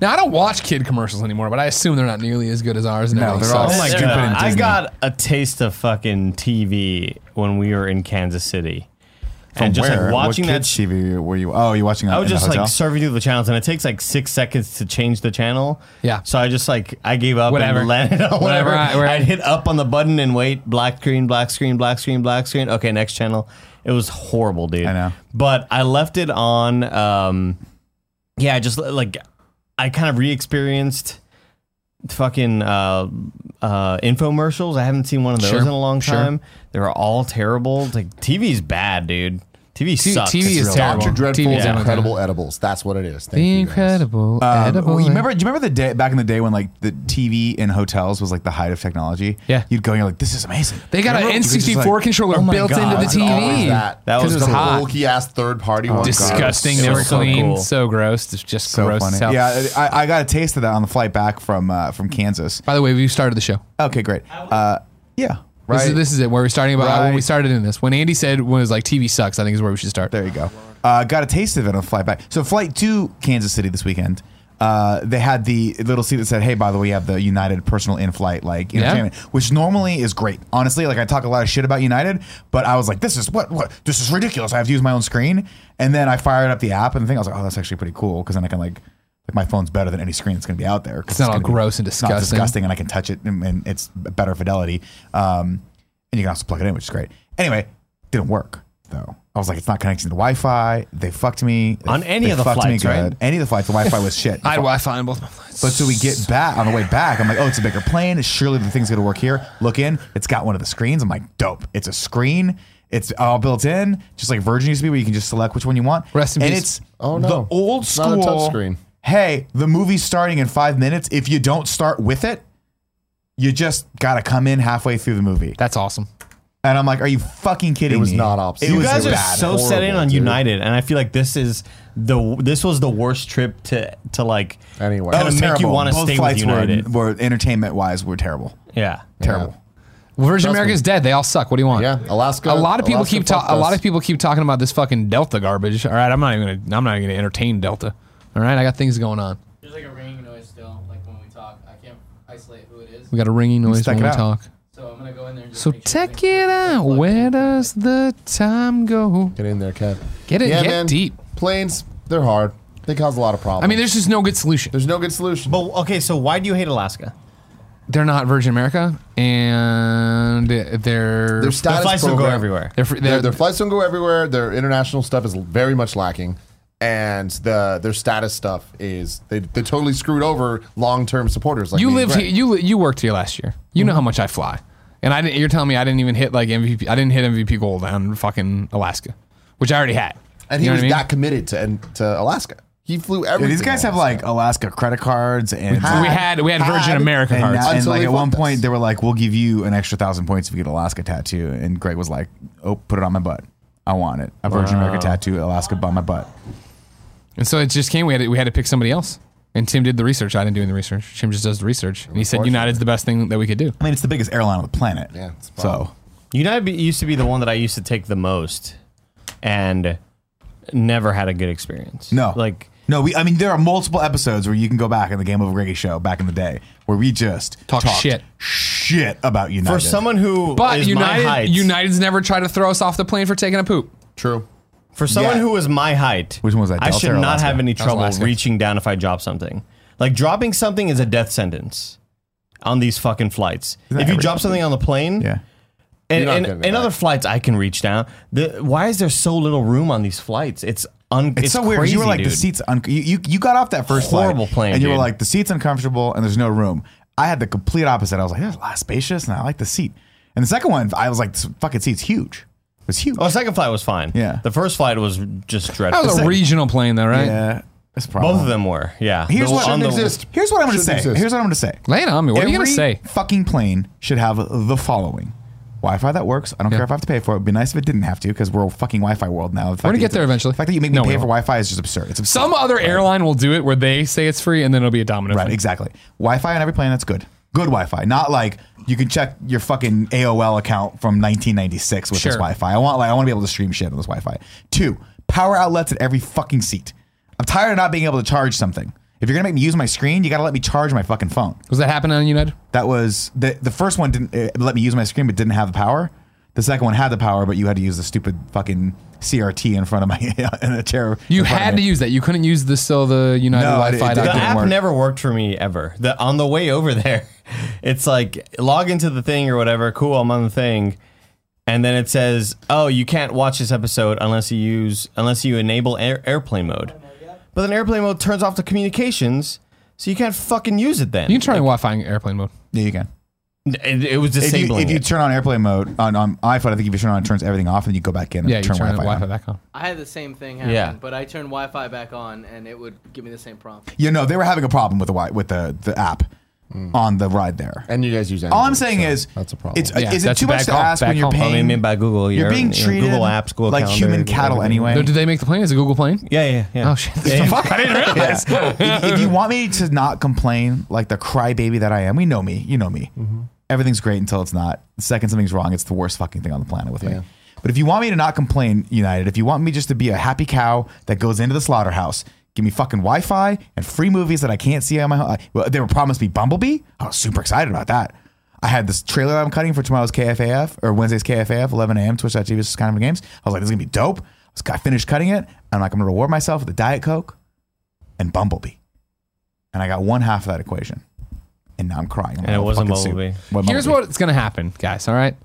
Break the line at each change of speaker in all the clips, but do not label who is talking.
Now I don't watch kid commercials anymore, but I assume they're not nearly as good as ours. And
No,
everything
they're all
sucks.
like-
They're
stupid
not.
in
I
Disney.
got a taste of fucking TV when we were in Kansas City. and just
Where?
like watching
what
that
kids TV were you? Oh, you watching?
I was
in
just
the hotel?
like surfing through the channels, and it takes like six seconds to change the channel.
Yeah.
So I just like I gave up
Whatever.
and let it on
Whatever,
whatever.
I- whatever.
I'd hit up on the button and wait. Black screen, black screen, black screen, black screen. Okay, next channel. It was horrible, dude.
I know.
But I left it on. Um, yeah, I just like I kind of re-experienced fucking uh, uh, infomercials. I haven't seen one of those
Sure,
in a long
sure.
time. They were all terrible. It's Like TV's bad, dude. TV
T-
sucks.
TV
It's
is
real
terrible.
Dr. Dreadful,
TV's
yeah.
Incredible Edibles. That's what it is. Thank
The
you guys.
incredible.
Um,
Uh, edible.
well, you remember? Do you remember the day back in the day when like the TV in hotels was like the height of technology?
Yeah.
you'd go and you're like, "This is amazing."
They got
Remember?
an
You could just,
N64
like-
controller
oh my
built
Uh,
God,
into
it's
the
Always
TV.
Oh,
that.
That was
Because it
the
was hot.
bulky ass third party one.
Disgusting.
so
Never
so
clean.
cool.
So gross. It's just
So
gross. as
funny.
hell.
Yeah, I, I got a taste of that on the flight back from uh, from Kansas.
By the way, we started the show.
Okay, great. Uh, yeah, right.
This is, this is it. Where we're starting about when we
Right.
started in this. When Andy said when it was like TV sucks, I think is where we should start.
There you go. Uh, got a taste of it on a flight back. So flight to Kansas City this weekend. Uh, they had the little seat that said, "Hey, by the way, you have the United personal in-flight like entertainment, which normally is great. Honestly, like I talk a lot of shit about United, but I was like, this is what what this is ridiculous. I have to use my own screen, and then I fired up the app and the thing. I was like, oh, that's actually pretty cool because then I can like. Like my phone's better than any screen that's going to be out there. 'cause
It's not all
gonna be-
gross and
it's not
disgusting.
disgusting, and I can touch it, and, and it's better fidelity. Um, and you can also plug it in, which is great. Anyway, didn't work though. I was like, it's not connecting to the Wi-Fi. They fucked me They-
On any
they
of the
fucked
flights, right?
Any of the flights, the Wi-Fi was shit.
I had Wi-Fi on both my flights.
but so we get back on the way back. I'm like, oh, it's a bigger plane. Surely the thing's gonna work here. Look in. It's got one of the screens. I'm like, dope. It's a screen. It's all built in, just like Virgin used to be, where you can just select which one you want.
Rest in
and
peace.
it's
Oh,
the
no.
old
It's
school
not a touchscreen.
Hey, the movie's starting in five minutes. If you don't start with it, you just gotta come in halfway through the movie.
That's awesome.
And I'm like, are you fucking kidding me?
It was not optional.
It
you
was
guys are
bad.
so set in
Horrible,
on
dude.
United, and I feel like this is the this was the worst trip to to like
Anyway.
kinda
That was
make
terrible.
you want to
Both
stay with
flights
United.
Were, were entertainment wise were terrible.
yeah,
Terrible.
Well, Virgin
Trust me.
America's dead. They all suck. What do you want?
Yeah, Alaska-
A lot of people
Alaska
keep talking.
fucked
A lot
us.
of people keep talking about this fucking Delta garbage. All right, I'm not even gonna. I'm not even gonna entertain Delta. All right, I got things going on.
There's like a ringing noise still, like when we talk. I can't isolate who it is.
We got a ringing noise
Let's check
when
it
we
out.
talk.
So I'm gonna go in there and just
So
make sure
check it out. Where does the time go?
Get in there, Kev.
Get it. get deep.
Planes, they're hard. They cause a lot of problems.
I mean, there's just no good solution.
there's no good solution.
But okay, so why do you hate Alaska?
They're not Virgin America, and they're
their
they're,
The
status
flights don't go
program-
everywhere.
they're, fr-
Their,
they're,
their flights don't go everywhere. Their international stuff is very much lacking, and the their status stuff is they they totally screwed over long term supporters. Like
you
me and
lived
Greg.
here. You li- you worked here last year. You know how much I fly, and I didn't. You're telling me I didn't even hit like MVP. I didn't hit MVP gold on fucking Alaska, which I already had.
and he
You know what
was
I mean?
that committed to and to Alaska. He flew
Yeah,
everything.
these guys have like Alaska credit cards and.
had-
we had we had Virgin
had-
America
and,
cards.
now- and
Until
like
they
at one
fucked us.
point, they were like, "We'll give you an extra thousand points if you get Alaska tattoo." And Greg was like, "Oh, put it on my butt. I want it. A Virgin America tattoo, Alaska by my butt."
And so it just came. We had to, we had to pick somebody else. And Tim did the research. I didn't do any research. Tim just does the research. And he said United's the best thing that we could do.
I mean, it's the biggest airline on the planet.
Yeah, it's a
so
problem.
United be- used to be the one that I used to take the most, and never had a good experience.
no,
like
no. We, I mean, there are multiple episodes where you can go back in the Game of Greggy show back in the day where we just
Talk
talked
shit.
shit about United.
for someone who
But
is my
United
height,
United's never tried to throw us off the plane for taking a poop.
true.
for someone
Yeah.
who was my height,
Which one was that,
I
Delta
should
or
not
Alaska?
have any
was
trouble
Alaska.
reaching down if I drop something. Like dropping something is a death sentence on these fucking flights. If you
every-
drop something on the plane,
yeah.
And,
You're not
and,
getting
and
it
other
back.
flights, I can reach down. The, why is there so little room on these flights? It's un.
It's, so weird. 'cause
Crazy,
You were like
dude.
the seats. Un- you, you you got off that first flight,
Horrible plane,
and you were
dude.
like the seats uncomfortable and there's no room. I had the complete opposite. I was like, there's a lot of spacious and I like the seat. And the second one, I was like, this fucking seat's huge. It was huge.
Oh, the second flight was fine.
Yeah.
The first flight was just dreadful.
That was a regional plane, though, right?
yeah, that's a problem.
Both of them were. Yeah.
Here's
The-
what
on the-
exist.
Here's what I'm going to say.
Shouldn't exist.
Here's what I'm going to say.
Lay it on me. What are you
Every
gonna say?
Fucking plane should have the following. Wi-Fi that works. I don't care if I have to pay for it. It'd be nice if it didn't have to, because we're a fucking Wi-Fi world now. The fact
gonna
that you
get
have to-
there eventually.
The fact that you make me
No, we
pay for
won't.
Wi-Fi is just absurd. It's absurd.
Some other airline will do it where they say it's free and then it'll be a domino.
Right,
thing.
exactly. Wi-Fi on every plane. That's good. Good Wi-Fi, not like you can check your fucking AOL account from 1996 with
Sure.
this Wi-Fi. I want like I want to be able to stream shit on this Wi-Fi. Two, power outlets at every fucking seat. I'm tired of not being able to charge something. If you're gonna make me use my screen, you gotta let me charge my fucking phone.
Was that happening on United?
That was the the first one didn't uh, let me use my screen, but didn't have the power. The second one had the power, but you had to use the stupid fucking CRT in front of my in a chair.
You
in front of
had
me.
to use that. You couldn't use the still the United
No, I- it
Wi-Fi.
did-
The
document.
app
work.
never worked for me ever. The on the way over there, it's like log into the thing or whatever. Cool, I'm on the thing, and then it says, "Oh, you can't watch this episode unless you use unless you enable air, airplane mode." But then airplane mode turns off the communications, so you can't fucking use it. Then
You can turn on Wi-Fi in airplane mode.
Yeah, you can.
it, it was
If you,
disabling.
if you
it.
turn on airplane mode on, on iPhone, I think if you turn on, it turns everything off, and you go back in and
Yeah, you
turn,
turn
Wi-Fi,
Wi-Fi
on.
back on.
I had the same thing happen,
Yeah.
but I turned Wi-Fi back on, and it would give me the same prompt.
Yeah, no, they were having a problem with the Wi- with the the app on the ride there.
And you guys use Android,
All I'm saying
Mm. so
is,
that's a problem.
It's,
Yeah,
is it
that's
too much
back
to
off-
ask when
back
you're
off.
I mean,
paying?
made by Google.
you're
your-
being
you know,
treated
Google Apps, Google
like
Calendar,
human cattle
everything.
anyway.
No, did they make the plane? Is it Google plane?
Yeah, yeah, yeah.
Oh shit!
Fuck, I didn't realize.
if, if you want me to not complain like the crybaby that I am, we know me. You know me.
Mm-hmm.
Everything's great until it's not. The second something's wrong, it's the worst fucking thing on the planet with me. But if you want me to not complain, United, if you want me just to be a happy cow that goes into the slaughterhouse, give me fucking Wi Fi and free movies that I can't see on my home. Well, they were promised me Bumblebee. I was super excited about that. I had this trailer I'm cutting for tomorrow's KFAF or Wednesday's KFAF, 11 a.m. Twitch.tv, is kind of games. I was like, this is going to be dope. I finished cutting it. I'm like, I'm going to reward myself with a Diet Coke and Bumblebee. And I got one half of that equation. And now I'm crying. I'm
And it
like,
wasn't
fucking soup.
Bumblebee.
What
Here's
Bumblebee?
what's gonna happen, guys. All right,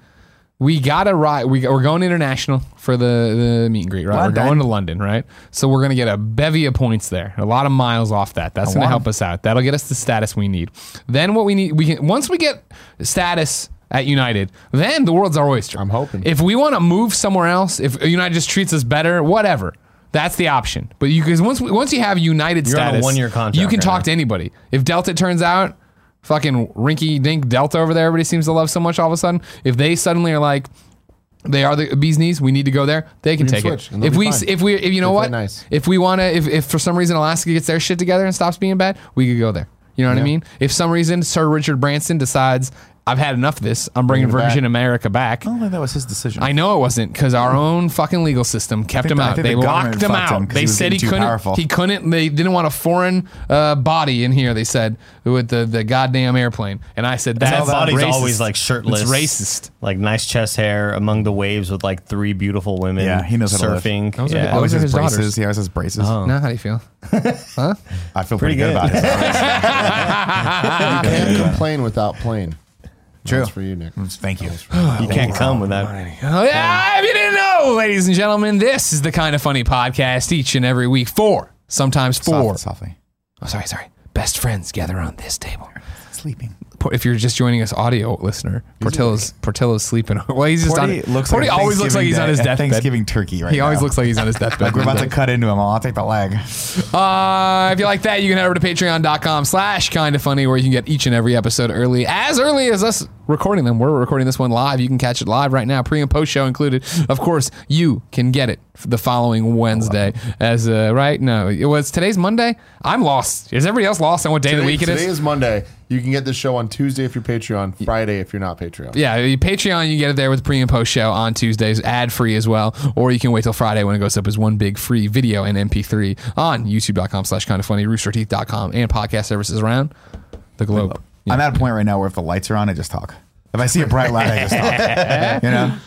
we gotta ride. We, we're going international for the, the meet and greet, right?
London.
We're going to London, right? So we're gonna get a bevy of points there, a lot of miles off that. That's gonna
lot.
help us out. That'll get us the status we need. Then what we need, we can once we get status. At United, then the world's our oyster.
I'm hoping.
If we want to move somewhere else, if United just treats us better, whatever, that's the option. But you because once once you have United
You're on a
status,
one-year contract
you can
right
talk
now.
to anybody. If Delta turns out fucking rinky dink Delta over there, everybody seems to love so much all of a sudden. If they suddenly are like, they are the bee's knees, we need to go there, they can
We
take
can switch,
it.
and they'll
If
be
we,
fine.
if we, if you know
They play
what,
nice.
if we want to, if, if for some reason Alaska gets their shit together and stops being bad, we could go there. You know what I mean? If some reason Sir Richard Branson decides, I've had enough of this, I'm bringing
Bring it
Virgin
back.
America back.
I don't think that was his decision.
I know it wasn't because our own fucking legal system kept
think
him
the- Hmm. I
out.
think
They
the government
locked him
fucked
out.
him 'cause
they
he was
said he
getting too
couldn't.
powerful.
He couldn't. They didn't want a foreign uh, body in here. They said with the, the goddamn airplane. And I said
That
that's
body's
racist.
always like shirtless,
It's racist.
like nice chest hair among the waves with like three beautiful women.
Yeah, he knows how to live.
surfing.
Those are
yeah.
the-
always
Those are
has
his
braces.
daughters.
He always has braces.
Oh.
Now how do you feel?
I feel Oh. pretty,
Pretty
good, about
good.
it.
you can't complain without plane.
True.
That's for you, Nick.
Thank you.
you can't come without.
Oh, yeah, if you didn't know, ladies and gentlemen, this is the kind of funny podcast each and every week. Four, sometimes four.
Softly, softly.
Oh, sorry, sorry. Best friends gather on this table.
Sleeping.
Por- if you're just joining us, audio listener, Portillo's Portillo's sleeping. Well, he's just
Porty
on.
looks
Porty
like a
always looks like he's on his
Thanksgiving day-
deathbed.
Thanksgiving turkey right
He always
now.
looks like he's on his deathbed.
We're about to cut into him. I'll take the leg.
uh, if you like that, you can head over to patreon.com slash kind of funny where you can get each and every episode early, as early as us recording them. We're recording this one live. You can catch it live right now, pre and post show included. Of course, you can get it f- the following Wednesday. As uh, right? No, it was today's Monday. I'm lost. Is everybody else lost on what day of the week it
today
is?
is Monday. You can get this show on Tuesday if you're Patreon, Friday if you're not Patreon.
yeah, you- Patreon, you get it there with pre and post show on Tuesdays, ad free as well. Or you can wait till Friday when it goes up as one big free video and MP3 on youtube.com slash kind of funny, roosterteeth.com, and podcast services around the globe. Yeah.
I'm at a point right now where if the lights are on, I just talk. If I see a bright light, I just talk. you know?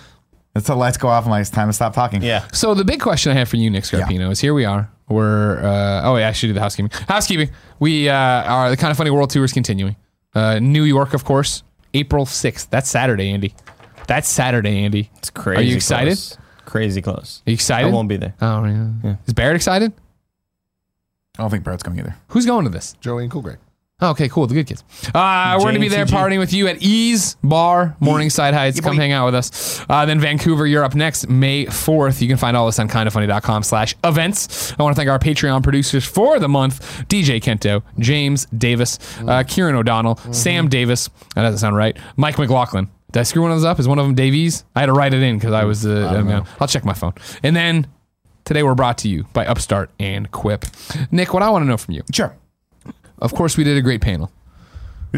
Until the lights go off, I'm like, it's time to stop talking.
Yeah,
So the big question I have for you, Nick Scarpino, is here we are. We're uh, oh yeah, I should do the housekeeping. Housekeeping. We uh, are the kind of funny world tour is continuing. Uh, New York, of course, April sixth. That's Saturday, Andy. That's Saturday, Andy.
it's crazy.
Are you excited?
close. Crazy close.
Are you excited?
I won't be there.
Oh yeah. Is Barrett excited?
I don't think Barrett's coming either.
Who's going to this?
Joey and Cool Greg.
Oh, okay, cool. The good kids. Uh, we're going to be there
JTG.
partying with you at Ease Bar, Morningside Heights. Come hang out with us. Uh, then Vancouver, you're up next, May 4th. You can find all this on kindoffunny.com slash events. I want to thank our Patreon producers for the month, DJ Kento, James Davis, uh, Kieran O'Donnell, Sam Davis. That doesn't sound right. Mike McLaughlin. Did I screw one of those up? Is one of them Davies? I had to write it in because I was... Uh, I I'll check my phone. And then today we're brought to you by Upstart and Quip. Nick, what I want to know from you.
Sure.
Of course, we did a great panel.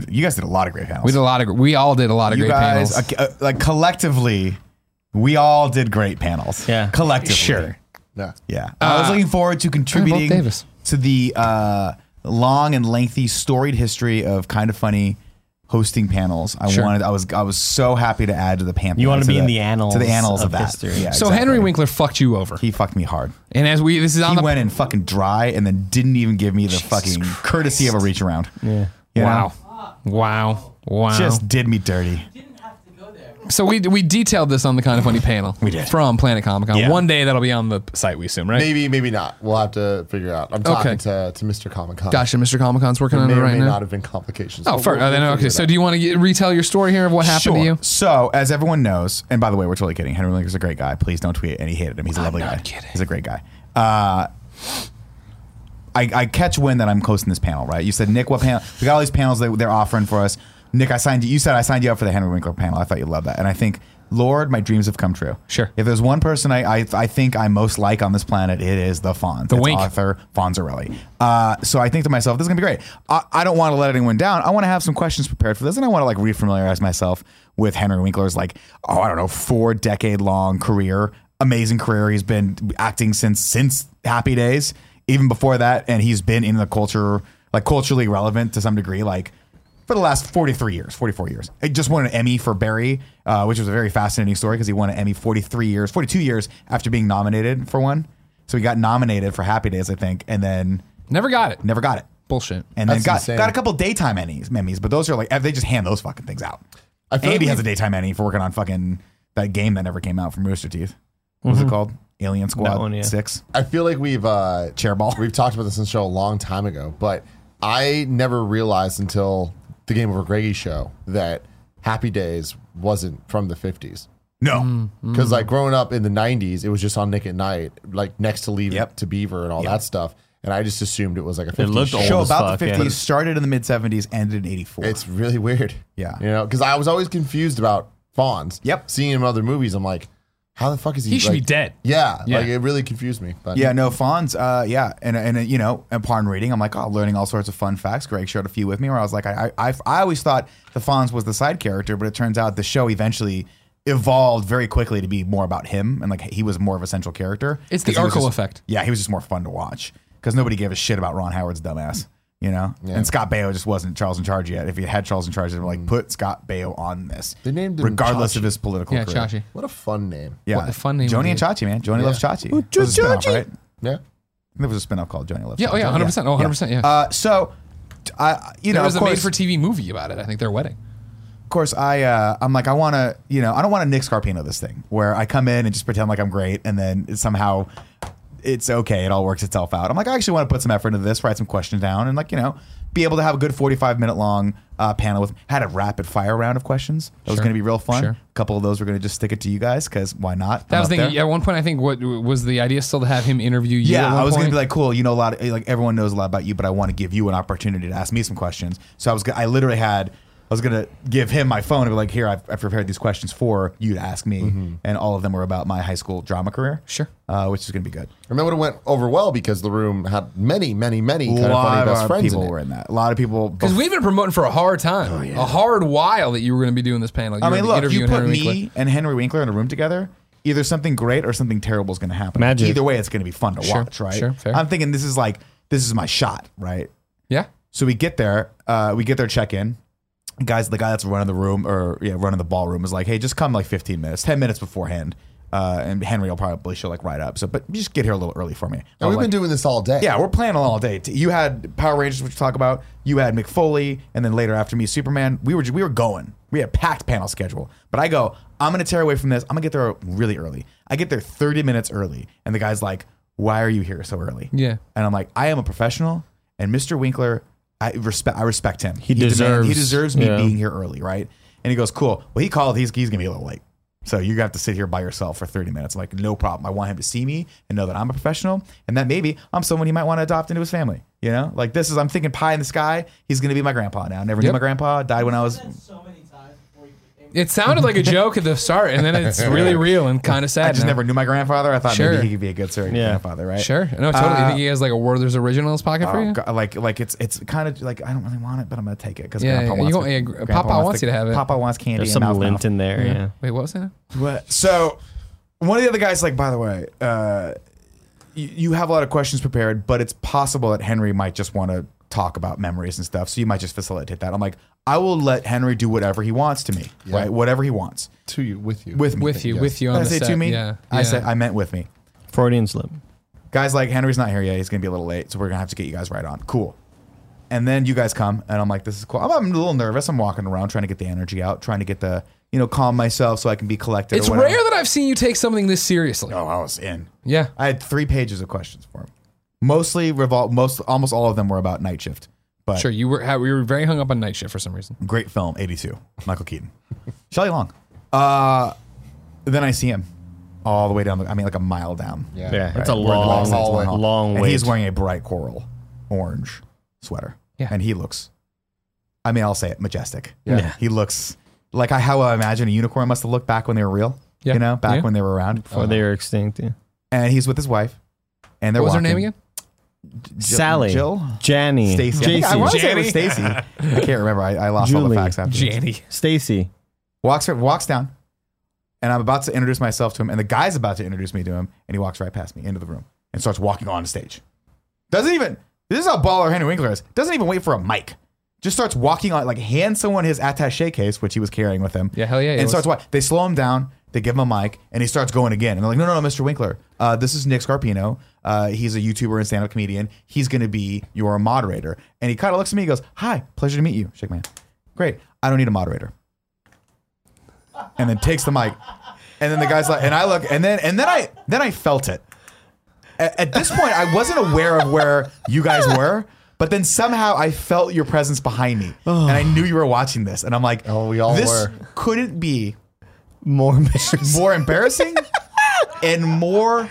You guys did a lot of great panels.
We did a lot of. We all did a lot of
you
great
guys,
panels.
uh, uh, like collectively, we all did great panels.
Yeah.
collectively.
Sure. Uh,
Yeah.
Yeah, I was looking forward to
Bob
contributing
Davis.
to the uh, long and lengthy, storied history of kind of funny hosting panels. I
Sure.
wanted. I was. I was so happy to add to the pantheon.
You wanna be
that-
in the annals
to the annals of,
of
that.
history.
Yeah,
So
uh, exactly.
Henry Winkler fucked you over,
He fucked me hard.
and as we this is on
He
the
went in fucking dry and then didn't even give me the fucking courtesy of a reach around. Yeah.
wow, wow, wow.
Just did me dirty.
You didn't have to go there.
so we we detailed this on the kind of funny panel we
did.
from Planet Comic Con.
Yeah.
One day that'll be on the site, we assume, right?
Maybe, maybe not. We'll have to figure out. I'm talking to, to Mr. Comic Con.
Gosh, and Mr. Comic Con's working on
may
it
or
right
may
now.
not have been complications.
Oh,
but
first,
we'll- we'll figure
okay.
it
So,
out.
do you want to get, retell your story here of what happened to
Sure.
you?
So, as everyone knows, and by the way, we're totally kidding. Henry Lincoln's a great guy. Please don't tweet, and he hated him. He's a lovely
not
guy.
kidding.
He's a great guy. Uh, I, I catch wind that I'm hosting this panel, right? You said, Nick, what panel? We got all these panels that they're offering for us. Nick, I signed you. You said I signed you up for the Henry Winkler panel. I thought you'd love that. And I think, Lord, my dreams have come true.
Sure.
If there's one person I, I, I think I most like on this planet, it is the font. The
Wink.
Arthur Fonzarelli. Uh, so I think to myself, this is gonna be great. I, I don't want to let anyone down. I want to have some questions prepared for this, and I want to like refamiliarize myself with Henry Winkler's like, oh, I don't know, four decade long career, amazing career. He's been acting since since Happy Days, even before that, and he's been in the culture like culturally relevant to some degree, like. For the last 43 years, 44 years. He just won an Emmy for Barry, uh, which was a very fascinating story because he won an Emmy 43 years, 42 years after being nominated for one. So he got nominated for Happy Days, I think, and then
Never got it.
never got it.
Bullshit.
And then
That's
got
insane.
got a couple daytime Emmys, Emmys, but those are like they just hand those fucking things out.
I feel
Andy
like
has a
we-
daytime Emmy for working on fucking that game that never came out from Rooster Teeth. What was
Mm-hmm.
it called? Alien Squad
one, yeah.
Six
I feel like we've uh,
Chairball.
we've talked about this in the show a long time ago, but I never realized until the Game Over Greggy show that Happy Days wasn't from the 50s.
No,
Because
Mm.
like growing up in the '90s, it was just on Nick at Night, like next to Leave
Yep.
to Beaver and all that stuff, and I just assumed it was like a 50s
looked
show.
old.
show
as
about
fuck,
the
yeah.
fifties started in the mid seventies, ended in eighty four.
It's really weird.
Yeah.
you know, because I was always confused about Fonz.
Yep.
seeing him in other movies, I'm like, how the fuck is he?
He should be
like-
dead.
Yeah,
Yeah.
like it really confused me. But
Yeah, no, Fonz. Uh, yeah, and and uh, you know, upon reading, I'm like, oh, learning all sorts of fun facts. Greg shared a few with me, where I was like, I I, I, I always thought the Fonz was the side character, but it turns out the show eventually evolved very quickly to be more about him, and like he was more of a central character.
It's the
'Cause he was
Urkel
just-
effect.
Yeah, he was just more fun to watch because nobody gave a shit about Ron Howard's dumbass. You know, and Scott Baio just wasn't Charles in charge yet. If he had Charles in charge, they'd be like, put Scott Baio on this.
Mm. They named him
regardless
Chachi.
of his political
Yeah,
career.
Chachi.
what a fun name.
Yeah,
What a fun name
Joni and
indeed.
Chachi, man. Joni loves Chachi.
Oh,
It was a spinoff, right?
Yeah,
There was a spin-off called Johnny Left.
Yeah, oh yeah, 100%. Oh, 100%, yeah.
Uh, so, t- I you
There
know,
was
of
a
course,
made-for-TV movie about it. I think their wedding.
of course, I uh, I'm like, I want to, you know, I don't want to Nick Scarpino this thing where I come in and just pretend like I'm great, and then it somehow it's okay, it all works itself out. I'm like, I actually want to put some effort into this, write some questions down, and like, you know, be able to have a good 45 minute long uh, panel with had a rapid fire round of questions. That was
Sure.
going to be real fun.
Sure.
A couple of those we're going to just stick it to you guys because why not?
That
I'm
was
up
the thing.
there.
At one point, I think what was the idea still to have him interview you. at
Yeah,
one
I was gonna
point?
be like, cool. You know, a lot of like everyone knows a lot about you, but I want to give you an opportunity to ask me some questions. So I was, go- I literally had, I was gonna give him my phone and be like, here, I've, I've prepared these questions for you to ask me, and all of them were about my high school drama career.
Sure.
uh, which is gonna be good.
and that would have went over well because the room had many, many, many kind
a
of
lot
funny
of
best
our
friends.
people
in it.
were in that. A lot of people.
because we've been promoting for a hard time, a hard while that you were going to be doing this panel. You
Oh, I
were
mean,
gonna be
look, you
interviewing
put
Henry
me
Winkler.
and Henry Winkler in a room together. Either something great or something terrible is going to happen.
Magic.
Either way, it's going to be fun to
Sure,
watch, right?
sure, fair.
I'm thinking this is like this is my shot, right?
Yeah,
So we get there, uh, we get their check in. Guys, the guy that's running the room or yeah, running the ballroom is like, hey, just come like 15 minutes, 10 minutes beforehand. Uh, and Henry will probably show like right up. So, but just get here a little early for me. I was
And we've
like,
been doing this all day.
yeah, we're playing all day. T- You had Power Rangers, which we talk about. You had McFoley, and then later after me, Superman. We were ju- we were going. We had a packed panel schedule. But I go, I'm gonna tear away from this. I'm gonna get there really early. I get there 30 minutes early, and the guy's like, "Why are you here so early?"
Yeah.
and I'm like, "I am a professional, and Mr. Winkler, I respect I respect him. He,
deserves-
he deserves me
yeah.
being here early, right?" And he goes, "Cool. Well, he called. He's he's gonna be a little late." So you have to sit here by yourself for 30 minutes. Like, no problem. I want him to see me and know that I'm a professional and that maybe I'm someone he might want to adopt into his family. You know, like this is, I'm thinking pie in the sky. He's going to be my grandpa now. Never knew
Yep.
my grandpa. Died when I was.
Said so many times before you became.
it sounded like a joke at the start, and then it's really real and kind of sad.
I just
now.
never knew my grandfather. I thought
Sure.
maybe he could be a good surrogate
Yeah.
grandfather, right?
Sure, no, totally. you think he has like a Werther's original in his pocket for
Uh, Oh,
you?
God, like, like it's it's kind of like I don't really want it, but I'm gonna take it because
Yeah, yeah,
Grandpa
you
wants,
want-
it.
yeah, gr- Papa wants you to have it.
Papa wants candy.
There's
and
some
mouth
lint
mouth.
in there. Yeah.
Wait, what was that?
But so one of the other guys, like, by the way, uh, you, you have a lot of questions prepared, but it's possible that Henry might just want to talk about memories and stuff. So you might just facilitate that. I'm like, I will let Henry do whatever he wants to me,
Yeah.
right? Whatever he wants
to you with you
with me.
with you,
yes.
with you on
Did I
the
say
set.
to me?
Yeah,
I
yeah.
said I meant with me.
Freudian slip.
Guys, like Henry's not here yet. He's gonna be a little late, so we're gonna have to get you guys right on. Cool. And then you guys come, and I'm like, this is cool. I'm, I'm a little nervous. I'm walking around trying to get the energy out, trying to get the you know calm myself so I can be collected.
It's
or whatever.
rare that I've seen you take something this seriously.
Oh, I was in.
Yeah.
I had three pages of questions for him. Mostly revolve. Most almost all of them were about night shift. But
Sure, you were how- we were very hung up on night shift for some reason.
great film, '82, Michael Keaton, Shelley Long. Uh, then I see him all the way down. The, I mean, like a mile down.
yeah,
Yeah, it's a
We're in the
long,
West End, it's
long,
a
long,
hall. And
wait.
he's wearing a bright coral orange sweater.
Yeah.
And he looks, I mean, I'll say it, majestic.
Yeah.
Yeah.
He looks like I, how I imagine a unicorn must have looked back when they were real.
Yeah.
You know, back
Yeah. Oh.
when they were around.
Or they are extinct. Yeah.
And he's with his wife. And they're
What was her
walking.
name again?
Jill-
Sally.
Jill?
Janny.
Stacy. I think- I want to
Stacy.
say it was Stacy. I can't remember. I, I lost all the
Julie.
facts after. this.
Janny.
Stacy.
Walks, walks down. And I'm about to introduce myself to him. And the guy's about to introduce me to him. And he walks right past me into the room and starts walking on stage. Doesn't even. This is how baller Henry Winkler is. Doesn't even wait for a mic. Just starts walking on, like hands someone his attaché case, which he was carrying with him.
Yeah, hell yeah, he
And
was.
starts walking. They slow him down. They give him a mic, and he starts going again. And they're like, "No, no, no, Mr. Winkler. Uh, this is Nick Scarpino. Uh, he's a YouTuber and stand-up comedian. He's going to be your moderator." And he kind of looks at me. He goes, "Hi, pleasure to meet you. Shake my hand. Great. I don't need a moderator." And then takes the mic. And then the guy's like, and I look, and then and then I then I felt it at, at this point, I wasn't aware of where you guys were, but then somehow I felt your presence behind me, and I knew you were watching this, and I'm like,
Oh, we all
this
were."
couldn't be
More embarrassing.
more embarrassing and more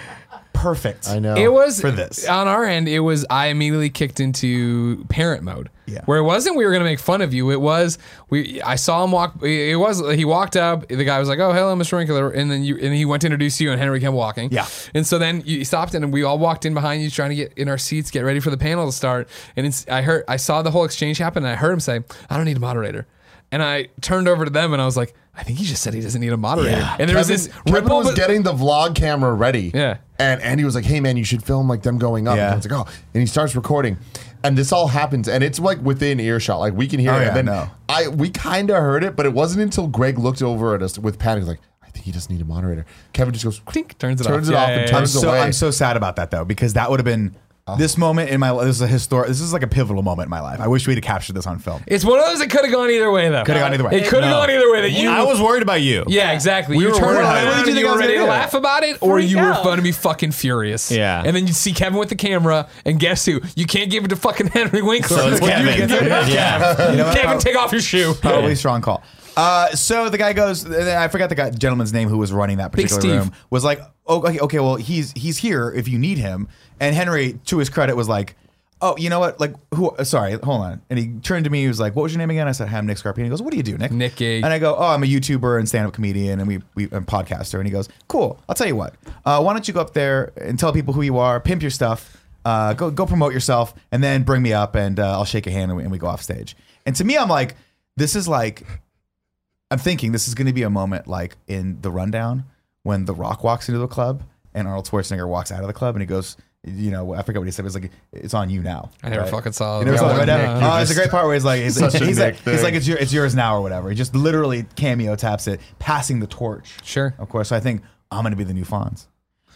perfect.
i know
It was
For this.
on our end. It was I immediately kicked into parent mode.
Yeah.
Where it wasn't we were gonna make fun of you. It was we. I saw him walk. It was he walked up. The guy was like, "Oh, hello, Mr. Winkler," and then you and he went to introduce you, and Henry kept walking.
Yeah.
And so then you stopped, and we all walked in behind you, trying to get in our seats, get ready for the panel to start. And it's, I heard, I saw the whole exchange happen, and I heard him say, "I don't need a moderator." And I turned over to them, and I was like, "I think he just said he doesn't need a moderator." And there was
Kevin-
this
Kevin
ripple.
was
but-
getting the vlog camera ready.
Yeah.
And Andy was like, hey, man, you should film like them going up.
Yeah.
And I was like, oh. And he starts recording. And this all happens. And it's like within earshot. Like we can hear
Oh,
it.
yeah,
and then
no.
I, we kind of heard it, but it wasn't until Greg looked over at us with panic, like, I think he doesn't need a moderator. Kevin just goes,
Tink, turns it
turns
off.
it
Yeah,
off
yeah,
and
yeah.
I'm
turns
so
away.
I'm so sad about that though because that would have been
Oh.
this moment in my life. This is a historic. This is like a pivotal moment in my life. I wish we'd have captured this on film.
It's one of those that could have gone either way, though. Could
have gone either way.
It could have gone either way. That you,
I was worried about you.
yeah, exactly. you
were
turned
worried about it.
around
What
and
did
you
you think I
were
was
ready to
gonna do?
laugh about it, or
Freak
you
out.
were going to be fucking furious.
Yeah.
And then you see Kevin with the camera, and guess who? You can't give it to fucking Henry Winkler.
So it's
When you
Kevin.
get there-
Yeah.
You know what? Oh.
Kevin, take off your shoe.
Probably strong call. Uh, so the guy goes. I forgot the guy, gentleman's name who was running that particular
Steve.
room. Was like, oh, okay, okay, well, he's he's here if you need him. And Henry, to his credit, was like, oh, you know what? Like, who? Sorry, hold on. And he turned to me. He was like, what was your name again? I said, hi, I'm Nick Scarpino. He goes, what do you do, Nick?
Nick Gage.
And I go, oh, I'm a YouTuber and stand-up comedian and we we and podcaster. And he goes, cool. I'll tell you what. Uh, why don't you go up there and tell people who you are, pimp your stuff. Uh, go go promote yourself, and then bring me up, and uh, I'll shake a hand, and we, and we go off stage. And to me, I'm like, this is like I'm thinking this is going to be a moment like in the rundown when The Rock walks into a club and Arnold Schwarzenegger walks out of the club and he goes, you know, I forget what he said. It was like, it's on you now.
I never fucking saw
You never
that.
saw
Yeah,
that,
what
right?
Nick,
Oh,
you're
it's a
just-
great part where he's like, he's,
Such a
he's like,
Nick
he's
thing.
like, it's, your, it's yours now or whatever. He just literally cameo taps it, passing the torch.
Sure.
Of course. So I think I'm going to be the new Fonz.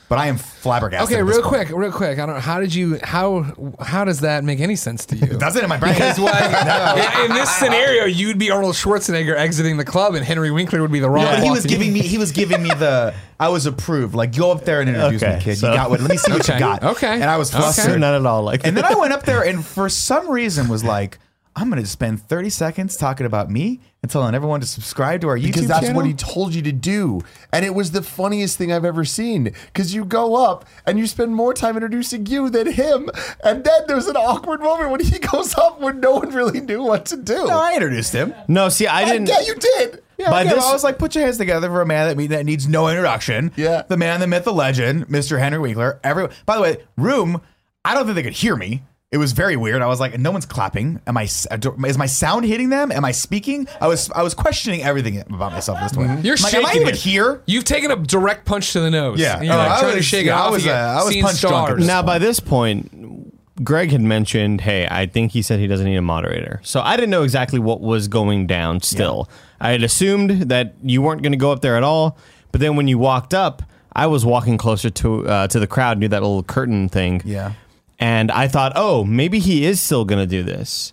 But I am flabbergasted.
Okay,
at this
real
point.
quick, real quick. I don't. How did you? How? How does that make any sense to you?
It does it in my brain.
Because like, in- in this scenario, you'd be Arnold Schwarzenegger exiting the club, and Henry Winkler would be the wrong.
But he was
walking-
giving me he was giving me the I was approved. Like go up there and introduce
Okay,
me, kid.
so-
You got what? Let me see what
Okay,
you got.
okay,
And I was
okay.
flustered.
Not at all. Like
And then I went up there and for some reason was like, I'm going to spend 30 seconds talking about me and telling everyone to subscribe to our YouTube
because that's
channel.
what he told you to do. And it was the funniest thing I've ever seen. Because you go up and you spend more time introducing you than him. And then there's an awkward moment when he goes up when no one really knew what to do.
No, I introduced him.
no, see, I didn't.
yeah, you did.
Yeah,
By
okay,
this-
well, I was like, put your hands together for a man that, me- that needs no introduction.
Yeah.
The man, the myth, the legend, Mr. Henry Winkler. Everyone. By the way, room, I don't think they could hear me. It was very weird. I was like, no one's clapping. Am I? s- do- Is my sound hitting them? Am I speaking? I was. I was questioning everything about myself at this
Mm-hmm.
point.
You're
I'm like,
shaking
Am I even
it.
here?
You've taken a direct punch to the nose.
Yeah.
And you're
Oh,
like
I
trying to
was-
shake it
yeah, I
off.
was,
again,
uh, I was
seeing
punch drunk at
stars.
this
Now, by this point, Greg had mentioned, hey, I think he said he doesn't need a moderator. So I didn't know exactly what was going down still. I had assumed that you weren't going to go up there at all. But then when you walked up, I was walking closer to uh, to the crowd near that little curtain thing.
Yeah.
And I thought, oh, maybe he is still going to do this,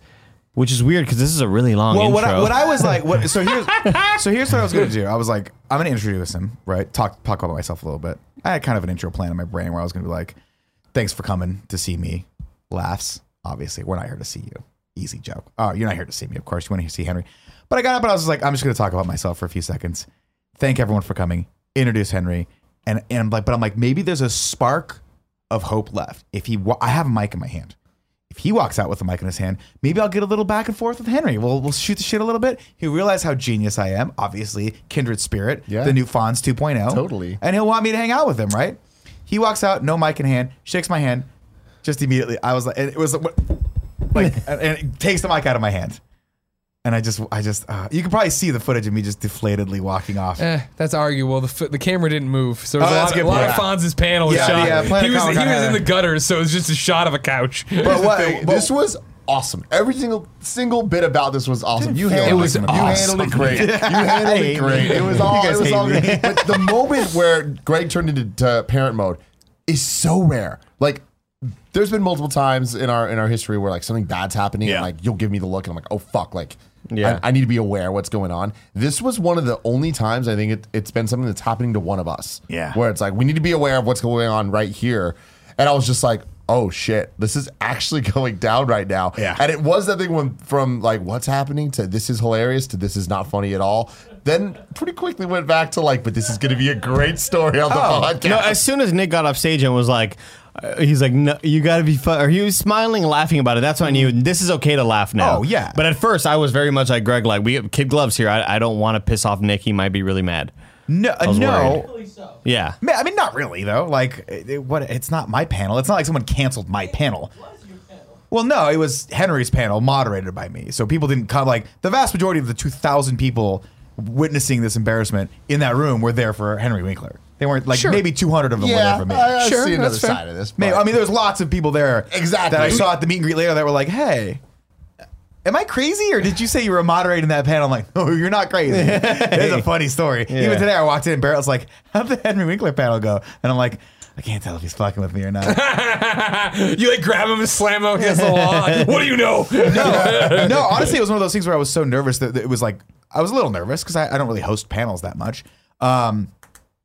which is weird because this is a really long
Well,
intro.
what I, what I was like, what, so here's so here's what I was going to do. I was like, I'm going to introduce him, right? Talk talk about myself a little bit. I had kind of an intro plan in my brain where I was going to be like, "Thanks for coming to see me." Laughs. Obviously, we're not here to see you. Easy joke. Oh, you're not here to see me. Of course, you want to see Henry. But I got up and I was just like, I'm just going to talk about myself for a few seconds. Thank everyone for coming. Introduce Henry, and and I'm like, but I'm like, maybe there's a spark of hope left. If he, wa- I have a mic in my hand if he walks out with a mic in his hand, maybe I'll get a little back and forth with Henry. We'll, we'll shoot the shit a little bit. He'll realize how genius I am. Obviously, kindred spirit,
Yeah.
the new Fonz 2.0.
Totally.
And he'll want me to hang out with him, right? He walks out, no mic in hand, shakes my hand. Just immediately, I was like, and it was like, like and, and it takes the mic out of my hand. And I just, I just, uh, you can probably see the footage of me just deflatedly walking off.
Eh, that's arguable. The, f- the camera didn't move, so there's
Oh,
a
that's
lot,
a
a
good
lot of
point.
Fonz's panel was
Yeah,
shot.
yeah, Planet
he was,
Comic
he
Con
was
had
in
a-
the gutters, so it was just a shot of a couch.
But what,
thing, but-
this was awesome. Every single single bit about this was awesome. You
feel
handled
like it was
it. You
awesome.
handled it great. You handled it great. It was all.
guys
It was
hate
all
me.
good. But the moment where Greg turned into to parent mode is so rare. Like. There's been multiple times in our in our history where like something bad's happening
Yeah.
and like you'll give me the look and I'm like oh fuck like
Yeah.
I, I need to be aware what's going on. This was one of the only times I think it, it's been something that's happening to one of us
Yeah.
where it's like we need to be aware of what's going on right here. And I was just like, oh shit, this is actually going down right now.
Yeah.
And it was that thing when from like what's happening to this is hilarious to this is not funny at all. Then pretty quickly went back to like, but this is going to be a great story on the podcast.
No, as soon as Nick got off stage and was like, uh, he's like, no, you gotta be fun. Or he was smiling and laughing about it. That's when I knew this is okay to laugh now.
Oh, yeah.
But at first, I was very much like Greg, like, we have kid gloves here. I, I don't wanna piss off Nick. He might be really mad.
No,
was
no.
worried.
Hopefully so.
Yeah.
Man, I mean, not really though. Like, it, it- what? It's not my panel. It's not like someone canceled my panel. Well, no, it was Henry's panel moderated by me, so people didn't come. Like, the vast majority of the two thousand people witnessing this embarrassment in that room were there for Henry Winkler. They weren't like
Sure.
maybe two hundred of them
yeah,
were there for me.
I, I
Sure,
see another
that's fair.
side of this.
Maybe,
but-
I mean, there was lots of people there
Exactly.
that I saw at the meet and greet later that were like, "Hey." Am I crazy, or did you say you were moderating that panel? I'm like, no, you're not crazy. It's a funny story. Even today, I walked in and Barrett's like, "How'd the Henry Winkler panel go?" And I'm like, I can't tell if he's fucking with me or not.
you like grab him and slam him against the wall. like, what do you know?
no, no, honestly, it was one of those things where I was so nervous that, that it was like I was a little nervous because I, I don't really host panels that much. Um,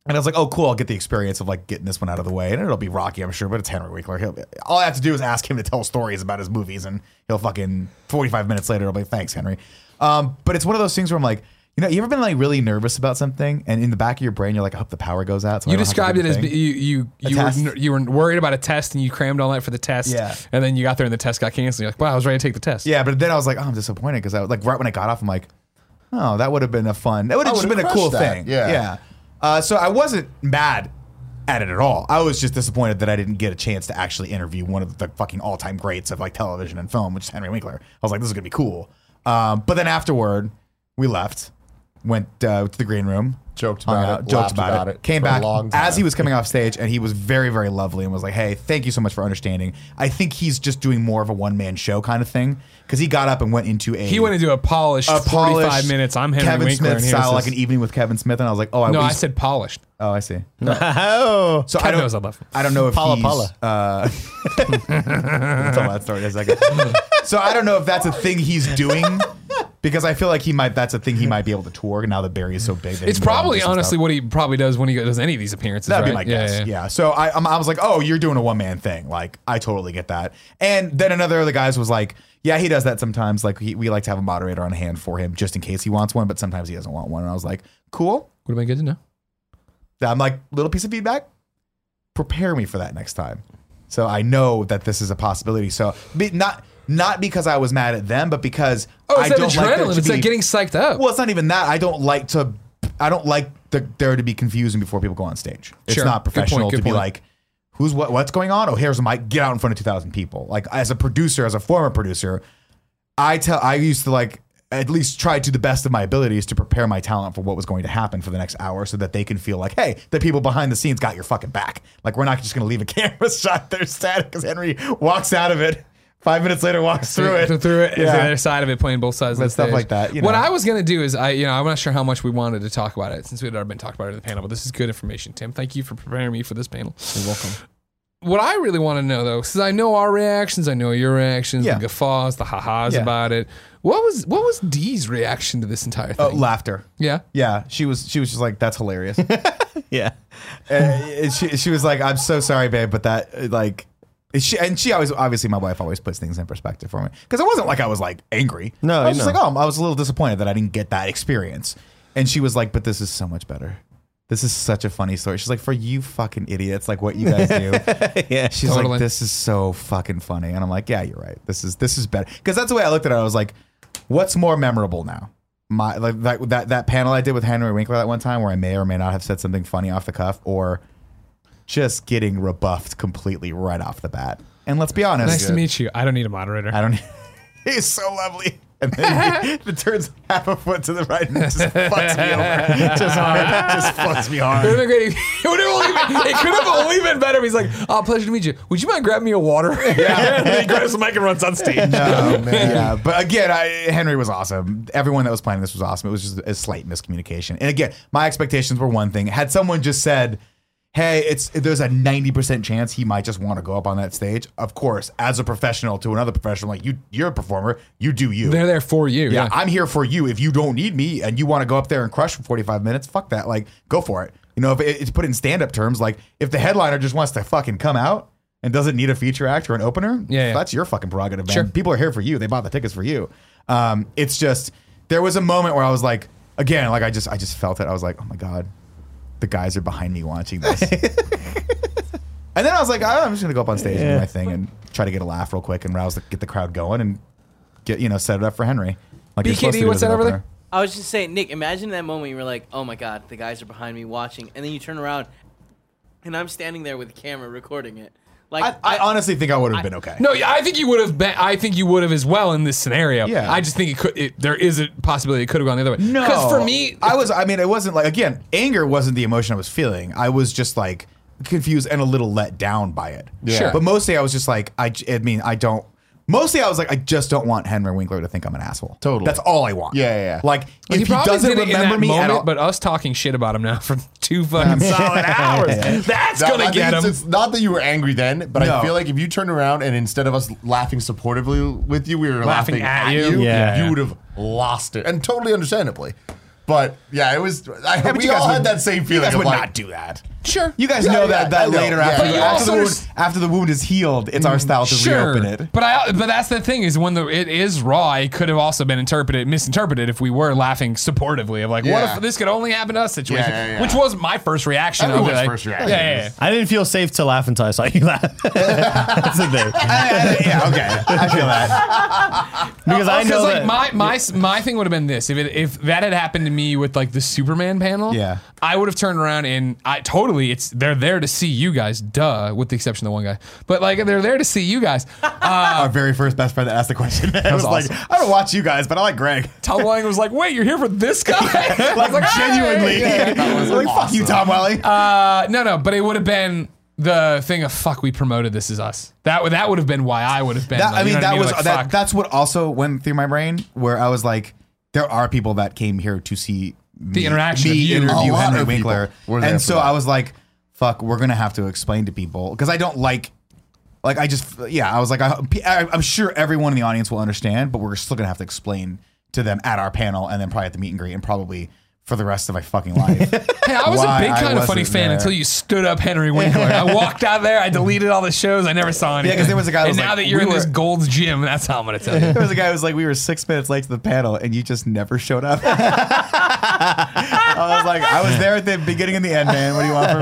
and I was like, oh, cool, I'll get the experience of like getting this one out of the way, and it'll be rocky, I'm sure, but it's Henry Winkler. He'll, all I have to do is ask him to tell stories about his movies, and he'll fucking 45 minutes later, it'll be thanks, Henry. Um, but it's one of those things where I'm like. You know, you ever been like really nervous about something, and in the back of your brain, you're like, "I hope the power goes out." So I
You
don't have to
described
do
it
the
as
thing."
be- you you you were,
test.
ner- you were worried about a test and you crammed all night for the test.
Yeah.
And then you got there and the test got canceled. You're like, wow, I was ready to take the test.
Yeah, but then I was like, oh, I'm disappointed because I was like, right when I got off, I'm like, oh, that would have been a fun, that would have
I
just
would've
been a cool
crushed that,
thing.
yeah.
Yeah. Uh, so I wasn't mad at it at all. I was just disappointed that I didn't get a chance to actually interview one of the fucking all time greats of like television and film, which is Henry Winkler. I was like, this is going to be cool. Um, but then afterward, we left, went uh, to the green room.
Joked
hung
about
out,
it,
joked
laughed
about,
about
it,
it
came
for a
back
long time.
as he was coming off stage, and he was very, very lovely, and was like, "Hey, thank you so much for understanding. I think he's just doing more of a one man show kind of thing because he got up and went into a
He went into a polished
a
45
polished
minutes. I'm Henry
Kevin
Winkler.
Smith
and here's
style,
this-
like an evening with Kevin Smith, and I was like, "Oh, I
no, I
wish-
said polished.
oh, I see."
Oh.
So I
Kevin
don't,
knows I love him.
I don't know if
Paula,
he's,
Paula.
Uh, I'll tell that story in a second. so I don't know if that's a thing he's doing because I feel like he might. That's a thing he might be able to tour now that Barry is so big. that he
It's
can go out and
probably
do some
honestly
stuff.
what he probably does when he does any of these appearances.
That'd be my
right?
guess. Yeah. So I, I'm- I was like, oh, you're doing a one man thing. Like, I totally get that. And then another of the guys was like, yeah, he does that sometimes. Like, he, we like to have a moderator on hand for him just in case he wants one, but sometimes he doesn't want one. And I was like, cool.
Would have been good to know.
I'm like, little piece of feedback. Prepare me for that next time. So I know that this is a possibility. So be, not not because I was mad at them, but because
Oh,
I
it's that
don't like there
adrenaline.
to
it's like
be-
getting psyched up.
well, it's not even that. I don't like to. I don't like the, there to be confusion before people go on stage. It's
Sure.
not
Good point,
professional
good
to be
point.
like, who's what? What's going on? Oh, here's a mic. Get out in front of two thousand people. Like as a producer, as a former producer, I tell. I used to like. at least tried to the best of my abilities to prepare my talent for what was going to happen for the next hour so that they can feel like, hey, the people behind the scenes got your fucking back. Like, we're not just going to leave a camera shot there static because Henry walks out of it. Five minutes later, walks through it.
through it,
Yeah.
yeah. the other side of it, playing both sides, of
But
the
stuff
stage.
like that, you
What
know.
I was gonna do is, I you know, I'm not sure how much we wanted to talk about it since we had already been talked about it in the panel, but this is good information, Tim. Thank you for preparing me for this panel. You're welcome. What I really want to know though, because I know our reactions, I know your reactions,
Yeah.
the guffaws, the ha-has
Yeah.
about it. What was what was Dee's reaction to this entire
Uh,
thing?
laughter.
yeah,
Yeah, she was. She was just like, "That's hilarious."
Yeah.
and she, she was like, "I'm so sorry, babe, but that uh, like." She, and she always, obviously, my wife always puts things in perspective for me because it wasn't like I was like angry.
No,
I was just
no.
like, oh, I was a little disappointed that I didn't get that experience. And she was like, but this is so much better. This is such a funny story. She's like, for you fucking idiots, like what you guys do.
Yeah.
She's
Totally.
like, this is so fucking funny, and I'm like, yeah, you're right. This is this is better because that's the way I looked at it. I was like, what's more memorable now? My like that that that panel I did with Henry Winkler that one time where I may or may not have said something funny off the cuff, or just getting rebuffed completely right off the bat. And let's be honest,
nice to meet you. I don't need a moderator.
I don't. He's so lovely. And then he, he turns half a foot to the right and just fucks me over. Just hard. Just fucks me
It would
hard.
have been great. if- It, would have only been, it could have only been better. if He's like, "Oh, pleasure to meet you. Would you mind grabbing me a water?" Yeah. and then he grabs the mic and runs on stage.
No, man. Yeah, but again, I, Henry was awesome. Everyone that was playing this was awesome. It was just a slight miscommunication. And again, my expectations were one thing. Had someone just said, "Hey, it's there's a ninety percent chance he might just want to go up on that stage," of course, as a professional to another professional, like you, you're a performer, you do you.
They're there for you.
yeah,
Yeah.
I'm here for you. If you don't need me and you want to go up there and crush for 45 minutes, fuck that. Like, go for it. You know, if it- it's put in stand up terms, like if the headliner just wants to fucking come out and doesn't need a feature act or an opener,
Yeah, yeah.
that's your fucking prerogative, man.
Sure.
People are here for you. They bought the tickets for you. Um, it's just there was a moment where I was like, again, like I just I just felt it. I was like, oh my god, the guys are behind me watching this. and then I was like, "Ah, I'm just gonna go up on stage and do my thing and try to get a laugh real quick and rouse the, get the crowd going and get you know set it up for Henry. Like you're
BKD,
supposed to do
what's
as an
that over there?
opener.
I was just saying, Nick, imagine that moment you were like, oh my god, the guys are behind me watching. And then you turn around and I'm standing there with the camera recording it. Like,
I, I honestly think I would have been okay.
No, yeah, I think you would have. Been, I think you would have as well in this scenario.
Yeah.
I just think it could. It, there is a possibility it could have gone the other way.
No,
Because for me,
I was. I mean, it wasn't like again, anger wasn't the emotion I was feeling. I was just like confused and a little let down by it.
Yeah. Sure.
But mostly, I was just like, I. j- I mean, I don't. Mostly, I was like, I just don't want Henry Winkler to think I'm an asshole.
Totally.
That's all I want.
Yeah, yeah, yeah.
Like
Like,
if he,
probably
doesn't
did it in
remember
that
me
moment,
at all.
but us talking shit about him now for two fucking solid hours, that's
No, I
gonna
think
get
it's,
him.
it's not that you were angry then, but
No.
I feel like if you turned around and instead of us laughing supportively with you, we were
Laughing
laughing,
at
at,
you.
you,
Yeah, yeah.
you would have lost it, and totally understandably. But yeah, it was. I,
Yeah, but
we
you guys
all had
would-
that same
you
feeling.
guys
of
would
like,
not do that.
Sure.
You guys
Yeah,
know that
yeah, I
that
know.
later
Yeah,
after,
but
the,
you
after,
also
the wound,
underst-
after the wound is healed, it's our style to
Sure,
reopen it.
but I but that's the thing is when the it is raw, it could have also been interpreted misinterpreted if we were laughing supportively of like what
Yeah.
if this could only happen to us situation,
Yeah, yeah, yeah.
which was my first reaction. I was
Everyone's
like,
first reaction
Yeah, yeah, yeah.
I didn't feel safe to laugh until I saw you laugh. That's the thing.
yeah, okay. I feel that. Oh,
Because I know
Because like
that-
my my my thing would have been this if it, if that had happened to me with like the Superman panel,
Yeah.
I would have turned around and I totally it's they're there to see you guys, duh, with the exception of the one guy, but like they're there to see you guys.
Our very first best friend that asked the question. I was,
awesome.
like, I don't watch you guys, but I like Greg.
Tom Welling was like, wait, you're here for this guy? I was
Like,
"Hey!"
genuinely. like, fuck you, Tom Welling.
Uh, no, no, but it would have been the thing of fuck. We promoted this is us. That would that would have been why I would have been.
that,
like,
I
you
mean,
know what
that was
Like,
that,
fuck.
that's what also went through my brain where I was like, there are people that came here to see me,
The interaction of
me
you.
interview
A lot
Henry
of people
Winkler,
were there
and
for
so
that.
I was like, fuck, we're gonna have to explain to people because I don't like. Like I just, yeah, I was like, I, I, I'm sure everyone in the audience will understand, but we're still gonna have to explain to them at our panel, and then probably at the meet and greet, and probably for the rest of my fucking life.
Hey, I was a
why
big
I
kind of funny
wasn't
fan
there.
until you stood up Henry Winkler. I walked out there. I deleted all the shows. I never saw anything.
there was a guy that
And
was
now
like,
that you're
we
in this
were-
Gold's Gym, that's how I'm gonna tell you.
There was a guy who was like, "We were six minutes late to the panel, and you just never showed up." I was like, "I was there at the beginning and the end, man. What do you want from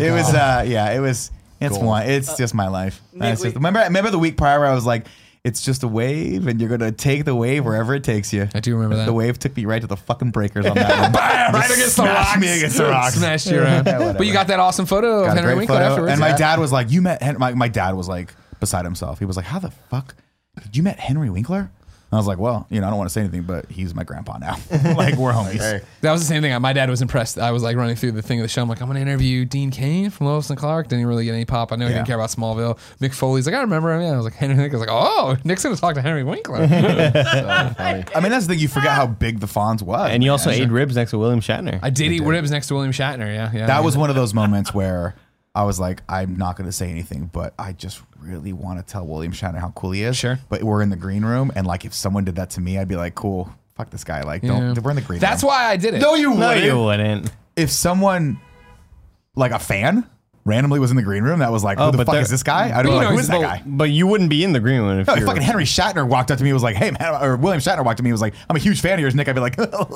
me?" It was, uh, yeah, it was. It's one. It's just my life. That's
Uh, we-
just- remember, remember the week prior, where I was like, "It's just a wave, and you're gonna take the wave wherever it takes you."
I do remember that.
The wave took me right to the fucking breakers on that one.
Bam! Right against the
smashed
rocks.
me against the rocks.
Smashed you around.
whatever.
but you got that awesome photo of
Got a
Henry
great
Winkler
photo.
afterwards.
And my
Yeah.
dad was like, "You met Hen-, my my dad was like beside himself. He was like, "How the fuck did you met Henry Winkler?" I was like, well, you know, I don't want to say anything, but he's my grandpa now. like we're homies.
Hey.
That was the same thing. My dad was impressed. I was like running through the thing of the show. I'm like, I'm going to interview Dean Kane from Lois and Clark. Didn't really get any pop. I know he
Yeah.
didn't care about Smallville. Mick Foley's like, I remember him. Yeah. I was like, Henry Winkler's like, oh, Nick's going to talk to Henry Winkler.
I mean, that's the thing. You forget how big the Fonz was.
And you
man.
also ate ribs next to William Shatner.
I did eat ribs next to William Shatner. Yeah. Yeah.
that was one of those moments where I was like, I'm not going to say anything, but I just really want to tell William Shatner how cool he is.
Sure.
But we're in the green room, and like if someone did that to me, I'd be like, cool, fuck this guy. Like, don't. We're in the green
That's
room.
why I did it.
No, you
no,
wouldn't.
you wouldn't.
If someone, like a fan, randomly was in the green room, that was like, who
Oh,
the
but
fuck
they're-
is this guy? I'd be
You
like,
know
who
he's
is that
the-
guy?
But you wouldn't be in the green room if
No,
you
if
were-
fucking Henry Shatner walked up to me and was like, "Hey man," or William Shatner walked up to me and was like, "I'm a huge fan of yours, Nick." I'd be like,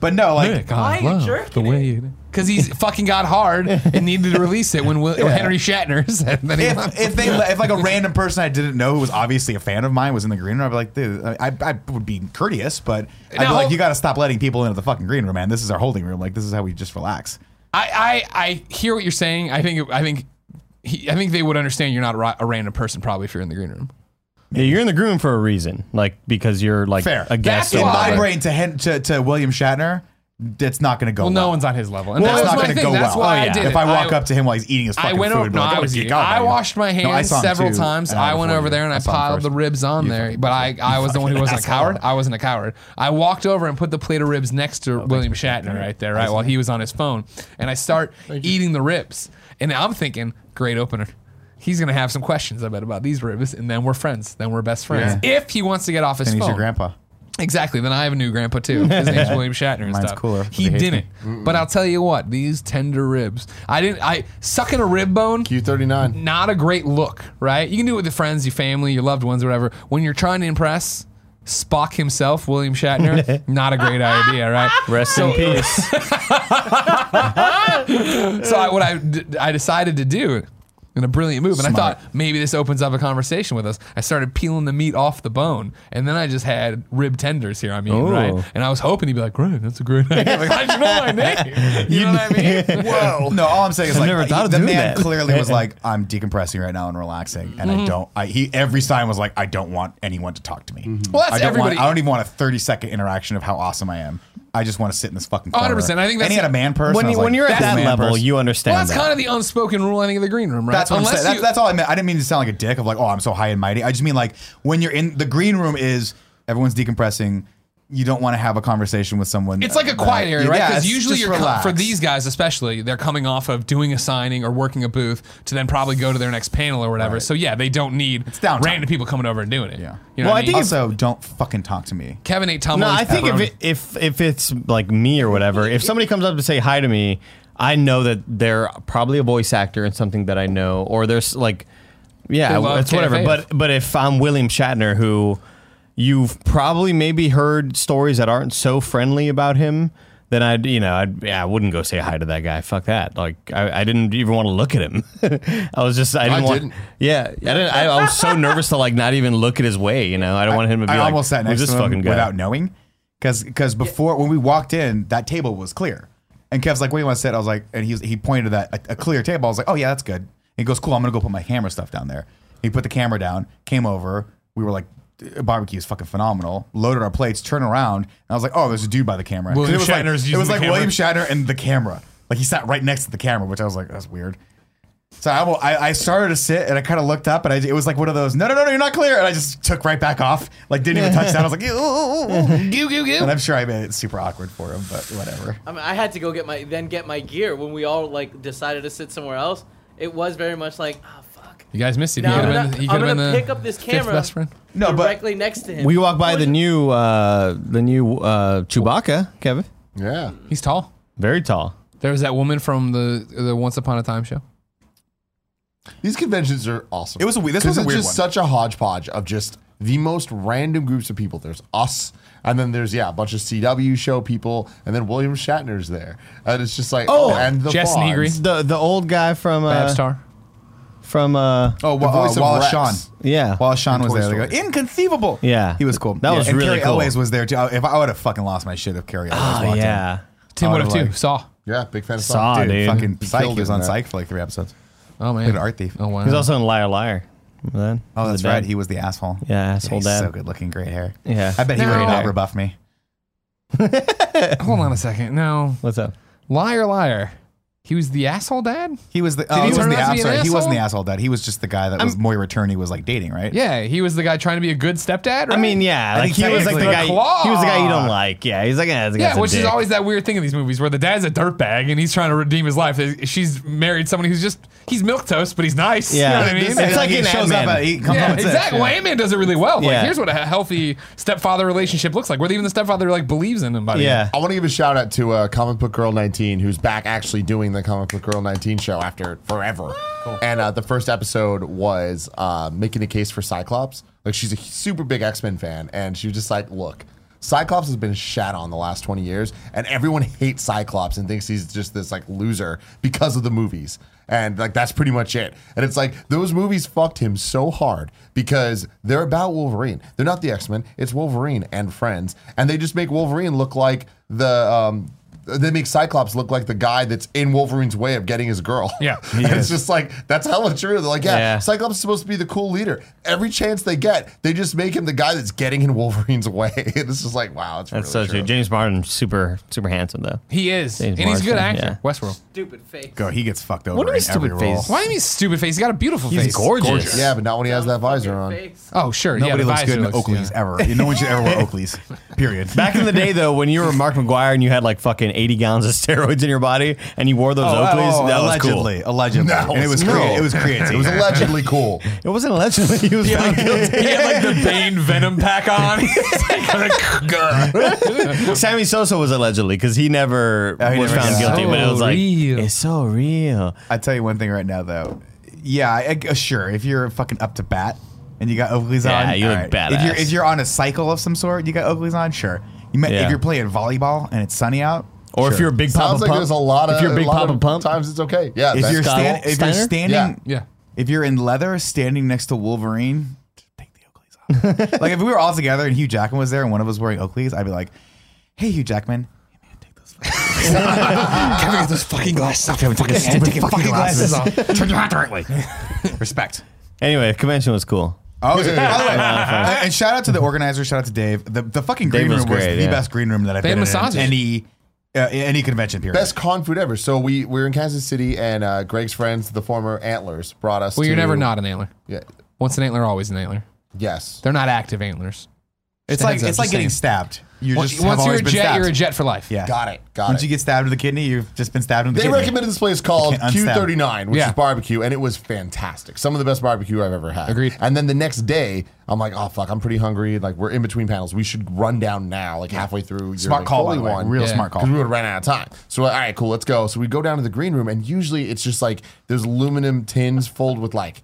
"But no, like,
Nick, I
Why are you
love
jerking
the way you because he's fucking got hard and needed to release it when Will, Henry Shatner said that he
if, if they if like a random person I didn't know who was obviously a fan of mine was in the green room, I'd be like, dude, I, I would be courteous, but I'd be
Now-
like, you got to stop letting people into the fucking green room, man. This is our holding room. Like, this is how we just relax.
I, I I hear what you're saying. I think I think he, I think they would understand you're not ri- a random person probably if you're in the green room.
Yeah, you're in the green room for a reason, like because you're like
Fair.
a guest.
That's
In
why-
or
my
whatever.
brain, to, Hen- to to William Shatner, that's not going to go.
Well, no
well.
one's on his level. And
Well,
that's
it's
not
not
going
gonna
to
go
go That's
well.
why
Oh,
I
yeah.
did
If
it.
I walk up to him while he's eating his fucking
I went
food,
over.
I'd be
No,
like,
I
"Oh,
was.
good
eating-
God,
I
man."
washed my
No, I
hands
saw him
several
too,
times.
an hour
I went
before
over
you.
there and I,
saw him
piled
first.
the ribs on there, but I, I was the one who wasn't a coward. I wasn't a coward. I walked over and put the plate of ribs next
Oh,
to William Shatner right there, right while he was on his phone, and I start eating the ribs, and I'm thinking, great opener. He's gonna have some questions, I bet, about these ribs, and then we're friends. Then we're best friends. If he wants to get off his
And he's
phone,
your grandpa.
Exactly. Then I have a new grandpa too. His name's William Shatner. And
Mine's
stuff.
cooler, but
He
he hates
didn't. But I'll tell you what. These tender ribs. I didn't. I sucking a rib bone.
Q39.
Not a great look, right? You can do it with your friends, your family, your loved ones, or whatever. When you're trying to impress Spock himself, William Shatner, not a great idea, right?
Rest in peace.
So I, what I, d- I decided to do in a brilliant move, and I
Smart.
thought maybe this opens up a conversation with us. I started peeling the meat off the bone, and then I just had rib tenders here. I mean,
Ooh.
right? And I was hoping he'd be like, "Right, that's a great idea." Like, how'd you know my name? You, know what I mean?
Whoa. No, all I'm saying is
I've
like
never thought of
the
doing
man
that.
clearly was like, I'm decompressing right now and relaxing, and
Mm-hmm.
I don't. I, he every time was like, I don't want anyone to talk to me.
Mm-hmm.
Well, that's
I don't
everybody.
Want, I don't even want a 30 second interaction of how awesome I am. I just want to sit in this fucking. corner.
100%. I think
And
that's-
he had a man purse.
when,
and I
you,
was
when
like,
you're at
cool
that
man
level,
purse.
you understand.
Well, that's
that.
kind of the unspoken rule, I think, of the green room, right?
That's what I'm saying. That's,
you-
that's all I meant. I didn't mean to sound like a dick of like, oh, I'm so high and mighty. I just mean like when you're in the green room is everyone's decompressing. You don't want to have a conversation with someone.
It's like a
that-
quiet area, right?
Yeah,
Because
it's
usually
just
you're com- for
relax.
these guys, especially, they're coming off of doing a signing or working a booth to then probably go to their next panel or whatever. So yeah, they don't need
downtime.
random people coming over and doing it.
Yeah.
You know
Well,
what
I think
mean?
Also, don't fucking talk to me.
Kevin ate Tom.
No, I think if it, if if it's like me or whatever, if somebody comes up to say hi to me, I know that they're probably a voice actor in something that I know, or there's like,
They
yeah,
love
it's whatever.
KFA.
But but if I'm William Shatner, who you've probably maybe heard stories that aren't so friendly about him. Then I'd, you know, I'd, yeah, I wouldn't go say hi to that guy. Fuck that. Like, I, I didn't even want to look at him. I was just, I didn't want,
didn't.
yeah, I didn't. I, I was so nervous to like not even look at his way. You know, I don't want him to be
I
like,
almost sat
"Who's
next
this
to him
fucking guy?"
without knowing, because before when we walked in, that table was clear, and Kev's like, "What do you want to sit?" I was like, and he was, he pointed to that a, a clear table. I was like, "Oh yeah, that's good." And he goes, "Cool, I'm gonna go put my camera stuff down there." He put the camera down, came over. We were like, "Barbecue is fucking phenomenal." Loaded our plates, turned around, and I was like, "Oh, there's a dude by the camera." 'Cause
William
it was like,
Shatner's
it
using
was
the
like
camera.
William Shatner and the camera. Like he sat right next to the camera, which I was like, "That's weird." So I, I, I started to sit and I kind of looked up and I, it was like one of those, no, no, no, no, you're not clear. And I just took right back off, like didn't even touch down. I was like, "Ew, ooh, ooh, ooh."
goo goo
and
goo.
I'm sure I made it super awkward for him, but whatever.
I, mean, I had to go get my then get my gear when we all like decided to sit somewhere else. It was very much like, oh fuck.
You guys missed it. you
Now I'm
could
gonna,
have been, you
I'm
could have
gonna
been the
pick up this camera
fifth best friend.
No, but-
directly next to him.
We walked by
What
the
is-
new uh the new uh Chewbacca, Kevin.
Mm-hmm.
Yeah.
He's tall.
Very tall.
There was that woman from the the Once Upon a Time show.
These conventions are awesome.
It was a we- this
'Cause
was a
it's
weird
just
one.
such a hodgepodge of just the most random groups of people. There's us, and then there's yeah, a bunch of CW show people, and then William Shatner's there, and it's just like oh, and the
Jess
Fonz.
Negri.
The the old guy from uh
Star.
from uh
Oh,
The
wa- uh,
voice of
Wallace
Rex.
Shawn.
yeah.
Wallace Shawn was
From Toy
there. They go,
Story.
Inconceivable.
Yeah.
He was cool.
That was
and
really
Carrie
cool.
Elways was there too. I, if I would have fucking lost my shit if Carrie Elways
Oh,
walked
yeah.
Tim
Oh,
would have
like-
too. Saw.
Yeah, big fan of
Saw.
Saw.
in. Dude,
dude.
fucking
He
Psych.
killed
He was
it in
on
that.
Psych for like three episodes.
Oh man.
an art thief.
Oh wow.
He's also in Liar Liar. Then
Oh,
Uh-huh. the
that's
dad.
right. He was the asshole.
yeah, asshole
he's
dad.
so good looking, great hair.
Yeah.
I bet he
No.
would
Great
not
hair.
rebuff me.
Hold on a second. No,
What's up?
liar, liar. He was the asshole dad.
He was the.
he
Oh,
turn
he wasn't
out
the.
to
I'm
be an
sorry, he wasn't the
asshole?
asshole dad. He was just the guy that was Moira Turney was like dating, right?
Yeah, he was the guy trying to be a good stepdad. Right?
I mean, yeah,
I
like
think he
he was like the
technically-
guy. He was the guy you don't like. Yeah, he's like, yeah, this guy's
Yeah,
a
which is
dick.
always that weird thing in these movies where the dad's a dirtbag and he's trying to redeem his life. She's married someone who's just he's milk toast, but he's nice.
Yeah.
you know what I mean.
It's like
he
in
shows
Ant-Man.
up. At, he comes
yeah,
home at six,
exactly.
yeah.
Well, Ant-Man does it really well. Like,
Yeah.
here's what a healthy stepfather relationship looks like, where even the stepfather like believes in him. Buddy.
Yeah.
I want to give a shout out to uh, Comic Book Girl 19, who's back actually doing the Comic Book Girl 19 show after forever. And uh, the first episode was uh, making a case for Cyclops. Like, she's a super big X Men fan, and she was just like, look. Cyclops has been shat on the last 20 years, and everyone hates Cyclops and thinks he's just this like loser because of the movies. And like that's pretty much it. And it's like those movies fucked him so hard because they're about Wolverine. They're not the X Men. It's Wolverine and friends, and they just make Wolverine look like the. Um, they make Cyclops look like the guy that's in Wolverine's way of getting his girl.
Yeah.
And it's just like that's hella true. They're like, yeah,
Yeah.
Cyclops is supposed to be the cool leader. Every chance they get, they just make him the guy that's getting in Wolverine's way. this is like, wow, it's
That's
really
so true. James Martin, super, super handsome though.
he is,
James
and he's a good
Marsden,
actor. Westworld.
Stupid face.
Go. He gets fucked over.
What are
in
you
every
stupid
role.
face?
Why do you mean stupid face? He's got a beautiful face.
gorgeous.
Yeah, but not when he has that visor on.
Face.
Oh sure, yeah,
Nobody
the
looks
visor
good in
looks-
Oakleys ever. No one should ever wear Oakleys. Period.
Back in the day, though, when you were Mark McGuire and you had like fucking 80 gallons of steroids in your body and you wore those Oakleys, that was
Oh, allegedly, allegedly,
No,
and it was
no.
crea- it was creatine.
It was allegedly cool.
cool. It wasn't allegedly. He was found guilty.
He had like the Bane Venom pack on. He's like, "Grr."
Sammy Sosa was allegedly because he never
Oh, he
was
never
found
got
guilty,
it.
but it was
So
like,
real.
it's so real.
I tell you one thing right now, though. Yeah, I, I- sure. If you're fucking up to bat and you got Oakleys
Yeah,
on,
you look
alright.
badass.
If you're, if you're on a cycle of some sort, you got Oakleys on, sure. You might,
Yeah.
If you're playing volleyball and it's sunny out,
Or if
sure.
you're a big Papa
Sounds like
Pump.
there's a lot of
if you're a big
a lot
Papa
of
Pump.
times it's okay. Yeah,
if
that's-
you're,
Scott
stan- if you're
Steiner?
standing,
Yeah.
Yeah.
if you're in leather standing next to Wolverine, just take the Oakleys off. like if we were all together and Hugh Jackman was there and one of us wearing Oakleys, I'd be like, "Hey, Hugh Jackman." hey, man, take those fucking-
Kevin, get those fucking glasses off.
stupid fucking glasses
off.
Turn your hat directly. Respect.
Anyway, convention was cool.
Oh, by the way, and and shout out to the organizer. Shout out to Dave. The, the fucking
Dave
green
was
room was
great,
the
yeah.
best green room that I've
They had
been in
massages.
any uh, any convention period.
best con food ever. So we we were in Kansas City, and uh, Greg's friends, the former Antlers, brought us.
Well, you're
to-
never not an antler.
Yeah,
Once an antler, always an antler.
yes.
They're not active antlers. Just
It's
a
like
heads up,
it's like
just
getting
saying.
stabbed. You
Once-
just have
Once you're
always
a
been
jet,
stabbed.
you're a jet for life.
Yeah.
Got it. Got
Once
it.
you get stabbed in the kidney, you've just been stabbed in the
they
kidney.
recommended this place called
can't unstab.
Q39, which
Yeah.
is barbecue, and it was fantastic. Some of the best barbecue I've ever had.
Agreed.
And then the next day, I'm like, oh fuck, I'm pretty hungry. Like we're in between panels, we should run down now, like halfway through.
Smart call, by the way. Real
Yeah.
smart call.
Because we would have ran out of time. So, all right, cool, let's go. So we go down to the green room, and usually it's just like there's aluminum tins filled with like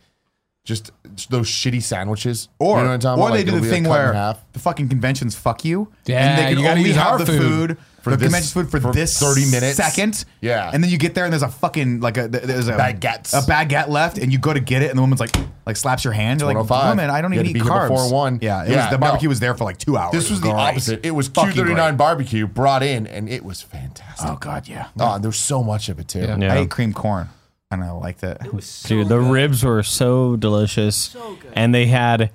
just those shitty sandwiches.
Or,
You know what I'm talking
or
about?
they
Like,
do
it'll
the
be, like,
thing
cut in
where
half.
the fucking conventions fuck you.
Yeah,
and they
you
can
gotta
only
use
have
our
the
food
food,
for
the
this-
convention's food for,
for
this
30 minutes.
second.
Yeah.
and then you get there and there's a fucking like a th- there's a
Baguettes.
a baguette left, and you go to get it, and the woman's like like slaps your hand. You're like,
105.
woman, I don't
You
even
had to
eat
be here
carbs.
before one.
Yeah, it
Yeah,
was, the
no.
barbecue was there for like two hours.
This was the
Great.
opposite. It was
Fucking great.
Q39 barbecue brought in, and it was fantastic.
Oh god, yeah.
Oh, there's so much of it too.
Yeah.
Yeah.
I ate cream corn, and I liked it.
It was so
Dude, the
good.
ribs were so delicious.
So good.
And they had a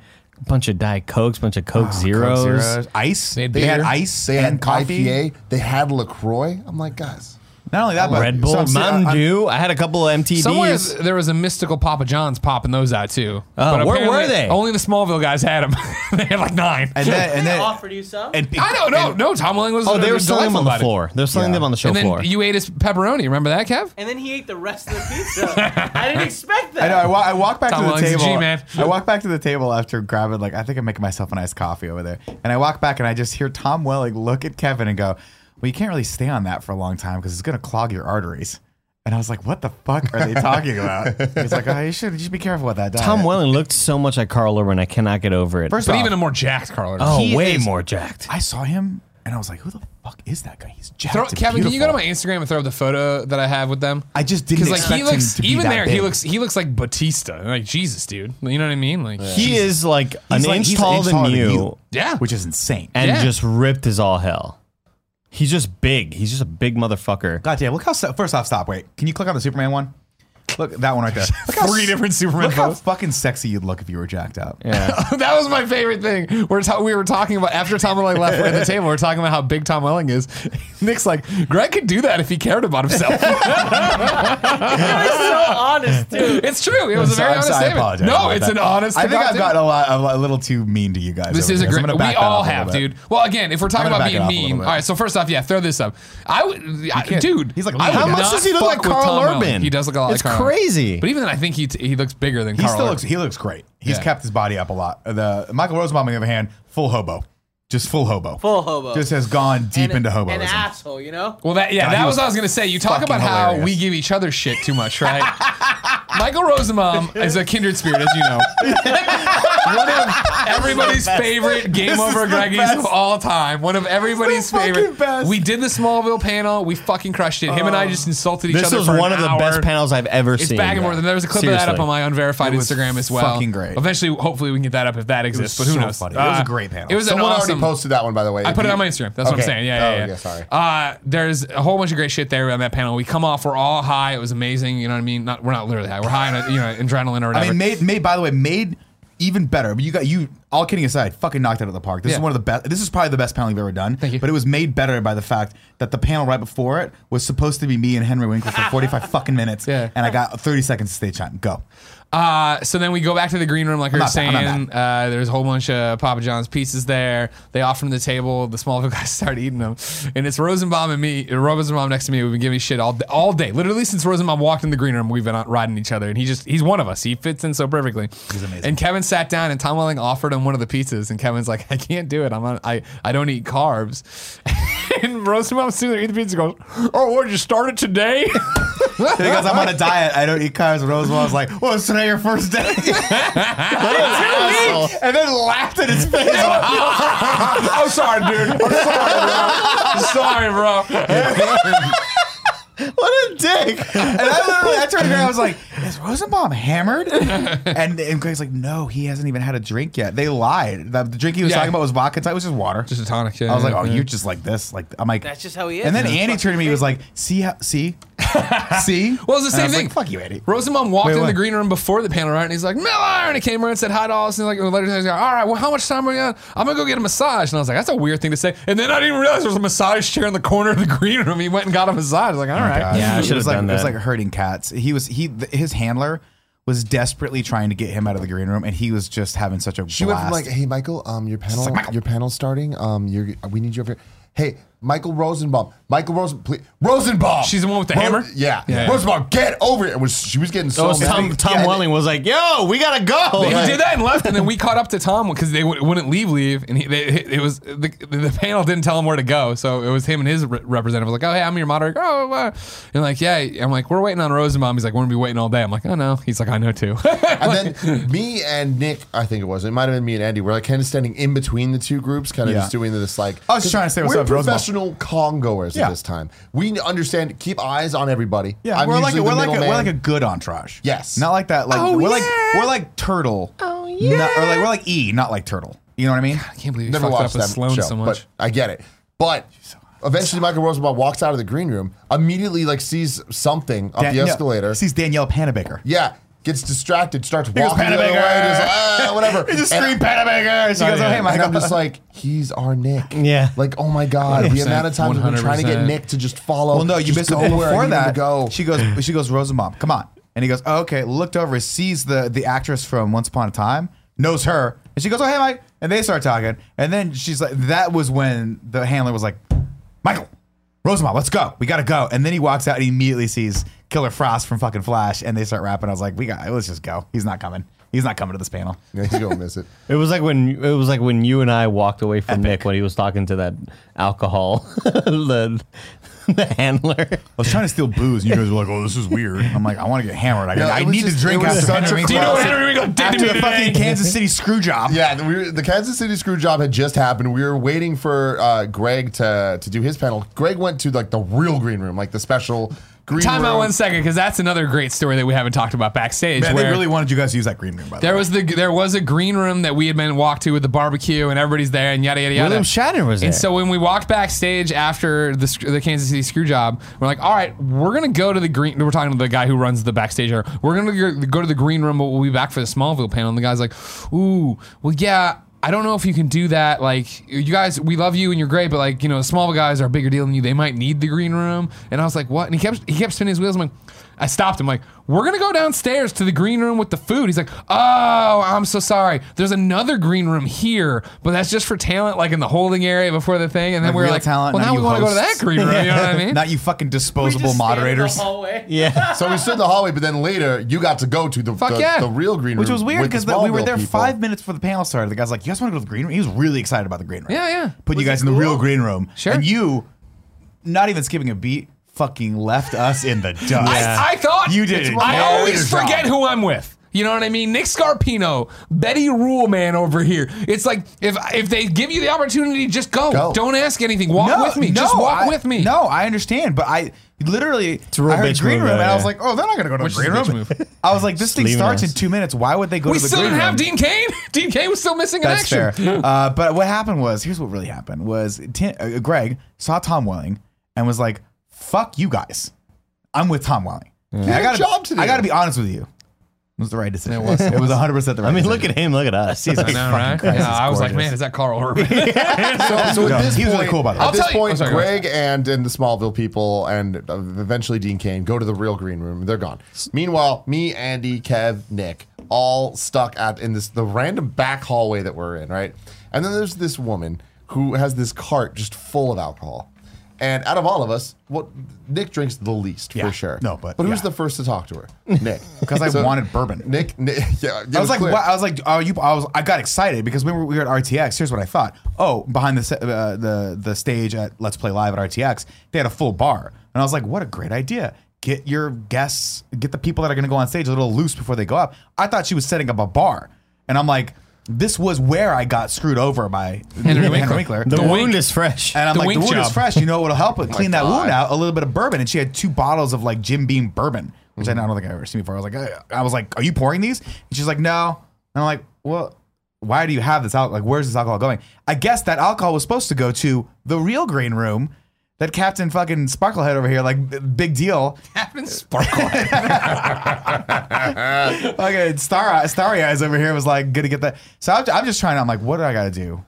bunch of Diet Cokes, bunch of Ah, Coke Zeros.
Coke Zeros. ice.
They
They,
had
had
beer.
ice.
They
and
had
coffee.
IPA. They had Lacroix. I'm like, guys,
Not only that,
Oh,
but uh,
Red Bull,
so I'm si-
Mountain
I'm-
Dew. I had a couple of MTDs.
Somewhere there was a mystical Papa John's popping those out
Oh,
too. But
where were
apparently
they?
Only the Smallville guys had them. they had like nine.
And then, and
They
then,
offered you some.
and
I don't know. No, Tom Welling was.
oh, they were
was
selling them
delightful
on the
about it.
floor. They were selling
Yeah.
them on the show
And then
floor.
you ate his pepperoni. Remember that, Kev?
and then he ate the rest of the pizza. I didn't expect that.
I know. I, wa- I walk back
Tom
to the
Welling's a
table.
G, man.
I walk back to the table after grabbing like I think I'm making myself an iced coffee over there, and I walk back and I just hear Tom Welling look at Kevin and go, "Well, you can't really stay on that for a long time because it's gonna clog your arteries." And I was like, "What the fuck are they talking about?" He's like, "Oh, you should you should be careful with that." Diet.
Tom Welling looked so much like Carl Urban. I cannot get over it.
First
But
off,
even a more jacked Carl. Urban.
oh,
he
way
is-
more jacked.
I saw him and I was like, "Who the fuck is that guy? He's jacked."
Throw,
and
Kevin, can you go to
beautiful."
my Instagram and throw up the photo that I have with them?
I just didn't
Because like
expect
he looks
him to be
even
that
there, he
big.
looks he looks like Batista, like Jesus, dude. You know what I mean? Like
He is like an
He's like-
inch
he's an
taller
inch
than you,
yeah,
which is insane.
and
Yeah.
just ripped as all hell. He's just big. He's just a big motherfucker.
God damn! Look how. First off, stop. Wait. Can you click on the Superman one? Look, that one right there. Look how
Three
s-
different Superman
Look how
photos.
fucking sexy you'd look if you were jacked up.
Yeah.
that was my favorite thing. We're ta- we were talking about after Tom Welling left we're at the table. We're talking about how big Tom Welling is. Nick's like, Greg could do that if he cared about himself.
He's so honest, dude.
it's true. It was a
So
very
I'm
honest
sorry, I
statement.
apologize
No,
about
it's
that.
an honest.
I
to
think
God
I've
statement.
gotten a lot, a, a little too mean to you guys.
This
over
is a
here, so I'm
great.
gonna
we
back that
all
up a little
have,
bit.
dude. Well, again, if we're talking
I'm gonna
about being
back it up a little
mean, all
bit.
right. So first off, yeah, throw this up. I would, I,
can't-
dude.
he's like
I would
How much
not
does he look
fuck
like
with
Carl
Tom Welling.
Urban?
He does look a lot
It's
like Carl. Urban.
crazy.
But even then, I think he t- he looks bigger than
He
Carl.
still
Urban.
looks. He looks great. He's
Yeah.
kept his body up a lot. The Michael Rosenbaum, on the other hand, full hobo, just full hobo,
Full hobo.
just has gone deep
And
into
a-
hoboism.
An asshole, you know?
Well, that yeah,
God,
that
he
was,
was
what I was gonna say. You talk
fucking
about how
hilarious.
we give each other shit too much, right? Michael Rosenbaum is a kindred spirit, as you know. One of everybody's favorite Game
This is
Over
the
Greggies
best.
of all time. One of everybody's
fucking
favorite.
best. Um,
We did the Smallville panel. We fucking crushed it. Him and I just insulted each
This
other.
was
for
one
an
of the
hour.
best panels I've ever
It's
seen.
back and forth. And there was a clip of that up
Seriously.
on my unverified
It was
Instagram as well.
fucking great.
Eventually, hopefully, we can get that up if that exists. but who
so
knows? Uh,
funny. It was a great panel.
It was
Someone
an awesome.
already posted that one, by the way.
I
If
put it
you-
on my Instagram. That's what I'm
Okay.
saying. Yeah, yeah,
Oh,
yeah.
yeah, sorry.
Uh, there's a whole bunch of great shit there on that panel. We come off, we're all high. It was amazing. You know what I mean? Not, we're not literally high. We're high on you know adrenaline or whatever.
I mean, made made by the way made even better. But you got you all kidding aside, fucking knocked it out of the park. This
Yeah.
is one of the best. This is probably the best panel you've ever done.
Thank you.
But it was made better by the fact that the panel right before it was supposed to be me and Henry Winkler for forty five fucking minutes.
Yeah.
And I got thirty seconds to stage time. Go.
Uh, so then we go back to the green room, like we were
not bad, I'm
saying. Uh, there's a whole bunch of Papa John's pizzas there. They offer them to the table. The small guys start eating them, and it's Rosenbaum and me. Rosenbaum next to me. We've been giving shit all day, all day. Literally since Rosenbaum walked in the green room, we've been out riding each other, and he just he's one of us. He fits in so perfectly. He's
amazing.
And Kevin sat down, and Tom Welling offered him one of the pizzas, and Kevin's like, "I can't do it. I'm on. I I don't eat carbs." and Rosenbaum sitting there eating the pizza, goes, "Oh, what? You started today?"
Because I'm on a diet, I don't eat carbs. Rose was like, "Well, it's today your first day," and then laughed at his face.
I'm sorry, dude. I'm sorry, bro. I'm sorry, bro.
what a dick! And I literally, I turned around, I was like, "Is Rosenbaum hammered?" And and Greg's like, "No, he hasn't even had a drink yet." They lied. The, the drink he was
Yeah.
talking about was vodka. It was just water.
Just a tonic. Yeah,
I was like,
yeah,
"Oh,
yeah.
you're just like this." Like I'm like,
That's just how he is.
And then
He's
Andy
fucking
turned to me. He was
crazy.
like, "See how? See, see?"
Well, it's the same
And I was
thing.
like, Fuck you, Andy.
Rosenbaum walked
Wait,
in the
what?
green room before the panel, right? And he's like, Miller! And he came around and said hi to all us. And like, later, he's like, all right, well, how much time are we on? I'm going to go get a massage. And I was like, that's a weird thing to say. And then I didn't realize there was a massage chair in the corner of the green room. He went and got a massage. I was
Oh
like, all right.
Oh God.
Yeah, I
it
should've
was like
done
it was
that.
like hurting cats. He was he th- his handler was desperately trying to get him out of the green room, and he was just having such a
She went
blast.
from like, "Hey Michael, um, your panel,
like, "Michael."
your panel's starting. Um, you're we need you over here. Hey, Michael Rosenbaum, Michael Rosen, please, Rosenbaum.
She's the one with the hammer?
Yeah.
Yeah.
Rosenbaum, get over here. It was she was getting so
Those
mad.
Tom, Tom
Yeah,
Welling was like, "Yo, we gotta go."
He did that and left, and then we caught up to Tom because they w- wouldn't leave. Leave, and he, they, it was the, the panel didn't tell him where to go, so it was him and his re- representative. Like, oh hey, I'm your moderator. Oh, uh," and like, yeah, I'm like, we're waiting on Rosenbaum. He's like, we're gonna be waiting all day. I'm like, oh no. He's like, I know too.
And then me and Nick, I think it was. It might have been me and Andy. We're like kind of standing in between the two groups, kind of
Yeah.
just doing this like.
I was just trying to say what's
we're
up, Roosevelt.
professional congoers
Yeah.
at this time. We understand. Keep eyes on everybody.
Yeah,
I'm
we're like
usually
a,
the
we're like a,
middleman.
we're like a good entourage.
Yes.
not like that. Like
Oh,
we're like
yeah.
we're like turtle. Oh yeah, or like we're like E, not like turtle. You know what I mean?
I can't believe you
Never
fucked
watched
up with
that
Sloan
show,
so much.
but I get it. But eventually, Michael Rosenbaum walks out of the green room, immediately like sees something up
Dan-
the
no,
escalator.
sees Danielle Panabaker.
yeah, gets distracted, starts
goes,
walking the other way,
"Panabaker!"
just, ah, whatever.
He just
And-
screamed Panabaker. She
and
goes, "Oh hey,
I'm
Michael."
just like, he's our Nick.
Yeah.
Like, oh my god, the amount of times we've been trying to get
100%.
Nick to just follow.
Well, no, you
just
missed
go
the whole
where I
before
need him to
that.
Go.
She goes, she goes, Rosenbaum, come on. And he goes, oh, okay. Looked over, sees the the actress from Once Upon a Time, knows her, and she goes, oh hey Mike. And they start talking, and then she's like, that was when the handler was like, Michael, Rosenbaum, let's go, we gotta go. And then he walks out and he immediately sees Killer Frost from fucking Flash, and they start rapping. I was like, we got, let's just go. He's not coming. He's not coming to this panel.
yeah, you don't miss it.
It was like when it was like when you and I walked away from Nick when he was talking to that alcohol, the, the handler.
I was trying to steal booze, and you guys were like, "Oh, this is weird." I'm like, "I want to get hammered. I,
No,
I
it was
need
just-
to drink
it
after
was such a
Henry
Do
you know what
Winkler-
Henry Winkler did to
after
me
the fucking
today?
Kansas City screw job."
Yeah, the, we were, the Kansas City screw job had just happened. We were waiting for uh, Greg to to do his panel. Greg went to like the real green room, like the special green
Time out
room.
one second, because that's another great story that we haven't talked about backstage.
Man, they
where
really wanted you guys to use that green room, by the
there
way.
was the there was a green room that we had been walked to with the barbecue and everybody's there and yada yada yada.
William Shatner was there.
And so when we walked backstage after the, sc- the Kansas City screw job, we're like, all right, we're going to go to the green. We're talking to the guy who runs the backstage area. We're going to go to the green room, but we'll be back for the Smallville panel. And the guy's like, ooh, well, yeah. I don't know if you can do that. Like, you guys, we love you and you're great, but like, you know, the Smallville guys are a bigger deal than you. They might need the green room. And I was like, what? And he kept he kept spinning his wheels. I'm like, I stopped him. Like, we're gonna go downstairs to the green room with the food. He's like, oh, I'm so sorry. There's another green room here, but that's just for talent, like in the holding area before the thing. And then
Like
we were
real
like,
talent,
well,
not
now we
you
want to go to that
hosts.
green room. You know what I mean?
Not you fucking
We just
disposable
stand in the
moderators.
hallway.
yeah.
So we stood in the hallway, but then later you got to go to the
Fuck
the,
yeah.
the real green room,
Which was weird
with the
because we were
Smallville
there
people.
five minutes before the panel started. The guy's like, "You guys want to go to the green room?" He was really excited about the green room.
Yeah, yeah.
Put you guys in the real green room.
Sure.
And you, not even skipping a beat, fucking left us in the dust.
I, I thought
You did
it's-
it.
I
Your
always
job.
forget who I'm with. You know what I mean? Nick Scarpino, Betty Rule Man over here. It's like if if they give you the opportunity, just go.
Go.
Don't ask anything. Walk
No,
with me.
no,
just walk
I-
with me.
No, I understand, but I literally it's
a real
I heard
bitch
green
move,
room,
though,
and I was
yeah.
like, "Oh, they're not gonna go to
Which is
the green
a bitch
room."
move.
I was like, "This thing
leaving
starts
us.
in two minutes. Why would they go
we
to the
still
green
didn't
room?"
have Dean Kane. Dean Kane was still missing in
That's
action.
fair. uh, but what happened was, here's what really happened: was Tim, uh, Greg saw Tom Welling and was like, "Fuck you guys, I'm with Tom Welling." And I
had a
gotta,
job to do.
I gotta be honest with you. It was the right decision.
It was.
It was 100 percent the right.
I mean,
decision.
look at him. Look at us. He's
I
like,
know, right?
Christ,
Yeah,
it's
I was like,
gorgeous.
man, is that Carl Urban?
So, so
No,
at this
he was
point,
really cool, by the way.
at
I'll
this
tell you-
point,
oh, sorry, go
Greg and and the Smallville people and uh, eventually Dean Kane go to the real green room. They're gone. Meanwhile, me, Andy, Kev, Nick, all stuck at in this the random back hallway that we're in, right? And then there's this woman who has this cart just full of alcohol. And out of all of us, what Nick drinks the least
Yeah.
for sure.
No, but-
but who's
yeah.
the first to talk to her? Nick,
because I
So,
wanted bourbon.
Nick, Nick yeah, it
I was like,
clear.
wow, I was like, oh, you, I was, I got excited because when we were, we were at RTX, here's what I thought. Oh, behind the, se- uh, the, the stage at Let's Play Live at RTX, they had a full bar. And I was like, what a great idea. Get your guests, get the people that are going to go on stage a little loose before they go up. I thought she was setting up a bar. And I'm like, this was where I got screwed over by
Henry Winkler.
the
The
wound
wink.
is fresh.
and I'm
The
like, the
wink
wound is
job.
fresh. You know what'll help it? Clean that
Oh God.
wound out. A little bit of bourbon, and she had two bottles of like Jim Beam bourbon, which
Mm-hmm.
I don't think I've ever seen before. I was like, "Uh," I was like, are you pouring these? And she's like, no. And I'm like, well, why do you have this alcohol? Like, where's this alcohol going? I guess that alcohol was supposed to go to the real green room. That Captain fucking Sparklehead over here, like b- big deal.
Captain Sparkle.
Like Star Starry Eyes over here was like, good to get that. So I'm, I'm just trying. I'm like, what do I got to do?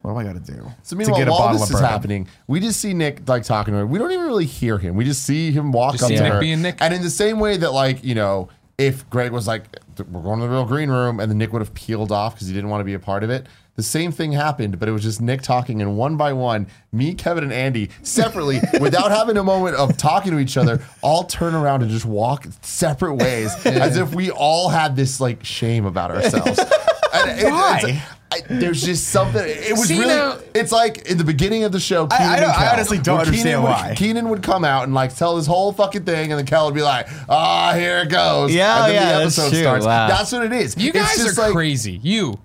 What do I got to do
So meanwhile, while this is happening, we just see Nick like talking to her. We don't even really hear him. We just see him walk
Just
up
see
to
Nick
her.
being Nick.
And in the same way that like you know, if Greg was like, "We're going to the real green room," and then Nick would have peeled off because he didn't want to be a part of it. The same thing happened, but it was just Nick talking, and one by one, me, Kevin, and Andy separately, without having a moment of talking to each other, all turn around and just walk separate ways, as if we all had this like shame about ourselves. And it- it's-
Why?
I, there's just something. It was
See,
really.
now-
It's like in the beginning of the show. Keenan
I
and
don't- I
Kel,
honestly don't
where Keenan
understand
would-
why.
Keenan would come out and like tell this whole fucking thing, and then Kel would be like, "Ah, here it goes."
Yeah,
and then
yeah, that's true. Wow.
That's what it is.
You
It's
guys
just
are
like-
crazy. You,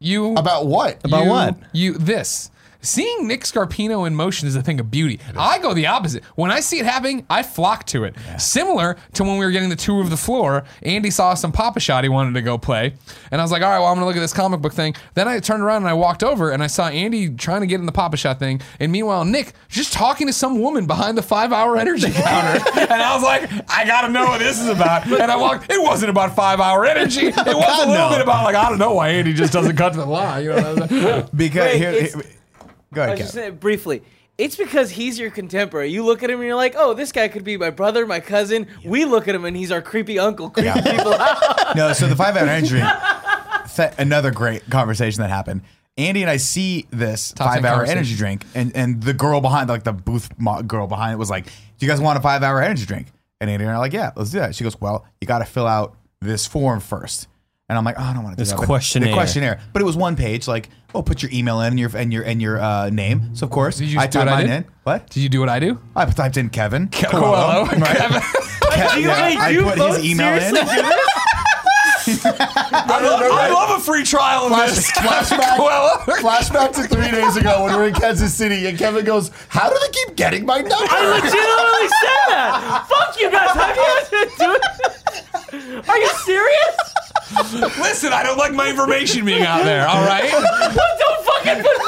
you
About what?
About
you-
what?
You this. Seeing Nick Scarpino in motion is a thing of beauty. I go the opposite. When I see it happening, I flock to it. Similar to when we were getting the tour of the floor, Andy saw some Papa Shot he wanted to go play. And I was like, all right, well, I'm going to look at this comic book thing. Then I turned around and I walked over and I saw Andy trying to get in the Papa Shot thing. And meanwhile, Nick just talking to some woman behind the five hour energy counter. and I was like, I got to know what this is about. And I walked, it wasn't about five hour energy. It was a little
no.
bit about, like, I don't know why Andy just doesn't cut to the line. You know what I'm saying?
because
Wait,
here,
it's-
here- go
I
ahead,
was
Kevin.
just saying briefly. It's because he's your contemporary. You look at him and you're like, oh, this guy could be my brother, my cousin. We look at him and he's our creepy uncle creeping people out.
No, so the five hour energy drink. Th- another great conversation that happened. Andy and I see this
ten
five hour
conversation.
energy drink, and and the girl behind, like the booth mo- girl behind it, was like, "Do you guys want a five hour energy drink?" And Andy and I are like, "Yeah, let's do that." She goes, "Well, you got to fill out this form first. And I'm like, "Oh, I don't want to do
This
that." But
questionnaire.
The questionnaire, but it was one page. Like, oh, put your email in and your and your and your uh, name. So of course,
Did you
I
do
typed
what I
mine
did?
in. What?
Did you do what I do?
I typed in Kevin.
Coelho.
Right. Ke- yeah,
Wait,
I
you
put
both
his email in.
seriously do this?
I, love, I love a free trial in this.
Flashback,
Well-
flashback to three days ago when we were in Kansas City and Kevin goes, How do they keep getting my number?
I legitimately said that. Fuck you guys. How do you guys do it? Are you serious?
Listen, I don't like my information being out there. All right.
Don't fucking put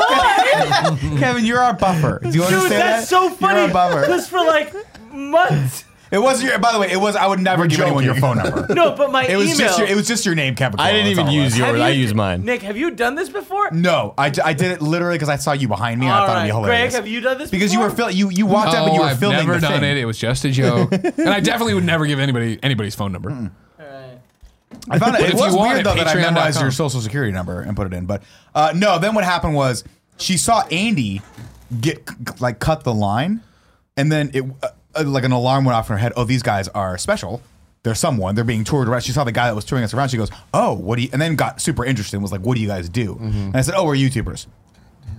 mine.
Kevin, you're our buffer. Do you understand
Dude, that's
that?
so funny.
You're our buffer.
Just for like months.
It was your. By the way, it was. I would never give anyone your phone
joking.
number.
No, but my
It was
email.
just your. It was just your name, Capricorn.
I didn't
That's Oh,
even
all it was.
use yours.
Have
I
you-
used mine.
Nick, have you done this before?
No, I, d- I did it literally because I saw you behind me. and I
All
thought
right,
it'd be
Greg,
hilarious.
have you done this?
because you were
before?
fil- you you walked up and you
No,
were
Oh, I've
filming
never
the
done it.
thing.
It was just a joke, and I definitely would never give anybody anybody's phone number.
I found it,
If
it
you
was
want
weird
it,
though that I
patreon.com.
memorized your social security number and put it in. But uh, no, then what happened was she saw Andy get c- like cut the line, and then it uh, uh, like an alarm went off in her head. Oh, these guys are special. They're someone. They're being toured around. She saw the guy that was touring us around. She goes, "Oh, what do you?" And then got super interested. and Was like, "What do you guys
Mm-hmm.
do?" And I said, "Oh, we're YouTubers."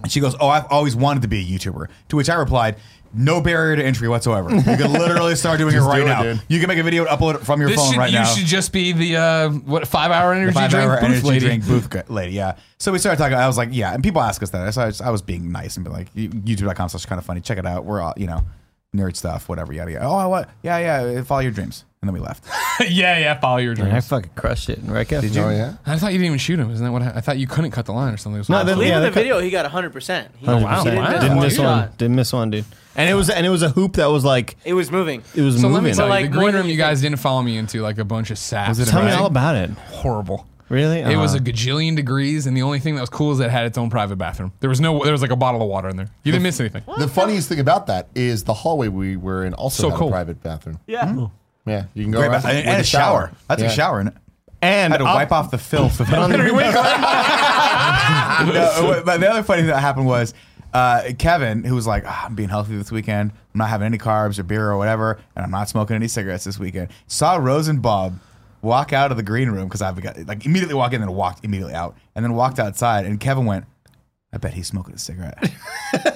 And she goes, "Oh, I've always wanted to be a YouTuber." To which I replied, "No barrier to entry whatsoever. You can literally start doing it
Just
right
do it,
now.
dude.
You can make a video and upload it from your
This
phone
should,
right
you
now."
should just be the uh, what five hour energy
five
drink
hour
booth
energy
lady.
drink booth gu- lady. Yeah. So we started talking. I was like, yeah. And people ask us that. So I, was- I was being nice and be like, you- youtube.com slash kind of funny. Check it out. We're all, you know, nerd stuff, whatever, yada, yada. Oh, I want, yeah, yeah. Follow your dreams. And then we left.
yeah, yeah. Follow your dreams.
I fucking crushed it, right, Kev? Did
Oh, yeah.
I thought you didn't even shoot him. Isn't that what I, I thought? You couldn't cut the line or something.
No, the-
I believe
Yeah,
in
they
the
cut-
video, he got 100%. He,
Oh,
Oh,
Wow.
Wow,
he didn't miss
Didn't
one
miss
shot.
Didn't miss one, dude. And it was and it was a hoop that was like
It was moving.
it was
so let me
moving.
tell you,
like,
the
more
green
than
room
you
you guys didn't follow me into like a bunch of saps.
Was it
tell me
Right.
all about it.
horrible?
Really?
It was
Uh,
a gajillion degrees, and the only thing that was cool is that it had its own private bathroom. There was no, there was like a bottle of water in there. You didn't miss anything.
The funniest thing about that is the hallway we were in also
So
had
cool.
a private bathroom.
Yeah.
Hmm.
Yeah, you can go
Great
around
bath- and,
with
and a shower. I took
Yeah.
a shower in it.
and
I had to
up-
wipe off the filth. of no, what- but the other funny thing that happened was uh, Kevin, who was like, "Ah, I'm being healthy this weekend. I'm not having any carbs or beer or whatever, and I'm not smoking any cigarettes this weekend. Saw Rose and Bob walk out of the green room because I've got like immediately walk in, then walked immediately out, and then walked outside. And Kevin went, I bet he's smoking a cigarette.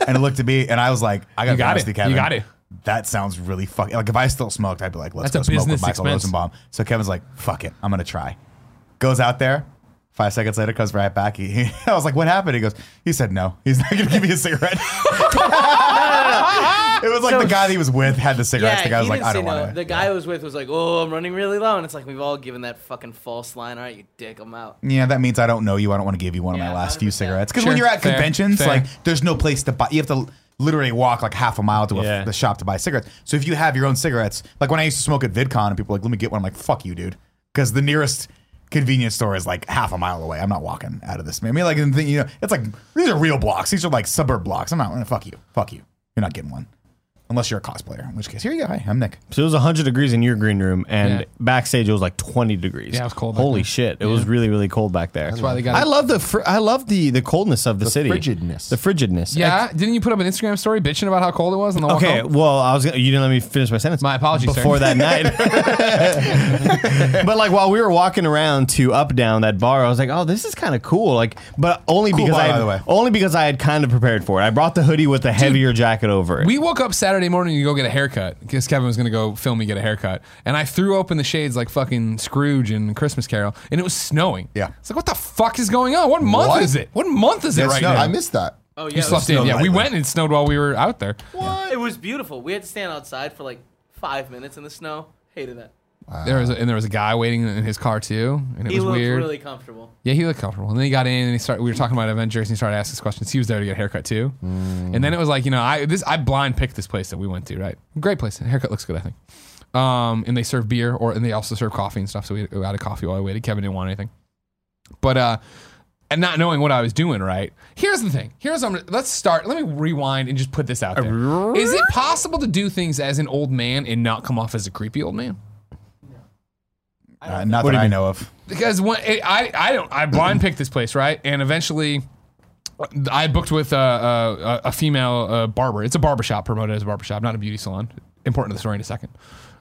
and it looked at me, and I was like, I got,
You got it.
honestly, Kevin,
You got it.
That sounds really fucking like if I still smoked, I'd be like, let's
That's a
go smoke with
business
Michael
expense.
Rosenbaum. So Kevin's like, fuck it, I'm gonna try. Goes out there. Five seconds later, comes right back. He, he- I was like, "What happened?" He goes, "He said no. He's not gonna give me a cigarette." it was like
So-
the guy that he was with had the cigarettes. the guy was
he
like,
didn't
"I
say
don't
no.
want
The
to."
guy I was with was like, "Oh, I'm running really low," and it's like we've all given that fucking false line. All right, you dick, I'm out.
Yeah, that means I don't know you. I don't want to give you one of my
Yeah,
last few
100%.
cigarettes because
Sure,
when you're at
fair,
conventions,
fair.
like there's no place to buy. You have to literally walk like half a mile to a,
Yeah.
the shop to buy cigarettes. So if you have your own cigarettes, like when I used to smoke at VidCon, and people were like, "Let me get one," I'm like, "Fuck you, dude," because the nearest convenience store is like half a mile away. I'm not walking out of this. I mean, like, and the, you know, it's like these are real blocks. These are like suburb blocks. I'm not. eh, Fuck you. Fuck you. You're not getting one. Unless you're a cosplayer, in which case, here you go. Hi, I'm Nick.
So it was 100 degrees in your green room, and
Yeah.
backstage it was like 20 degrees.
Yeah, it was cold back
Holy
there.
shit! It was really, really cold back there. That's
why they got
I
it.
love the fr- I love the the coldness of the, city.
frigidness.
The frigidness.
Yeah, didn't you put up an Instagram story bitching about how cold it was? And the walk
Okay,
home?
well, I was gonna, you didn't let me finish my sentence.
Uh-huh. My apologies, sir.
Before that night, but like while we were walking around to up down that bar, I was like, "Oh, this is kind of cool." Like, but only because
bar,
I
by
had,
the way.
only because I had kind of prepared for it. I brought the hoodie with the heavier jacket over it.
We woke up Saturday morning to go get a haircut because Kevin was going to go film me get a haircut. And I threw open the shades like fucking Scrooge in Christmas Carol and it was snowing.
Yeah.
It's like, what the fuck is going on? What month
What?
is it? What month is it
Yeah,
right
snow.
now?
I missed that.
Oh yeah,
you
it
slept
was,
in. Yeah, we
lightly.
went and it snowed while we were out there.
it was beautiful. We had to stand outside for like five minutes in the snow. Hated that.
There was a, and there was a guy waiting in his car too, and it
He
was
looked
weird.
really comfortable.
yeah, he looked comfortable. And then he got in and he started. We were talking about Avengers and he started asking us questions. He was there to get a haircut too. And then it was like, you know, I this I blind picked this place that we went to. Right, great place. Haircut looks good, I think. Um, and they serve beer, or and they also serve coffee and stuff. So we we had a coffee while I waited. Kevin didn't want anything, but uh, and not knowing what I was doing. Right. Here's the thing. Here's what I'm. Let's start. Let me rewind and just put this out there. Is it possible to do things as an old man and not come off as a creepy old man?
Uh, not that I know of.
because when it, I I don't I blind picked this place right, and eventually I booked with a a, a female uh barber. It's a barbershop promoted as a barbershop, not a beauty salon. Important to the story in a second.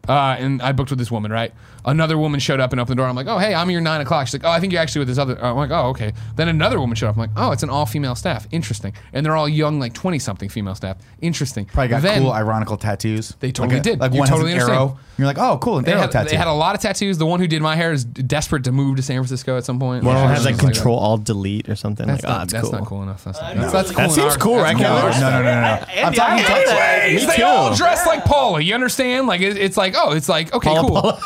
Uh, and I booked with this woman, right? Another woman showed up and opened the door. I'm like, oh, hey, I'm your nine o'clock. She's like, oh, I think you're actually with this other. I'm like, oh, okay. Then another woman showed up. I'm like, oh, it's an all female staff. Interesting. And they're all young, like 20 something female staff. Interesting.
Probably got
Then-
cool, ironical tattoos.
They totally
like a-
did.
Like
You
one
totally
has an
understand.
arrow. And you're like, oh, cool, an
They
arrow
had,
tattoo.
they had a lot of tattoos. The one who did my hair is desperate to move to San Francisco at some point.
One of them
Yeah.
has like
Something that.
Control Alt Delete or something.
That's,
ah,
like,
not,
oh, it's
that's
cool.
not cool enough. That's not,
know.
that's, that's
That
cool
seems
in our-
cool,
that's
right,
in our
Kevin?
style.
no, no, no, no, no. I'm
Andy,
talking
I
touch-
hate that.
Anyways,
Me
they all
too.
dress like Paula. You understand? Like it, it's like oh, it's like okay, cool.
No,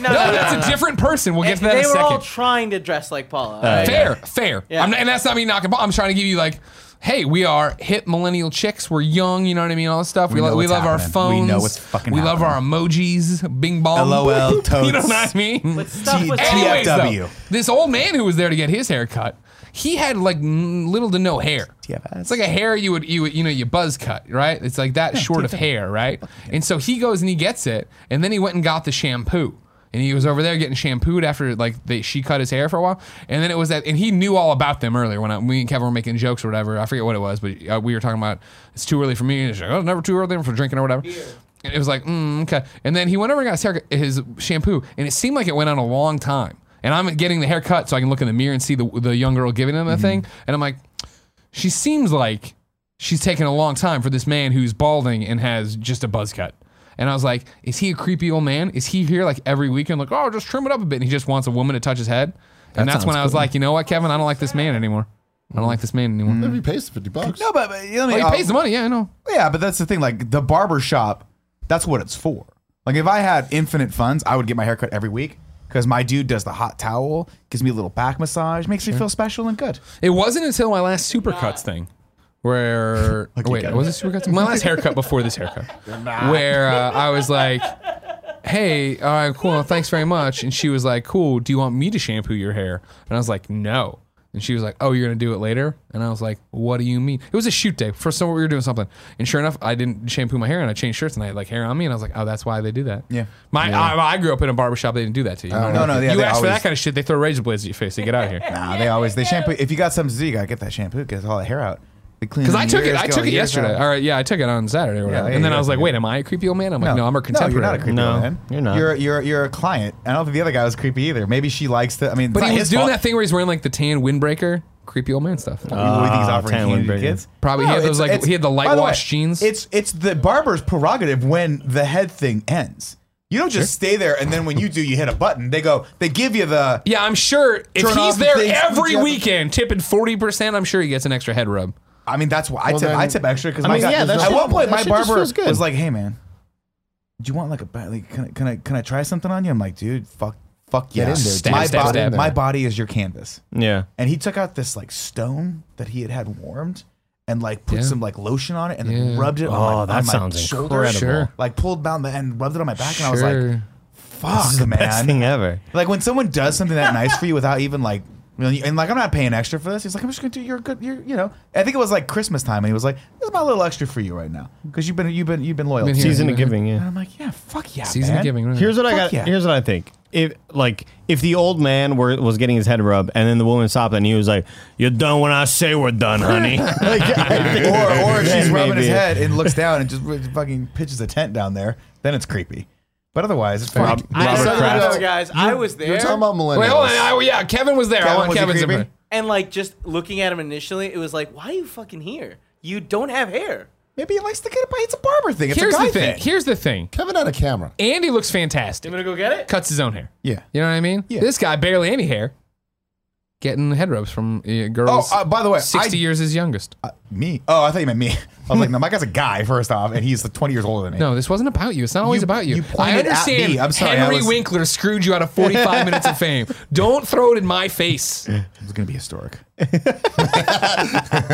No,
no, no,
that's
no,
a
no.
different person. We'll get to that
they
in a
were
second.
all trying to dress like Paula. alright?
fair, fair.
Yeah.
I'm not, and that's not me knocking. Paula. I'm trying to give you like. Hey, we are hip millennial chicks. We're young, you know what I mean? All this stuff. We,
We
lo-
know
we
what's
love our
happening.
phones.
We know what's fucking
We love our
happening.
emojis. Bing bong.
LOL
you know
totes.
what I mean?
But stuff
T-
was
T-
all-
Anyways, though,
TFW.
this old man who was there to get his hair cut, he had like n- little to no hair.
TFS.
It's like a hair you would you would, you know you buzz cut right. It's like that short of hair right. And so he goes and he gets it, and then he went and got the shampoo. And he was over there getting shampooed after like they, she cut his hair for a while, and then it was that. And he knew all about them earlier when I, me and Kevin were making jokes or whatever. I forget what it was, but uh, we were talking about it's too early for me. And he's like, oh, it's never too early for drinking or whatever. And it was like, mm, okay. And then he went over and got his, haircut, his shampoo, and it seemed like it went on a long time. And I'm getting the haircut so I can look in the mirror and see the, the young girl giving him the thing. And I'm like, she seems like she's taking a long time for this man who's balding and has just a buzz cut. And I was like, is he a creepy old man? Is he here like every weekend? Like, oh, just trim it up a bit. And he just wants a woman to touch his head. And
That
that's when I
sounds
was
cool. Mm.
like, you know what, Kevin? I don't like this man anymore. I don't like this man anymore.
Maybe he pays the 50 bucks.
No, but, but you know, what
Well,
I mean?
he
Uh,
pays the money. Yeah, I know.
Yeah, but that's the thing. Like the barber shop, that's what it's for. Like if I had infinite funds, I would get my haircut every week because my dude does the hot towel, gives me a little back massage, makes me feel special and good.
It wasn't until my last supercuts thing. Where wait,
Kevin.
was it supercuts? My last haircut before this haircut, where uh, I was like, "Hey, all right, cool, thanks very much." And she was like, "Cool, do you want me to shampoo your hair?" And I was like, "No." And she was like, "Oh, you're gonna do it later?" And I was like, "What do you mean?" It was a shoot day. First time we were doing something, and sure enough, I didn't shampoo my hair, and I changed shirts, and I had like hair on me, and I was like, "Oh, that's why they do that."
Yeah.
my I, I grew up in a barbershop. They didn't do that to you.
Oh, no, no, yeah,
you
they
ask for that
always-
kind of shit, they throw razor blades at your face. They get out of here.
Nah, they always they shampoo. If you got some disease, you gotta get that shampoo, get all that hair out.
Because I took it, I took it yesterday. All right, yeah, I took it on Saturday, or whatever.
yeah,
and then
yeah,
I was like,
yeah.
"Wait, am I a creepy old man?" I'm like, "No, I'm a contemporary."
No, you're not a creepy
No,
old man.
you're not.
You're you're you're a client. I don't think the other guy was creepy either. Maybe she likes the. I mean,
But he was doing that thing where he's wearing like the tan windbreaker, creepy old man stuff.
Who do you think he's
Ah,
offering
Tan
candy to
Lindbergh.
kids?
Probably he had those, like, he had the light
by
wash jeans.
It's it's the barber's prerogative when the head thing ends. You don't just stay there and then when you do, you hit a button. They go, they give you the.
yeah, I'm sure if
Turn
he's
off the
there
things
every
together.
weekend, tipping forty percent, I'm sure he gets an extra head rub.
I mean, that's why I
Well,
tip.
then-
I tip extra because
I mean, yeah, that
at
shit-
one point
that
my
shit just
barber
feels good.
was like, "Hey man, do you want like a ba- like can I, can I can I try something on you?" I'm like, "Dude, fuck fuck yeah,
in there, dude.
my
Stab,
body
stab,
my
stab.
body is your canvas."
Yeah.
and he took out this like stone that he had had warmed and like put
Yeah.
some like lotion on it and then
Yeah.
rubbed it on my,
Oh, that
on my
sounds
shoulder.
incredible.
Sure.
Like pulled down the and rubbed it on my back and I was
Sure.
like, "Fuck,
This is the
man!"
best thing ever.
Like when someone does something that nice for you without even like. really- And like I'm not paying extra for this. He's like, I'm just gonna do your good, your, you know. I think it was like Christmas time, and he was like, "This is my little extra for you right now, because you've been, you've been, you've been loyal."
Been
to
here.
me."
Season of giving,
And
yeah.
I'm like, "Yeah, fuck yeah,
Season
man."
of giving. Right?
Here's what I
Fuck
got.
yeah.
Here's what I think. If like if the old man were was getting his head rubbed and then the woman stopped and he was like, "You're done when I say we're done, honey." like, I think-
or or if she's
Then
rubbing his
maybe.
head and looks down and just fucking pitches a tent down there, then it's creepy. But otherwise, it's fine.
Rob-
I
Robert
don't
Kraft.
know, guys. I was there.
You're talking about millennials.
Wait, hold on. I, yeah, Kevin was there. I
Kevin,
want
was he
Kevin's
creepy?
input.
And like just looking at him initially, it was like, why are you fucking here? You don't have hair.
Maybe he likes to get it by it's a barber thing. It's
Here's
a guy
the thing. Here's the thing.
Kevin had a camera.
Andy looks
You
fantastic.
want to go get it?
Cuts his own hair.
yeah.
You know what I mean?
Yeah.
This guy barely any hair. Getting head rubs from uh,
Oh,
girls.
uh, by the way,
sixty
I,
years his youngest.
uh, me. Oh, I thought you meant me. I was like, no, my guy's a guy first off, and he's like 20 years older than me.
No, this wasn't about you. It's not always about you.
you
I
pointed at
understand.
me. I'm sorry, I
Henry
was-
Winkler screwed you out of 45 minutes of fame. Don't throw it in my face. It
It was gonna be historic. it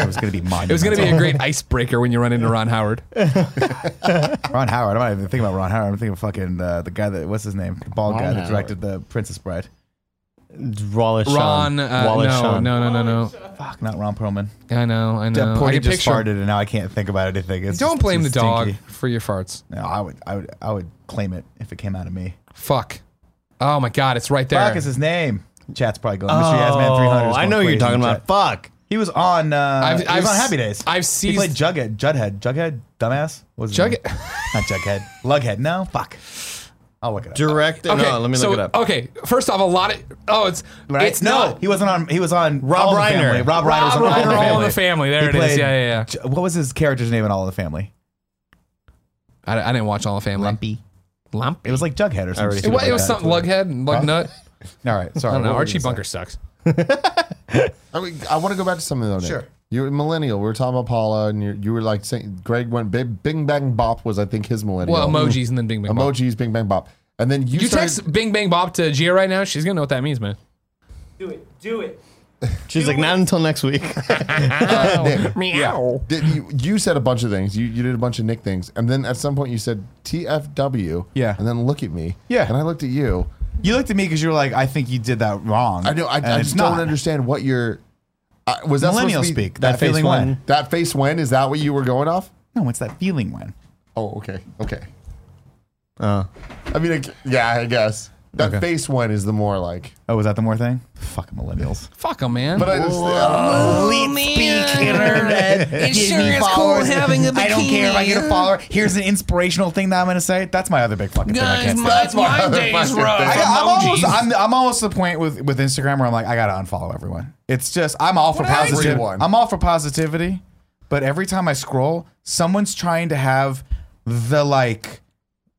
was gonna be monumental. It
was going to be a great icebreaker when you run into Ron Howard.
Ron Howard. I'm not even thinking about Ron Howard. I'm thinking of fucking uh, the guy that what's his name, the bald guy that
Howard.
directed the Princess Bride.
Wallace Shawn.
Ron, uh,
Wallace
no,
Shawn.
no, no, no, no.
Fuck, not Ron Perlman.
I know, I know.
That
I
Porty
can
just
picture-
farted, and now I can't think about anything. It's
Don't
just
blame
too
the dog
stinky.
for your farts.
No, I would, I would, I would claim it if it came out of me.
Fuck. Oh my God, it's right Oh, there.
Fuck is his name. Chat's probably going. Mr. Yasman 300. is
Oh, I
going
know you're
crazy
talking
in
about.
chat.
Fuck.
He was on. Uh,
I've-
he
I've
was on
s-
Happy Days.
I've
He played
seized-
Jughead. Jughead. Jughead. Dumbass. What Was his
Jughead-
name? Not Jughead. Lughead. No. Fuck.
I'll look it up.
Directed.
Okay,
no, let me
so, oh,
look it up.
Okay, first off, a lot of oh, it's
Right?
it's not.
He wasn't on. He was on
Rob
All in the
Reiner.
Family. Rob Reiner was on
Rob
All in
Reiner,
the Family.
All in the Family. There it is. Yeah, yeah, yeah.
J- What was his character's name in All in the Family?
I, I didn't watch All in the Family. Lumpy.
It was like Jughead or
already
something.
It, wa- it was
something.
something lughead and lugnut.
All right, sorry.
I don't know.
What were
Archie
you gonna
Bunker sucks.
I, mean, I want to go back to something though. Nick.
Sure.
You're a millennial. We were talking about Paula, and you, you were like saying Greg went big, Bing Bang Bop was I think his millennial.
Well, emojis and then Bing Bang. Bop.
emojis, Bing Bang Bop, and then you,
You
started,
text Bing Bang Bob to Gia right now. She's gonna know what that means, man.
Do it. Do it.
She's like, not until next week.
Meow.
Did you, you said a bunch of things. You, you did a bunch of Nick things, and then at some point you said TFW.
Yeah.
And then look at me.
Yeah.
And I looked at you.
say? You looked at me because you were like, "I think you did that wrong."
I know. I,
And
I
it's
just
not.
don't understand what your I was that supposed to
Millennial
be-
speak.
That,
That,
face
feeling
when.
when?
that face when is that what you were going off?
No, it's that feeling when.
Oh, okay, okay. Uh,
Oh.
I mean, it, yeah, I guess that face when is the more like.
Oh, was that the more thing? Fuck millennials.
Fuck him, man.
But I just, I
Elite speak internet. It
sure is cool having a
I don't care if I get a
bikini.
follower. Here's an inspirational thing that I'm going to say. That's my other big fucking thing. I can't stand.
my other fucking thing.
I got, I'm almost.
Emojis.
I'm, I'm almost to the point with with Instagram where I'm like, I gotta unfollow everyone. It's just I'm all for
did I do?
positivity.
Everyone.
I'm all for positivity, but every time I scroll, someone's trying to have the like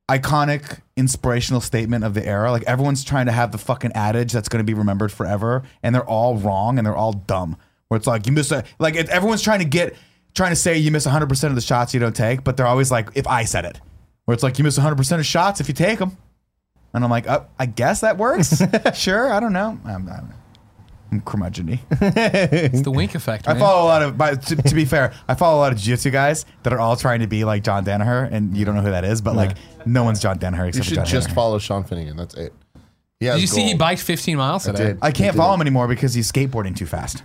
iconic inspirational statement of the era. Like everyone's trying to have the fucking adage that's going to be remembered forever, and they're all wrong and they're all dumb. Where it's like you miss a like it, everyone's trying to get trying to say you miss 100 percent of the shots you don't take, but they're always like, if I said it, where it's like you miss 100 percent of shots if you take them. And I'm like, oh, I guess that works. sure, I don't know. I'm, I'm, I'm curmudgeon-y.
it's the wink effect,
I
man.
follow a lot of, but to, to be fair, I follow a lot of jiu-jitsu guys that are all trying to be like John Danaher, and you don't know who that is, but like no one's John Danaher
you
except for
should
John
just
Danaher.
follow Sean Finnegan. That's it. Yeah.
Did you see he biked 15 miles today?
did.
I can't
He
follow
did.
him anymore because he's skateboarding too fast.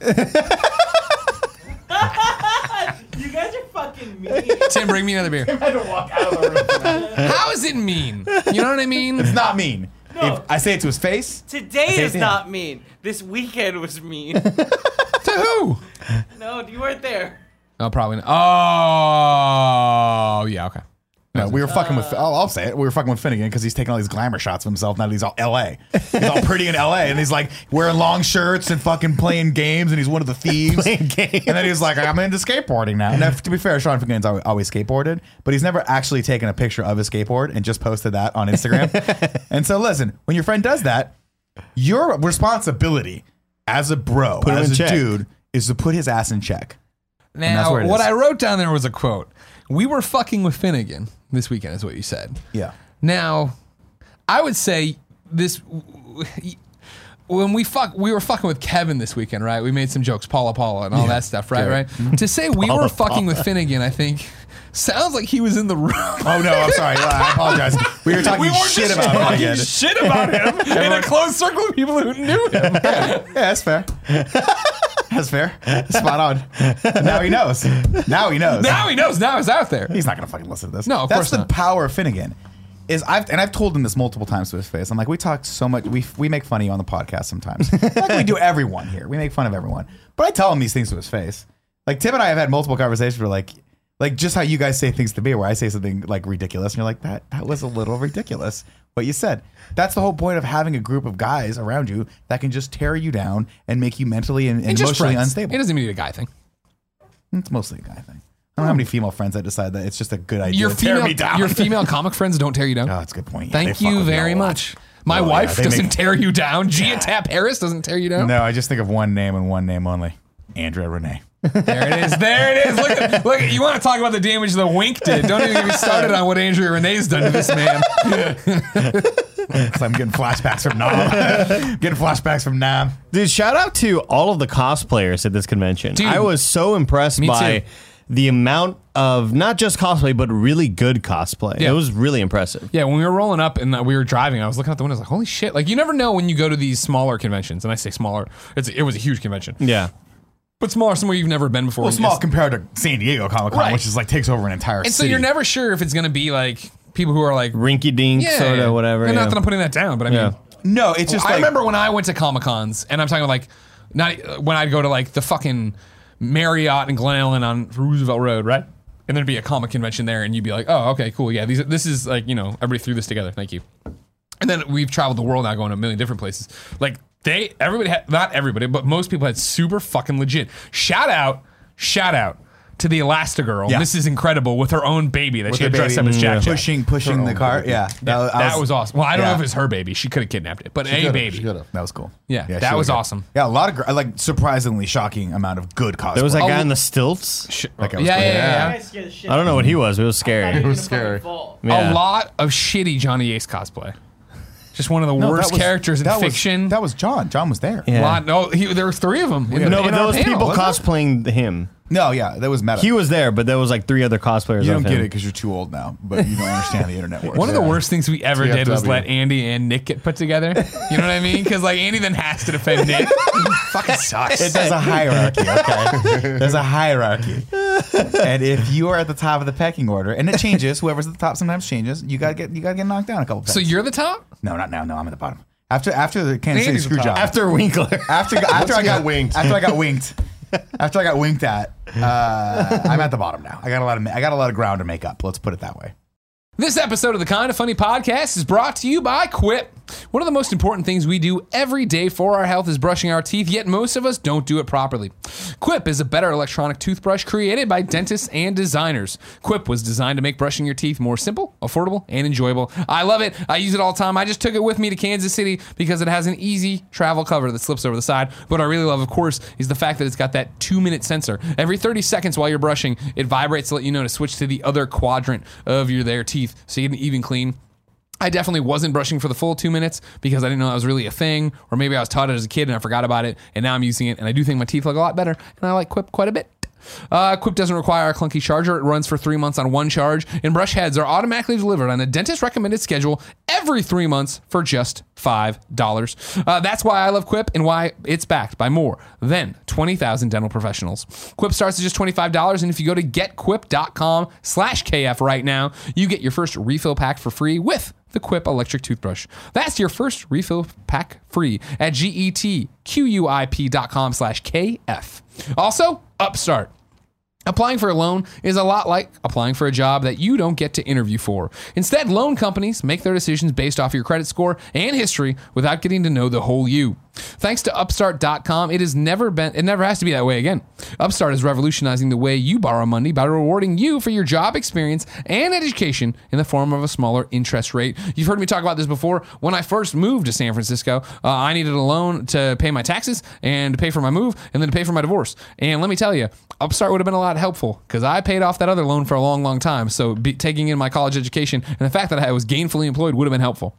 You guys are fucking mean.
Tim, bring me another beer. How is it mean? You know what I mean?
it's not mean.
No.
If I say it to his face,
Today
say it
is
to him.
not mean. This weekend was mean.
to who?
no, you weren't there.
Oh, probably not. Oh, yeah, okay.
no, we were fucking with. oh, I'll, I'll say it. We were fucking with Finnegan because he's taking all these glamour shots of himself. Now that he's all L.A. He's all pretty in L.A. and he's like wearing long shirts and fucking playing games and he's one of the thieves. And then he's like, I'm into skateboarding now. And if- to be fair, Sean Finnegan's always, always skateboarded, but he's never actually taken a picture of his skateboard and just posted that on Instagram. and so, listen, when your friend does that, your responsibility as a bro,
him
as
in
a
check.
dude, is to put his ass in check. that's
Now,
where it
what
is.
I wrote down there was a quote. We were fucking with Finnegan this weekend, is what you said.
Yeah.
Now, I would say this. When we fuck, we were fucking with Kevin this weekend, right? We made some jokes, Paula Paula, and all that stuff, right? Right.
Mm-hmm.
To say we were fucking with Finnegan, I think, sounds like he was in the room.
Oh no, I'm sorry. I apologize. We were talking
we were
shit
just
about
talking
Finnegan.
shit about him in a closed circle of people who knew him.
Yeah, that's fair. That's fair. Spot on. Now he knows. Now he knows.
now he knows. Now he's out there.
he's not gonna fucking listen to this.
No, of
that's
course
the
not.
power of Finnegan. Is I've and I've told him this multiple times to his face. I'm like, we talk so much. We we make fun of you on the podcast sometimes. like we do everyone here. We make fun of everyone. But I tell him these things to his face. Like Tim and I have had multiple conversations where like. Like just how you guys say things to me, where I say something like ridiculous, and you're like, "That that was a little ridiculous." What you said. That's the whole point of having a group of guys around you that can just tear you down and make you mentally and, and
And just
emotionally
friends.
unstable.
It doesn't mean a guy thing.
It's mostly a guy thing. I don't know how many female friends that decide that it's just a good idea.
Hmm. Your
to tear
female,
me down.
your female comic friends don't tear you down.
Oh, that's a good point. Yeah, they
Thank
fuck
you
with me a
very
lot.
much. My
Oh, yeah,
wife
they
doesn't
make-
tear you down. Gia Tap Harris doesn't tear you down.
No, I just think of one name and one name only. Andrea Renee.
There it is. There it is. Look, at, look. At, you want to talk about the damage the wink did? Don't even get me started on what Andrea Renee's done to this man.
So I'm getting flashbacks from Nam. getting flashbacks from Nam.
Dude, shout out to all of the cosplayers at this convention.
Dude.
I was so impressed
Me
by
too.
the amount of not just cosplay, but really good cosplay.
Yeah.
It was really impressive.
Yeah, when we were rolling up and uh, we were driving, I was looking out the window. I was like, "Holy shit!" Like you never know when you go to these smaller conventions. And I say smaller, it's it was a huge convention,
Yeah.
but smaller somewhere you've never been before.
Well,
And
small
it's-
compared to San Diego Comic Con,
Right.
which is like takes over an entire
and so
city.
you're never sure if it's gonna be like people who are like,
Rinky dink,
yeah,
soda, whatever.
And
yeah.
not that I'm putting that down, but I mean,
Yeah.
no, it's just
Oh, I
like,
remember when I went to Comic Cons, and I'm talking like not when I'd go to like the fucking Marriott and Glen Ellen on Roosevelt Road, right? And there'd be a comic convention there, and you'd be like, "Oh, okay, cool, yeah." These, this is like you know, everybody threw this together. Thank you. and then we've traveled the world now going to a million different places. Like they everybody had not everybody, but most people had super fucking legit. Shout out, shout out to the Elastigirl.
Yeah.
Mrs. Incredible with her own baby that she
her
had dressed up
baby.
as Jack Jack.
pushing pushing the cart. Yeah,
Yeah,
I
that, was, awesome. Well, I don't know if it was her baby. She could have kidnapped it, but a
could've,
baby.
she could've.
That was cool.
Yeah,
she
that
looked
was
good.
awesome.
Yeah, a lot of gr- like surprisingly shocking amount of good cosplay.
There was that
Oh,
guy
well-
on the stilts.
Shit.
That
yeah,
guy was
yeah,
great.
yeah, yeah.
Guys scare the shit
I don't know what he was, but it was
out of
scary.
me.
was
Fucking
scary.
fall.
A
Yeah.
lot of shitty Johnny Ace cosplay. Just one of the
No, that
worst
was-
characters in
that was-
fiction.
that was John. John was there.
Yeah.
Lot- no, he, there were three of them. in the-
No, but
in our
those
panel,
people
wasn't
cosplaying him.
No, yeah, that was meta.
He was there, but there was like three other cosplayers.
you
of
don't get
him.
it because you're too old now, but you don't understand the internet works.
One of the worst things we ever did was
TFW.
let Andy and Nick get put together. You know what I mean? Because like Andy then has to defend Nick. Fucking sucks.
It- There's a hierarchy, okay? There's a hierarchy. And if you are at the top of the pecking order, and it changes, whoever's at the top sometimes changes, you gotta get you gotta get knocked down a couple pegs.
So you're the top.
no, not now, no, I'm at the bottom. After after the Kansas City
Andy's
screw
the
job.
top.
After
After Winkler.
after, after I
you got
got
winked.
After I got winked. After I got winked at, uh, I'm at the bottom now. I got a lot of ma- I got a lot of ground to make up. Let's put it that way.
This episode of the Kind of Funny podcast is brought to you by Quip. One of the most important things we do every day for our health is brushing our teeth, yet most of us don't do it properly. Quip is a better electronic toothbrush created by dentists and designers. Quip was designed to make brushing your teeth more simple, affordable, and enjoyable. I love it. I use it all the time. I just took it with me to Kansas City because it has an easy travel cover that slips over the side. What I really love, of course, is the fact that it's got that two minute sensor. Every 30 seconds while you're brushing, it vibrates to let you know to switch to the other quadrant of your their teeth so you get an even clean. I definitely wasn't brushing for the full two minutes because I didn't know that was really a thing, or maybe I was taught it as a kid and I forgot about it, and now I'm using it, and I do think my teeth look a lot better, and I like Quip quite a bit. Uh, Quip doesn't require a clunky charger. It runs for three months on one charge, and brush heads are automatically delivered on a dentist recommended schedule every three months for just $5. Uh, that's why I love Quip and why it's backed by more than 20,000 dental professionals. Quip starts at just $25, and if you go to getquip.com slash KF right now, you get your first refill pack for free with the Quip electric toothbrush. That's your first refill pack free at E getquip.com slash KF. Also, Upstart. Applying for a loan is a lot like applying for a job that you don't get to interview for. Instead, loan companies make their decisions based off your credit score and history without getting to know the whole you. Thanks to upstart.com, it has never been it never has to be that way again. Upstart is revolutionizing the way you borrow money by rewarding you for your job experience and education in the form of a smaller interest rate. You've heard me talk about this before. When I first moved to San Francisco, uh, I needed a loan to pay my taxes and to pay for my move and then to pay for my divorce. And let me tell you, Upstart would have been a lot helpful because I paid off that other loan for a long, long time. So be, taking in my college education and the fact that I was gainfully employed would have been helpful.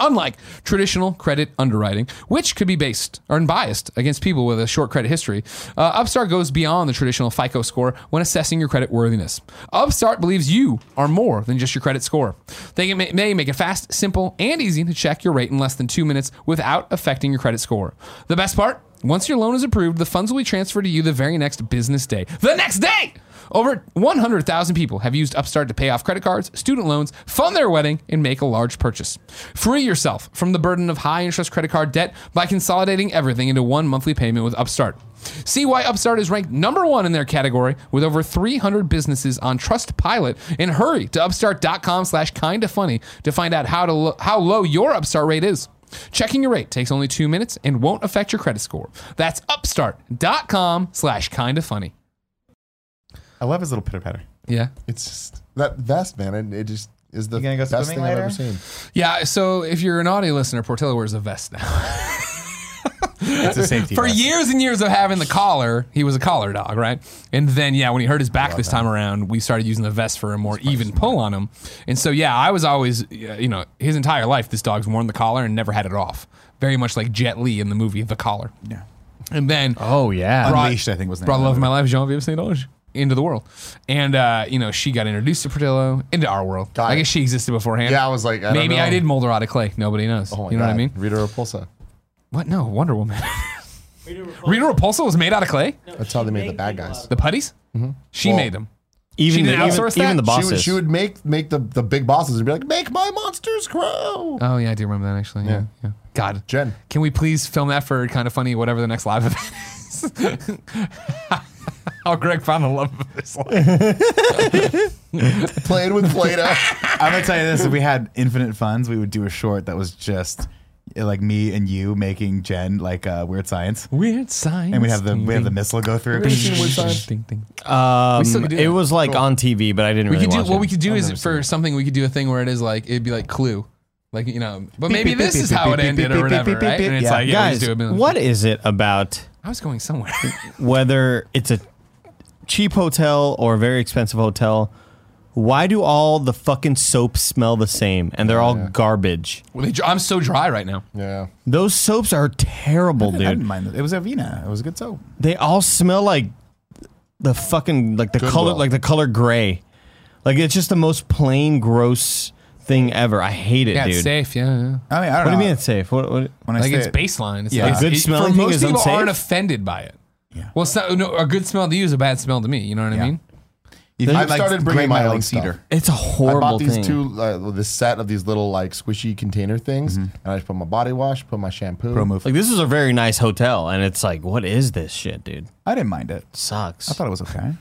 Unlike traditional credit underwriting, which could be based or biased against people with a short credit history, uh, Upstart goes beyond the traditional FICO score when assessing your credit worthiness. Upstart believes you are more than just your credit score. They may- may make it fast, simple, and easy to check your rate in less than two minutes without affecting your credit score. The best part? Once your loan is approved, the funds will be transferred to you the very next business day. The next day! Over 100,000 people have used Upstart to pay off credit cards, student loans, fund their wedding, and make a large purchase. Free yourself from the burden of high interest credit card debt by consolidating everything into one monthly payment with Upstart. See why Upstart is ranked number one in their category with over 300 businesses on Trustpilot and hurry to upstart.com slash kinda funny to find out how, to lo- how low your Upstart rate is. Checking your rate takes only two minutes and won't affect your credit score. That's upstart.com slash kinda funny.
I love his little pitter patter.
Yeah.
It's just that vest, man. And it just is the
You gonna go
best thing
swimming
I've ever
later?
seen.
Yeah, so if you're an audio listener, Portillo wears a vest now.
It's a safety.
For
vest.
years and years of having the collar, he was a collar dog, right? And then, yeah, when he hurt his back this time around, we started using the vest for a more even pull on him. And so, yeah, I was always, yeah, you know, his entire life, this dog's worn the collar and never had it off. Very much like Jet Li in the movie The Collar.
Yeah.
And then,
Oh yeah.
Brought-
Unleashed, I think was the name
Brought
of
love of
it.
my life, Jean-Vive St. Ange, into the world. And, uh, you know, she got introduced to Portillo, into our world.
Got
I
it.
guess she existed beforehand.
Yeah, I was like, I don't
Maybe I
know.
did mold her out of clay. Nobody knows.
Oh my
you know
God.
what I mean?
Rita Repulsa.
What? No, Wonder Woman.
Rita Repulsa-
Rita Repulsa was made out of clay?
no,
That's how
she
they made the bad
people
guys.
out of
The putties? She made them.
Even
didn't
the, even,
outsource that?
even
She
the
She would,
bosses.
she would make make the, the big bosses and be like, make my monsters grow.
Oh, yeah, I do remember that actually. Yeah. yeah. God.
Jen.
Can we please film that for kind of funny, whatever the next live event is? How Greg found the love of his life.
Playing with Play-Doh.
I'm gonna tell you this: if we had infinite funds, we would do a short that was just uh, like me and you making Jen like uh, weird science,
Weird science.
and we have the we have the missile go through.
Ding, ding.
Um,
still could do
it
that.
was like on TV, but I didn't
We
really
could do
watch
what
it.
we could do
I've
is
never seen
for
it.
something we could do a thing where it is like it'd be like Clue, like you know. But
Beep,
maybe
beep,
this
beep,
is
beep,
how it
beep,
ended
beep,
or
beep,
whatever,
beep, beep,
right? And it's
yeah.
like yeah, we just
guys,
do a million-
what is it about
I was going somewhere.
whether it's a cheap hotel or a very expensive hotel? Why do all the fucking soaps smell the same and they're all garbage?
Well, they dr- I'm so dry right now.
Yeah.
Those soaps are terrible,
I didn't
dude.
mind it. It was Avena. It was a good soap.
They all smell like the fucking like the color
Goodwill.
like the color gray. Like it's just the most plain gross thing ever. I hate it,
Yeah,
dude.
it's safe. Yeah, yeah.
I mean, I don't
What do
know.
you mean it's safe? What, what
When I
like
say
it's
it-
baseline. It's
Yeah.
like,
A
good
it-
smelling
for
thing
most
is
people
unsafe?
aren't offended by it.
Yeah.
Well, it's not, no, a good smell to you is a bad smell to me. You know what I mean?
If
I've
you like
started bringing
grate
my
like
own
cedar.
stuff.
it's a
I
horrible
bought these
thing.
two, uh, this set of these little like squishy container things,
Mm-hmm.
and I just put my body wash, put my shampoo.
Pro move.
Like this is a very nice hotel, and it's like, what is this shit, dude?
I didn't mind it.
Sucks.
I thought it was okay.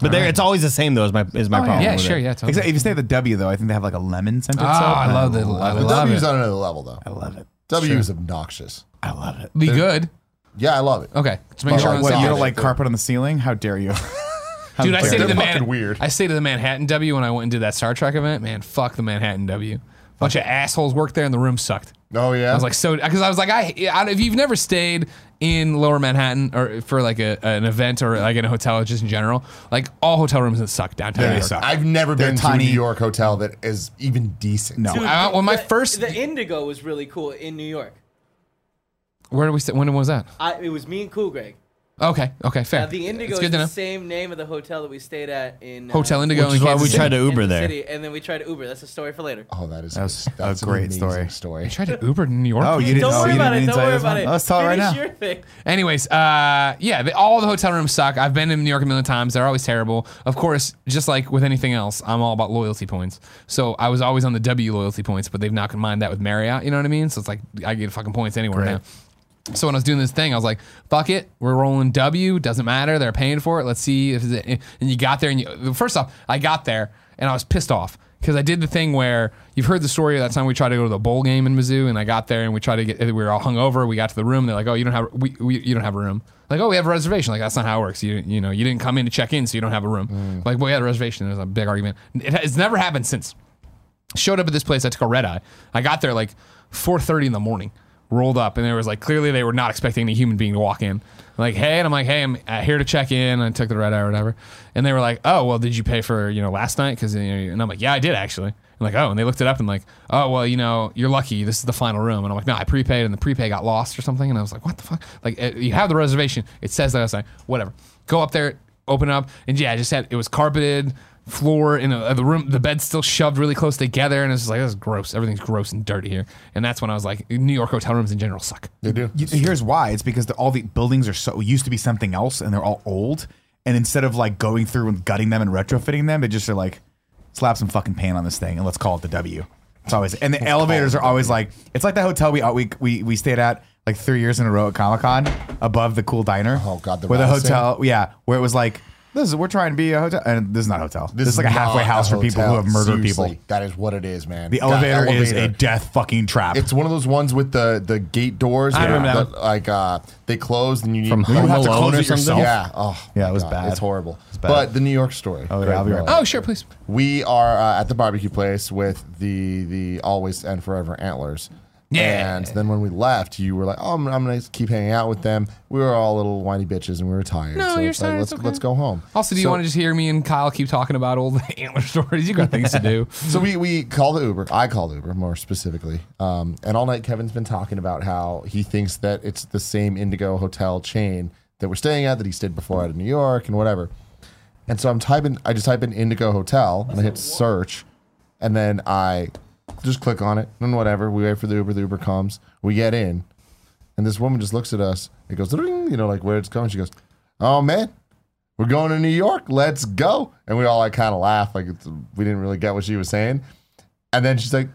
but there, it's always the same though. Is my is my
Oh,
problem?
Yeah,
with
sure.
It.
Yeah, totally.
Except if you stay at the W though, I think they have like a lemon scented
Ah,
soap.
I love the- I
The
love
W's
it.
on another level though.
I love it.
W is obnoxious.
I love it.
Be good.
Yeah, I love it.
Okay. Just make
But
sure
like,
I'm
what,
What,
saying
you
Yeah.
don't like carpet on the ceiling? How dare you? How
Dude, I
dare
say to
you.
the
fucking
man,
weird.
I say to the Manhattan W when I went and did that Star Trek event. Man, fuck the Manhattan W. Bunch of assholes worked there, and the room sucked.
Oh yeah.
I was like, so because I was like, I, I if you've never stayed in Lower Manhattan or for like a, an event or like in a hotel or just in general, like all hotel rooms that suck downtown.
They
suck.
suck.
I've never
They're
been
tiny.
to a New York hotel that is even decent.
No.
Dude,
I- well, my
the-
first-
The Indigo was really cool in New York.
Where did we? Sit? When was that?
I, it was me and Cool Greg.
Okay, okay, fair.
Uh, the Indigo
It's
is
good to
the
know.
same name of the hotel that we stayed at in uh,
Hotel Indigo.
Which
in
is why
Kansas
we
City.
tried to Uber
Kansas
there.
City, and then we tried to Uber. That's a story for later.
Oh, that is
was a
that's an
great
amazing
I tried to Uber to New York.
Oh, you didn't.
Don't
oh,
worry
you
about
didn't
it. Don't
tell you
worry
this
about
one?
it.
Let's tell it right
Finish
now.
Your thing.
Anyways, uh, yeah, the, all the hotel rooms suck. I've been in New York a million times. They're always terrible. Of course, just like with anything else, I'm all about loyalty points. So I was always on the W loyalty points, but they've now combined that with Marriott. You know what I mean? So it's like I get fucking points anywhere
Great.
now. So when I was doing this thing, I was like, "Fuck it, we're rolling W. Doesn't matter. They're paying for it. Let's see if it." And you got there, and you first off, I got there and I was pissed off because I did the thing where you've heard the story of that time we tried to go to the bowl game in Mizzou, and I got there and we tried to get we were all hungover. We got to the room, they're like, "Oh, you don't have we, we you don't have a room." Like, "Oh, we have a reservation." Like, that's not how it works. You you know you didn't come in to check in, so you don't have a room. Like, well, we had a reservation. There's a big argument. It, it's never happened since showed up at this place. I took a red eye. I got there like 4:30 in the morning. Rolled up, and there was like clearly they were not expecting any human being to walk in. Like, hey, and I'm like, hey, I'm uh, here to check in. I took the red eye or whatever, and they were like, oh, well, did you pay for you know last night? Because you know, and I'm like, yeah, I did actually. And like, oh, and they looked it up and like, oh, well, you know, you're lucky. This is the final room. And I'm like, no, I prepaid, and the prepay got lost or something. And I was like, what the fuck? Like, uh, you have the reservation. It says that. I was like, whatever. Go up there, open up, and yeah, I just had it was carpeted floor in a, the room. The bed's still shoved really close together, and it's just like this is gross. Everything's gross and dirty here. And that's when I was like, New York hotel rooms in general suck.
They do.
You- here's why. It's because the, all the buildings are so used to be something else, and they're all old. And instead of like going through and gutting them and retrofitting them, they just are like, slap some fucking paint on this thing, and let's call it the W. It's always and the elevators are always like it's like the hotel we uh, we we, we stayed at like three years in a row at Comic Con above the cool diner.
Oh, God, the
where the
Radisson?
hotel yeah where it was like this is we're trying to be a hotel and this is not a hotel. This, is like a halfway
not
house
a
for people who
hotel.
have murdered
Seriously,
people.
That is what it is, man.
The
God,
elevator, is a
elevator.
death fucking trap.
It's one of those ones with the the gate doors.
I remember that one.
Like uh, they closed and you need
From
you
Home
have to
Alone or
close it yourself.
something?
Yeah. Oh,
Yeah,
my
it was
God,
bad.
It's horrible.
bad.
But the New York story.
Oh, yeah, I'll be right back.
Oh, sure, please.
We are uh, at the barbecue place with the the always and forever antlers.
Yeah.
And then when we left, you were like, "Oh, I'm, I'm gonna keep hanging out with them." We were all little whiny bitches and we were tired.
No, you're
it's like,
tired,
Let's
it's okay.
let's go home.
Also, do you
So-
want to just hear me and Kyle keep talking about old antler stories? You got things to do.
So we we called the Uber. I called Uber more specifically. Um, and all night Kevin's been talking about how he thinks that it's the same Indigo hotel chain that we're staying at that he stayed before out of New York and whatever. And so I'm typing. I just type in Indigo Hotel and I hit search, and then I just click on it and whatever. We wait for the Uber. The Uber comes. We get in, and this woman just looks at us. It goes, "Ding," you know, like where it's going. She goes, "Oh man, we're going to New York. Let's go. And we all like kind of laugh, like it's, we didn't really get what she was saying. And then she's like,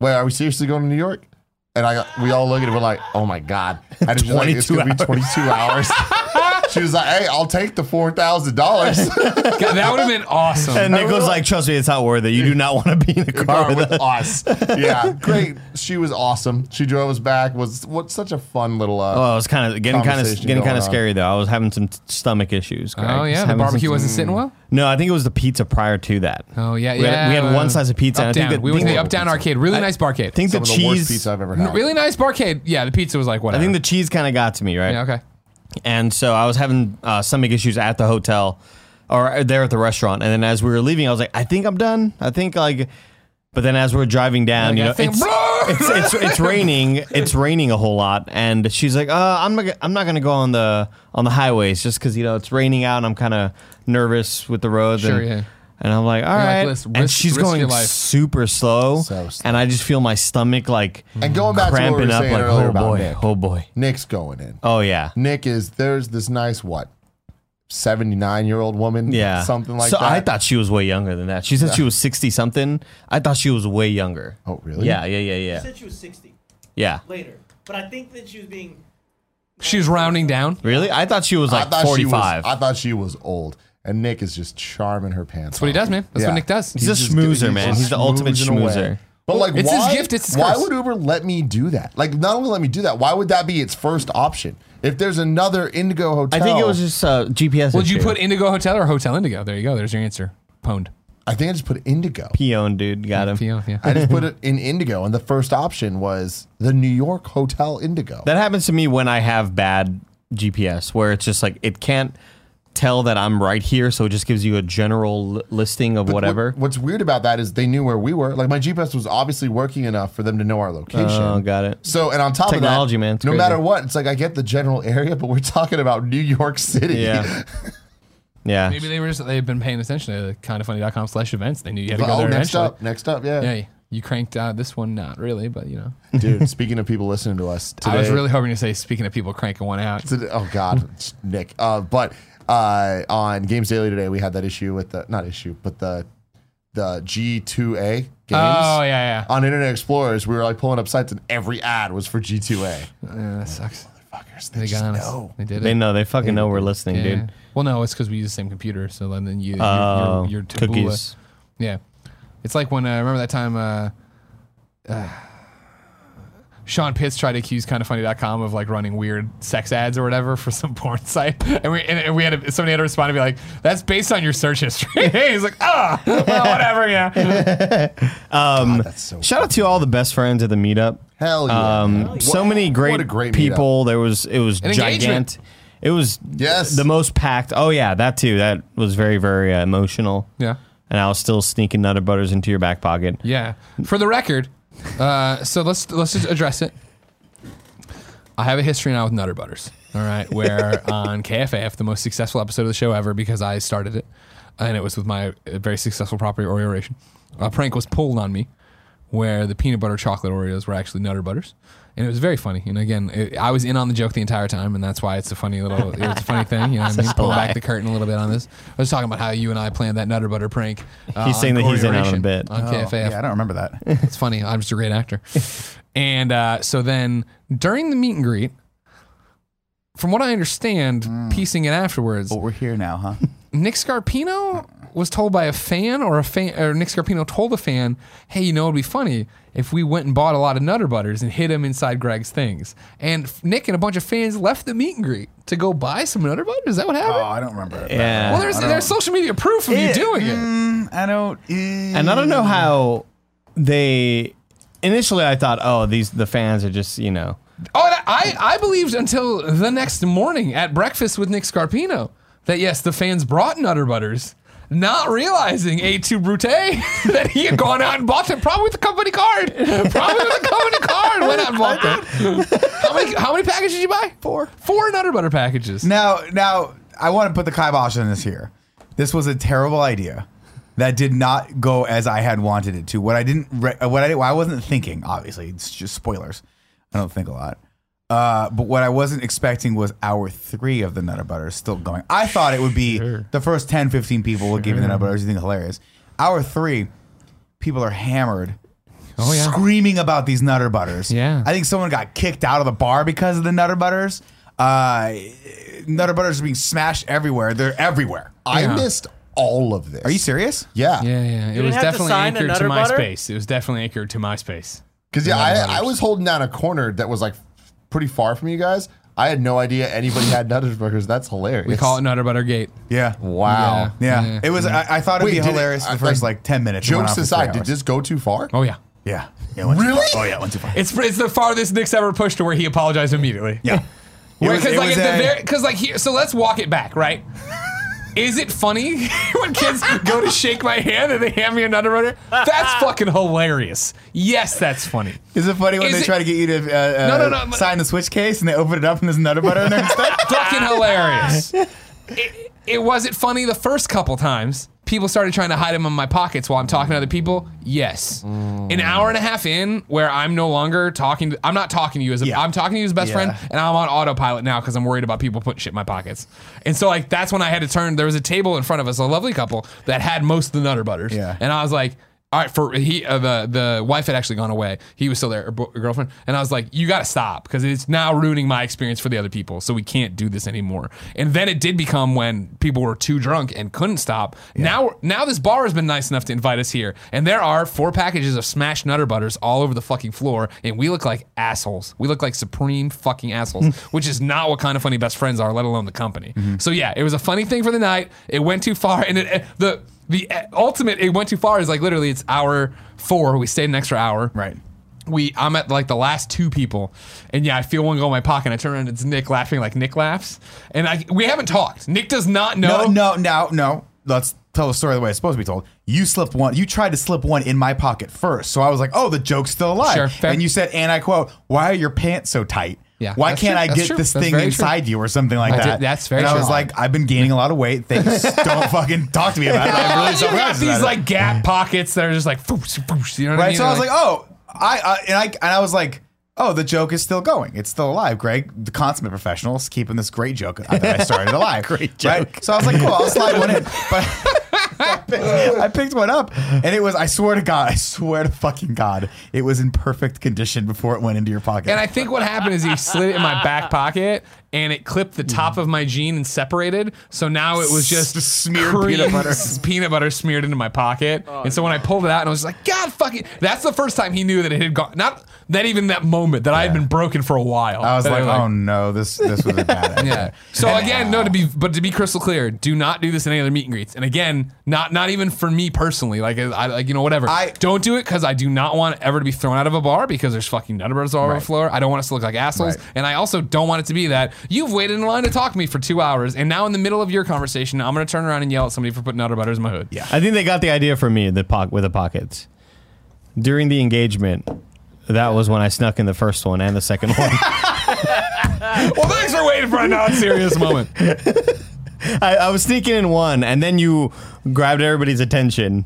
"Wait, are we seriously going to New York?" And I, got- we all look at it. We're like, "Oh my god!" And it's just like, it's
22
gonna be 22 hours. She was like, "Hey, I'll take the four thousand dollars
God, that would have been awesome.
And Nicholas like, trust me, it's not worth it. You do not want to be in a car with
with
us.
us." Yeah, great. She was awesome. She drove us back. Was what such a fun little. Uh,
Oh, it was kind of getting kind of
Conversation
getting
going
kind of
on.
scary though. I was having some t- stomach issues. Greg.
oh
Just
yeah, the
having
barbecue
some-
wasn't sitting well.
No, I think it was the pizza prior to that.
Oh yeah,
we
yeah.
Had, we had one slice of pizza.
Up
and I think
down.
that
we went to the
I
Up Down Arcade. Really nice barcade.
think the
some of the worst
cheese.
pizza I've ever had.
really nice barcade. Yeah, the pizza was like
I
whatever.
think the cheese kind of got to me, right?
yeah, okay.
And so I was having uh, stomach issues at the hotel or there at the restaurant. And then as we were leaving, I was like, I think I'm done. I think like, but then as we're driving
Like,
down, you
I
know,
think-
it's, it's, it's, it's raining. It's raining a whole lot, and she's like, uh, "I'm not. I'm not gonna go on the on the highways just because you know it's raining out, and I'm kind of nervous with the roads."
Sure,
and,
yeah.
And I'm like, "All
like,
right."
"Let's
and
risk-
she's
risk your
going
life."
super slow,
So slow.
and I just feel my stomach like
And going back to what we were
cramping up,
saying
like,
earlier
"Oh
about
boy,
Nick."
oh boy,
Nick's going in.
oh yeah."
Nick is there's this nice what, seventy nine year old woman,
Yeah,
something like
so
that.
I thought she was way younger than that. She said she was sixty something. I thought she was way younger.
Oh, really?
Yeah, yeah, yeah, yeah,
said she was 60
yeah.
later, but I think that she was being.
She's rounding down.
Really? I thought she was
I
like
thought she was-
forty-five.
I thought she was old, and Nick is just charming her pants.
That's what he does, man. That's
Yeah.
what Nick does.
He's a
just
schmoozer,
getting-
man.
just
He's the ultimate
schmoozing away.
schmoozer.
But like,
It's his
why,
gift, it's his
why
curse.
would Uber let me do that? Like, not only let me do that, why would that be its first option? If there's another Indigo
I
hotel,
think it was just uh, GPS.
Would you
issue.
put Indigo Hotel or Hotel Indigo? There you go. There's your answer. Pwned.
I think I just put Indigo.
Peon, dude? Got him.
Theo, yeah.
I just put it in Indigo, and the first option was the New York Hotel Indigo.
That happens to me when I have bad GPS, where it's just like it can't tell that I'm right here, so it just gives you a general l- listing of
What-
whatever.
what's weird about that is they knew where we were. Like my GPS was obviously working enough for them to know our location.
Oh, got it.
So and on top
Technology,
of that,
man, it's
no
crazy.
matter what, it's like I get the general area, but we're talking about New York City.
Yeah. Yeah.
Maybe they were just, they've been paying attention to kindoffunny.com slash events. They knew you had to go
oh,
there
next
eventually.
up, next up, yeah.
Yeah, you cranked out this one, not really, but you know.
Dude, speaking of people listening to us today,
I was really hoping to say, speaking of people cranking one out.
today- oh god, it's Nick. Uh, but uh, on Games Daily today, we had that issue with the not issue, but the the G2A games.
Oh, yeah, yeah.
On Internet Explorers, we were like pulling up sites, and every ad was for G2A.
Yeah, that sucks.
Fuckers,
They
they
got us.
just know.
They did
They
it.
know. They fucking know we're listening,
Yeah.
dude.
Well, no, it's because we use the same computer. So then then you, you
Oh,
your, your taboola-
cookies.
Yeah. It's like when, uh, remember that time uh, uh, Sean Pitts tried to accuse kindoffunny.com of like running weird sex ads or whatever for some porn site. And we, and, and we had, to, somebody had to respond and be like, that's based on your search history. He's like, ah, well, whatever, yeah.
That's so
Shout out to all the best friends at the meetup.
hell yeah.
Um,
What-
so many
what
great,
a great meetup.
people. There was it was
An engagement.
gigantic. It was
Yes.
the most packed. Oh yeah, that too. That was very very uh, emotional.
Yeah.
and I was still sneaking nutter butters into your back pocket.
Yeah. For the record, uh, so let's let's just address it. I have a history now with Nutter Butters. All right, where on KFAF, the most successful episode of the show ever, because I started it, and it was with my uh, very successful property Oreo ration. A prank was pulled on me, where the peanut butter chocolate Oreos were actually Nutter Butters, and it was very funny. And again, it, I was in on the joke the entire time, and that's why it's a funny little, it's a funny thing. You know, what I mean, pull back the curtain a little bit on this. I was talking about how you and I planned that Nutter Butter prank. uh,
He's saying
on
that he's
Oreo
in on it a
Ration
bit.
on
Oh,
KFAF.
yeah, I don't remember that.
It's funny. I'm just a great actor. and uh, so then during the meet and greet, from what I understand,
Mm.
piecing it afterwards,
but we're here now, huh?
Nick Scarpino was told by a fan, or a fan, or Nick Scarpino told a fan, "Hey, you know, it'd be funny if we went and bought a lot of Nutter Butters and hid them inside Greg's things." And f- Nick and a bunch of fans left the meet and greet to go buy some Nutter Butters. Is that what
Oh,
happened?
I don't remember.
Yeah.
well, there's
I don't-
there's social media proof of you
It-
doing it.
Mm, I don't.
And I don't know how they. Initially, I thought, oh, these the fans are just you know.
Oh, and I, I believed until the next morning at breakfast with Nick Scarpino that yes, the fans brought Nutter Butters, not realizing A2 Brute that he had gone out and bought them, probably with the company card. Probably with the company card went out and bought them. How many, how many packages did you buy? Four. Four Nutter Butter packages.
Now, now I want to put the kibosh on this here. This was a terrible idea that did not go as I had wanted it to. What I didn't, re- uh, what I, well, I wasn't thinking. Obviously, it's just spoilers. I don't think a lot. Uh, but what I wasn't expecting was hour three of the Nutter Butter is still going. I thought it would be the first 10, 15 people would give you the Nutter Butter. You think hilarious? Hour three, people are hammered.
Oh, yeah.
Screaming about these Nutter Butters.
Yeah.
I think someone got kicked out of the bar because of the Nutter Butters. Uh, Nutter Butters are being smashed everywhere. They're everywhere.
Yeah.
I missed all of this.
Are you serious?
Yeah.
Yeah, yeah. It
didn't
was
have to
definitely
sign
anchored
a
to
Nutter Butter?
MySpace. It was definitely anchored to MySpace.
Because yeah, I, I was holding down a corner that was like pretty far from you guys. I had no idea anybody had Nutterburgers. That's hilarious.
We call it Nutter Butter Gate.
Yeah.
Wow.
Yeah.
Yeah.
It was. I, I thought it'd
Wait,
be
did it-
hilarious
I-
the first
like,
like, ten minutes. It went on
Jokes
for three
aside, did
hours.
this go too far?
Oh yeah.
Yeah. yeah it went too
Really?
far. Oh yeah. it Went too far.
It's it's the farthest Nick's ever pushed to where he apologized immediately.
Yeah. It was-
Because
it
like
was uh,
at the
a-
very, because like here, so let's walk it back, right? Is it funny when kids go to shake my hand and they hand me another runner? That's fucking hilarious. Yes, that's funny.
Is it funny when
Is
they
it-
try to get you to uh, uh,
No, no, no, but-
sign the switch case and they open it up and there's nutter butter in there instead?
fucking hilarious. It, it wasn't funny the first couple times. People started trying to hide them in my pockets while I'm talking to other people. Yes, an hour and a half in, where I'm no longer talking. To, I'm not talking to you as a,
Yeah.
I'm talking to you as best
Yeah.
friend, and I'm on autopilot now because I'm worried about people putting shit in my pockets. And so like that's when I had to turn. There was a table in front of us, a lovely couple that had most of the Nutter Butters.
Yeah.
And I was like, all right, for he uh, the the wife had actually gone away. He was still there, her, bo- her girlfriend, and I was like, you got to stop because it's now ruining my experience for the other people. So we can't do this anymore. And then it did become when people were too drunk and couldn't stop. Now now this bar has been nice enough to invite us here, and there are four packages of smashed nutter butters all over the fucking floor, and we look like assholes. We look like supreme fucking assholes, which is not what kind of funny best friends are, let alone the company.
Mm-hmm.
So yeah, it was a funny thing for the night. It went too far, and it, the the uh, ultimate it went too far is like literally it's hour four we stayed an extra hour
Right.
we i'm at like the last two people and yeah i feel one go in my pocket and i turn around and it's nick laughing like nick laughs and i we haven't talked nick does not know
No, no, no, no. Let's tell the story the way it's supposed to be told. You slipped one. You tried to slip one in my pocket first, so I was like, "Oh, the joke's still alive."
Sure, fair.
and you said, and I quote, "Why are your pants so tight?
Yeah,
Why
that's
can't
true.
I
That's
get
true.
this
That's
thing
very
inside you or something like
I did-
that?"
that's very
And I was
true.
like, "I've been gaining a lot of weight. Thanks. don't fucking talk to me about it. I really
Oh, you got
self-conscious about
these
it."
like gap pockets that are just like foosh, foosh, you know what I
right?
mean?
So I was
They're
like, oh, I uh, and I and I was like, oh, the joke is still going. It's still alive. Greg, the consummate professional, is keeping this great joke that I started alive. great joke. Right? So I was like, cool, I'll slide one in. But I picked one up, and it was. I swear to God, I swear to fucking God, it was in perfect condition before it went into your pocket.
And I think what happened is he slid it in my back pocket and it clipped the top of my jean and separated. So now it was just
S- smeared peanut
cream-
butter.
peanut butter smeared into my pocket.
Oh,
and so when I pulled it out and I was like, God fucking, that's the first time he knew that it had gone. Not that even that moment that I had been broken for a while.
I was
That
like, oh no, this this was a bad. idea.
yeah. So again, no. To be, but to be crystal clear, do not do this in any other meet and greets. And again, not not even for me personally. Like I, I like you know whatever.
I-
don't do it because I do not want ever to be thrown out of a bar because there's fucking nutterbutters all over the floor. I don't want us to look like assholes,
Right.
and I also don't want it to be that you've waited in line to talk to me for two hours, and now in the middle of your conversation, I'm gonna turn around and yell at somebody for putting nutterbutters in my hood.
Yeah.
I think they got the idea from me the po- with the pockets. During the engagement, that was when I snuck in the first one and the second one.
Well, thanks for waiting for a non-serious moment.
I, I was sneaking in one, and then you grabbed everybody's attention,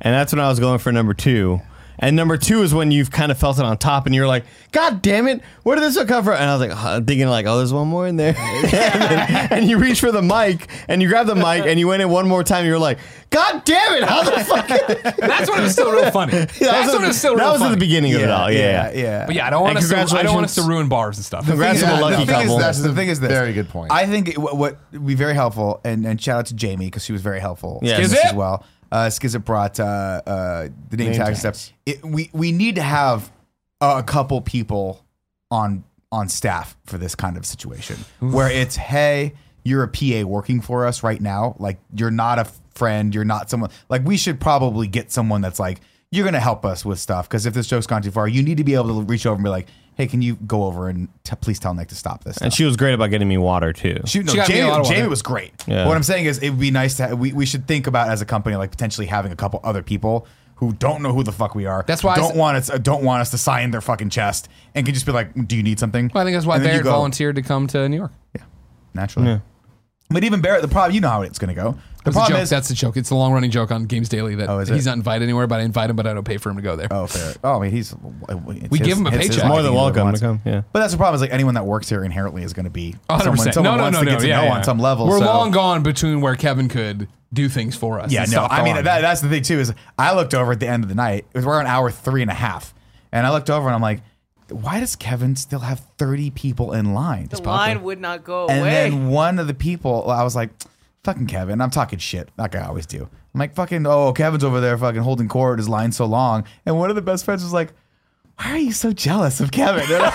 and that's when I was going for number two. And number two is when you've kind of felt it on top, and you're like, "God damn it, where did this one come from?" And I was like, huh, thinking like, "Oh, there's one more in there." and, then- and you reach for the mic, and you grab the mic, and you went in one more time. You're like, "God damn it, how the fuck?"
That's when it was still real funny. That's
at
when it
the-
was still
that
real
was at
funny.
the beginning of it all. Yeah,
yeah. yeah.
But yeah, I don't want
And
us to. I don't want us
congratulations.
to ruin bars and stuff.
Congrats to the lucky
thing is
couple.
this, the thing is this.
Very good point.
I think it- what, what would be very helpful, and, and shout out to Jamie because she was very helpful.
Yes.
in this
Skizit?
as well. Uh, Skizit brought uh, uh, the name,
Name
tag stuff. It, we we need to have a couple people on on staff for this kind of situation where it's hey, you're a PA working for us right now. Like you're not a friend. You're not someone. Like we should probably get someone that's like. You're gonna help us with stuff because if this joke's gone too far, you need to be able to reach over and be like, "Hey, can you go over and t- please tell Nick to stop this?"
And she was great about getting me water too.
She, no,
She got me a lot
Jamie,
of
Jamie
water.
was great.
Yeah.
What I'm saying is, it would be nice to. Ha- we, we should think about as a company, like potentially having a couple other people who don't know who the fuck we are.
That's why I
don't
s-
want us uh, don't want us to sign their fucking chest and can just be like, "Do you need something?"
I think that's why
And then you
Barrett
go.
volunteered to come to New York.
Yeah, naturally. But even Barrett, the problem, you know how it's going to go. The
That's a
problem
joke.
is, Oh,
that's a joke. It's a long running joke on Games Daily that
is
he's
it?
not invited anywhere, but I invite him, but I don't pay for him to go there.
oh, Barrett. Oh, I mean, he's
We give him a paycheck.
More than welcome to come, yeah.
but that's the problem is like anyone that works here inherently is going to be
100%.
someone, someone
no, no,
wants
no,
to
no.
get to
yeah,
know
yeah.
on some level.
We're
so-
long gone between where Kevin could do things for us.
Yeah,
and
no.
stop
I
the
mean,
line.
that, that's the thing too. Is I looked over at the end of the night. It was, we're on hour three and a half, and I looked over and I'm like, why does Kevin still have 30 people in line?
The
It's
line
popular.
would not go
and
away.
then one of the people, I was like, fucking Kevin. I'm talking shit, like I always do. I'm like, fucking, oh, Kevin's over there fucking holding court, his line so long. And one of the best friends was like, why are you so jealous of Kevin?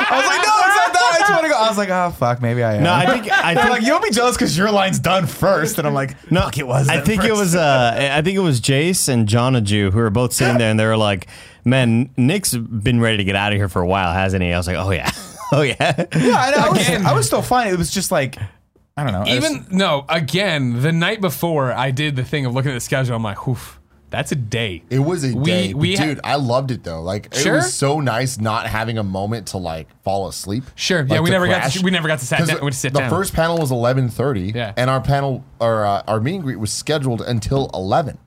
And I was like, no, it's not that. I just want to go. I was like, oh, fuck, maybe I am.
No, I think I
They're
think
like, you'll be jealous because your line's done first. And I'm like,
No,
fuck, it was.
I
done
think it
first."
was. Uh, I think it was Jace and Jonna Jew who were both sitting there, and they were like, "Man, Nick's been ready to get out of here for a while, hasn't he?" I was like, "Oh yeah, oh yeah."
Yeah, I, know. I, was,
Again.
I was still fine. It was just like, I don't know. I
Even no, again, the night before I did the thing of looking at the schedule, I'm like, oof, that's a day.
It was a
We-
day, but
we ha-
dude. I loved it though. Like
Sure.
it was so nice not having a moment to like fall asleep.
Sure.
Like,
Yeah, we
to
never got
crash.
to, we never got to sat
'Cause
down. We sit
the
down.
first panel was eleven thirty,
Yeah.
and our panel or uh, our meet and greet was scheduled until eleven,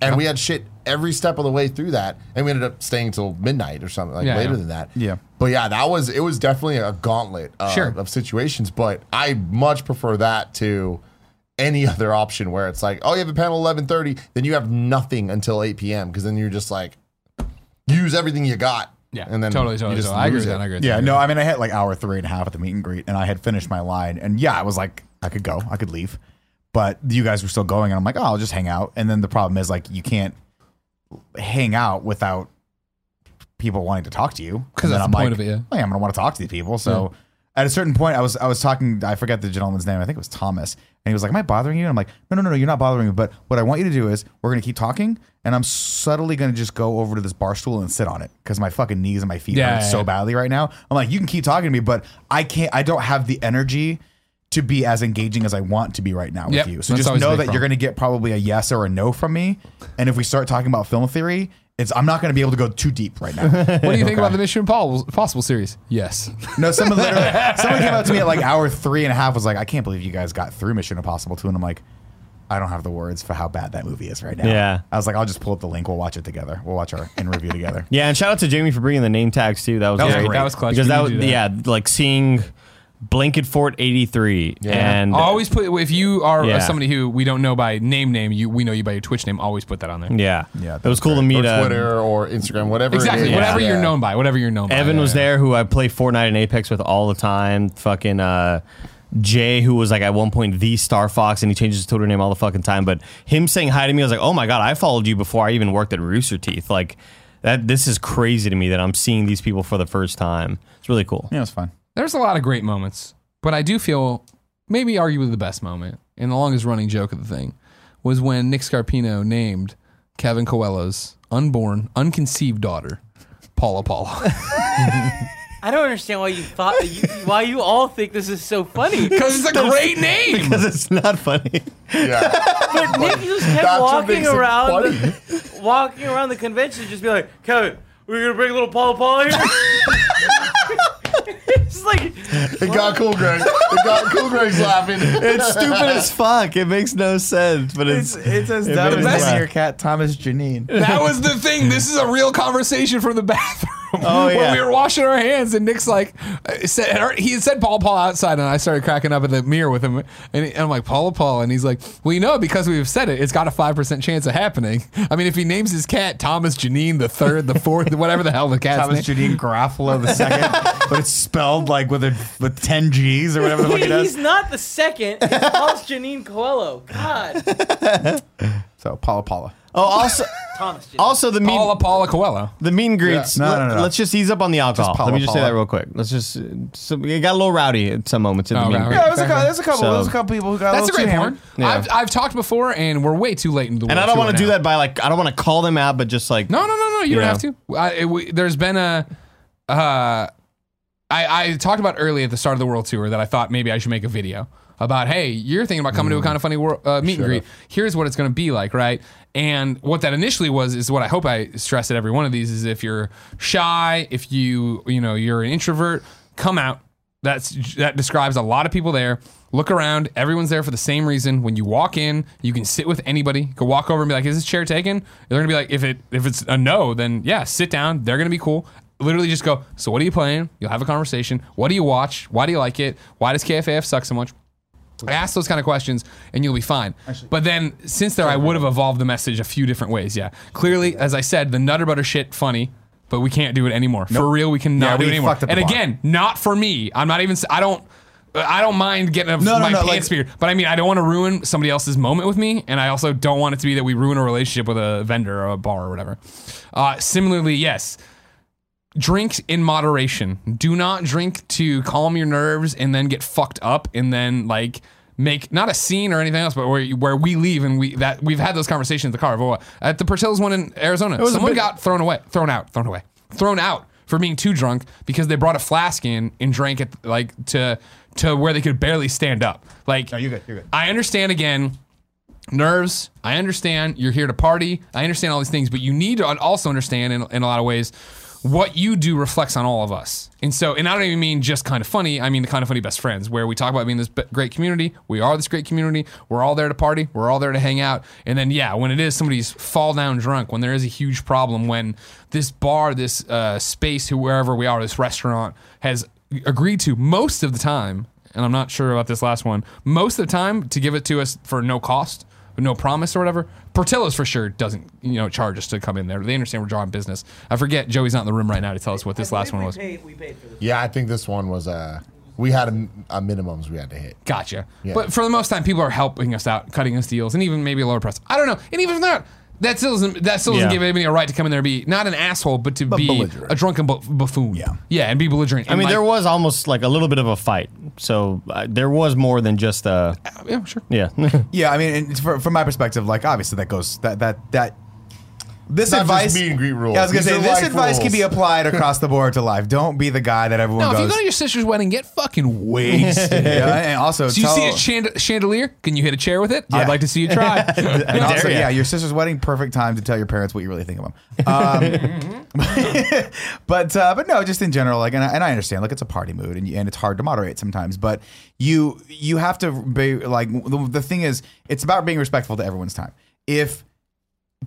and we had shit every step of the way through that, and we ended up staying till midnight or something like
Yeah,
later
yeah.
than that.
Yeah.
but yeah, that was it was definitely a gauntlet uh,
Sure.
of situations, but I much prefer that to any other option where it's like, oh, you have a panel eleven thirty, then you have nothing until eight p.m. because then you're just like use everything you got.
yeah,
and then
totally,
you
totally.
just
totally. I agree
lose
with
it.
that. I agree. With
Yeah,
that.
no, I mean, I had like hour three and a half at the meet and greet, and I had finished my line, and yeah, I was like, I could go, I could leave, but you guys were still going, and I'm like, oh, I'll just hang out. And then the problem is like, you can't hang out without people wanting to talk to you
'Cause
And then
that's
I'm
the point
like,
of it, yeah.
"Oh, I'm gonna want to talk to these people. So at a certain point, I was I was talking, I forget the gentleman's name, I think it was Thomas, and he was like, "Am I bothering you?" And I'm like, "No, no, no, no, you're not bothering me. But what I want you to do is we're gonna keep talking." And I'm subtly gonna just go over to this bar stool and sit on it because my fucking knees and my feet
Yeah,
hurt
yeah,
so
yeah.
badly right now. I'm like, you can keep talking to me, but I can't. I don't have the energy to be as engaging as I want to be right now
Yep,
with you. So
that's
just
always a
know
big
that you're
problem.
going to get probably a yes or a no from me. And if we start talking about film theory, it's I'm not going to be able to go too deep right now.
What do you think about the Mission Impossible Possible series? Yes.
no, someone literally someone came up to me at like hour three and a half was like, I can't believe you guys got through Mission Impossible two, and I'm like. I don't have the words for how bad that movie is right now.
Yeah.
I was like, I'll just pull up the link. We'll watch it together. We'll watch our in review together.
Yeah, and shout out to Jamie for bringing the name tags too. That was
That was
great.
great. That was clutch.
because
We
that was
didn't do
yeah, like seeing Blanket Fort eighty three and
always put if you are
Yeah.
somebody who we don't know by name name you we know you by your Twitch name. Always put that on there.
yeah,
Yeah, that
It was
was
cool to meet
or
uh,
Twitter or Instagram, whatever. it
Exactly.
is.
Whatever
Yeah.
you're known by. Whatever you're known by.
Evan was there, who I play Fortnite and Apex with all the time. Fucking uh, Jay, who was like at one point the Star Fox, and he changes his Twitter name all the fucking time. But him saying hi to me, I was like, oh my god, I followed you before I even worked at Rooster Teeth. Like that, this is crazy to me that I'm seeing these people for the first time. It's really cool.
Yeah, it was fun.
There's a lot of great moments, but I do feel maybe arguably the best moment and the longest running joke of the thing was when Nick Scarpino named Kevin Coelho's unborn, unconceived daughter Paula Paula.
I don't understand why you thought you, why you all think this is so funny.
Because it's a great name.
Because it's not funny.
Yeah.
But Nick just
That's
kept
what
walking
makes it
around,
funny.
the, walking around the convention, just be like, Kevin, we're gonna bring little Paul Paul here. it's like
It got cool, Greg. It got cool, Greg's laughing.
It's stupid as fuck. It makes no sense, but it's
it's as
dumb made as me laugh.
cat Thomas Janine.
That was the thing. This is a real conversation from the bathroom.
Oh,
When
yeah.
we were washing our hands, and Nick's like, uh, said, or he had said Paul Paul outside, and I started cracking up at the mirror with him. And, he- and I'm like, Paula Paul. And he's like, Well, you know, because we've said it, it's got a 5% chance of happening. I mean, if he names his cat Thomas Janine the third, the fourth, whatever the hell the cat's
Thomas
name-
Judine Garofalo the second, but it's spelled like with a with ten G's or whatever the fuck it
he's
is.
not the second. It's Paul's Janine Coelho. God,
So Paula Paula.
oh also
Thomas. Janine.
also the meat
Paula Paula Coelho.
the mean greets.
Yeah. No,
let-
no, no.
Let's just ease up on the alcohol.
Just
Let me
Paula,
just say that
Paula.
real quick. Let's just so it got a little rowdy at some moments. At the
Oh,
meet and
right,
greet.
right.
Yeah, there's a couple. There's a couple.
So-
there's a couple people who got
That's a
a little
great
too hammered.
porn.
Yeah.
I've, I've talked before, and we're way too late in the
And I don't want to do that by like I don't want to call them out, but just like
No, no, no, no. You don't
Yeah.
have to. I, it, we, there's been a. Uh, I, I talked about early at the start of the world tour that I thought maybe I should make a video about. Hey, you're thinking about coming to a kind of funny world, uh, meet and greet. Here's what it's going to be like, right? And what that initially was is what I hope I stress at every one of these is if you're shy, if you you know you're an introvert, come out. That's that describes a lot of people there. Look around. Everyone's there for the same reason. When you walk in, you can sit with anybody. You can walk over and be like, "Is this chair taken?" They're gonna be like, "If it if it's a no, then yeah, sit down." They're gonna be cool literally just go, so what are you playing? You'll have a conversation. What do you watch? Why do you like it? Why does KFAF suck so much? Ask those kind of questions and you'll be fine. but then since there, I would have evolved the message a few different ways. Yeah. Clearly, as I said, the Nutter Butter shit funny. but we can't do it anymore. For real, we cannot
Yeah,
do
we
it anymore.
fucked up the
And
bar.
again, not for me. I'm not even. s- I don't. I don't mind getting a,
No, no,
my
no,
pants
like-
speared, but I mean, I don't want to ruin somebody else's moment with me, and I also don't want it to be that we ruin a relationship with a vendor or a bar or whatever. Uh, similarly, yes, drink in moderation. Do not drink to calm your nerves and then get fucked up and then like make not a scene or anything else, but where you- where we leave and we that we've had those conversations at the car blah, blah. at the Portillo's one in Arizona.
was a
Someone
bit-
got thrown away, thrown out, thrown away, thrown out for being too drunk because they brought a flask in and drank it like to to where they could barely stand up. Like
you're good, you're good.
I understand again nerves. I understand you're here to party. I understand all these things, but you need to also understand in, in a lot of ways what you do reflects on all of us. And so, and I don't even mean just kind of funny. I mean the kind of funny best friends, where we talk about being this b- great community. We are this great community. We're all there to party. We're all there to hang out. And then, yeah, when it is somebody's fall down drunk, when there is a huge problem, when this bar, this uh, space, who wherever we are, this restaurant has agreed to most of the time. And I'm not sure about this last one. Most of the time, to give it to us for no cost, no promise or whatever. Portillo's for sure doesn't, you know, charge us to come in there. They understand we're drawing business. I forget Joey's not in the room right now to tell us what this last one was.
Paid, we paid for this.
Yeah, I think this one was uh we had a, a minimums we had to hit.
Gotcha. But for the most time, people are helping us out, cutting us deals, and even maybe a lower price. I don't know. And even if not, that still doesn't that still doesn't
Yeah.
give anybody a right to come in there and be not an asshole, but to be
belligerent.
a drunken bu- buffoon.
Yeah.
yeah, and be belligerent.
I mean, there
was
was almost like a little bit of a fight, so uh, there was more than just uh,
yeah, sure.
yeah.
Yeah, I mean, and for, from my perspective, like obviously that goes that that that. This
Not just
advice,
meet and greet rules.
Yeah, I was gonna
These
say
are
this
life
advice can
rules.
be applied across the board to life. Don't be the guy that everyone
No, if you
goes.
go to your sister's wedding, get fucking
wasted. yeah, and also,
So you
tell-
see a chand- chandelier? Can you hit a chair with it?
Yeah.
I'd like to see you try.
and
How dare
also,
ya.
yeah, your sister's wedding, perfect time to tell your parents what you really think of them. Um, but uh, but no, just in general, like, and I, and I understand, like, it's a party mood, and you- and it's hard to moderate sometimes. But you you have to be like the, the thing is, it's about being respectful to everyone's time. If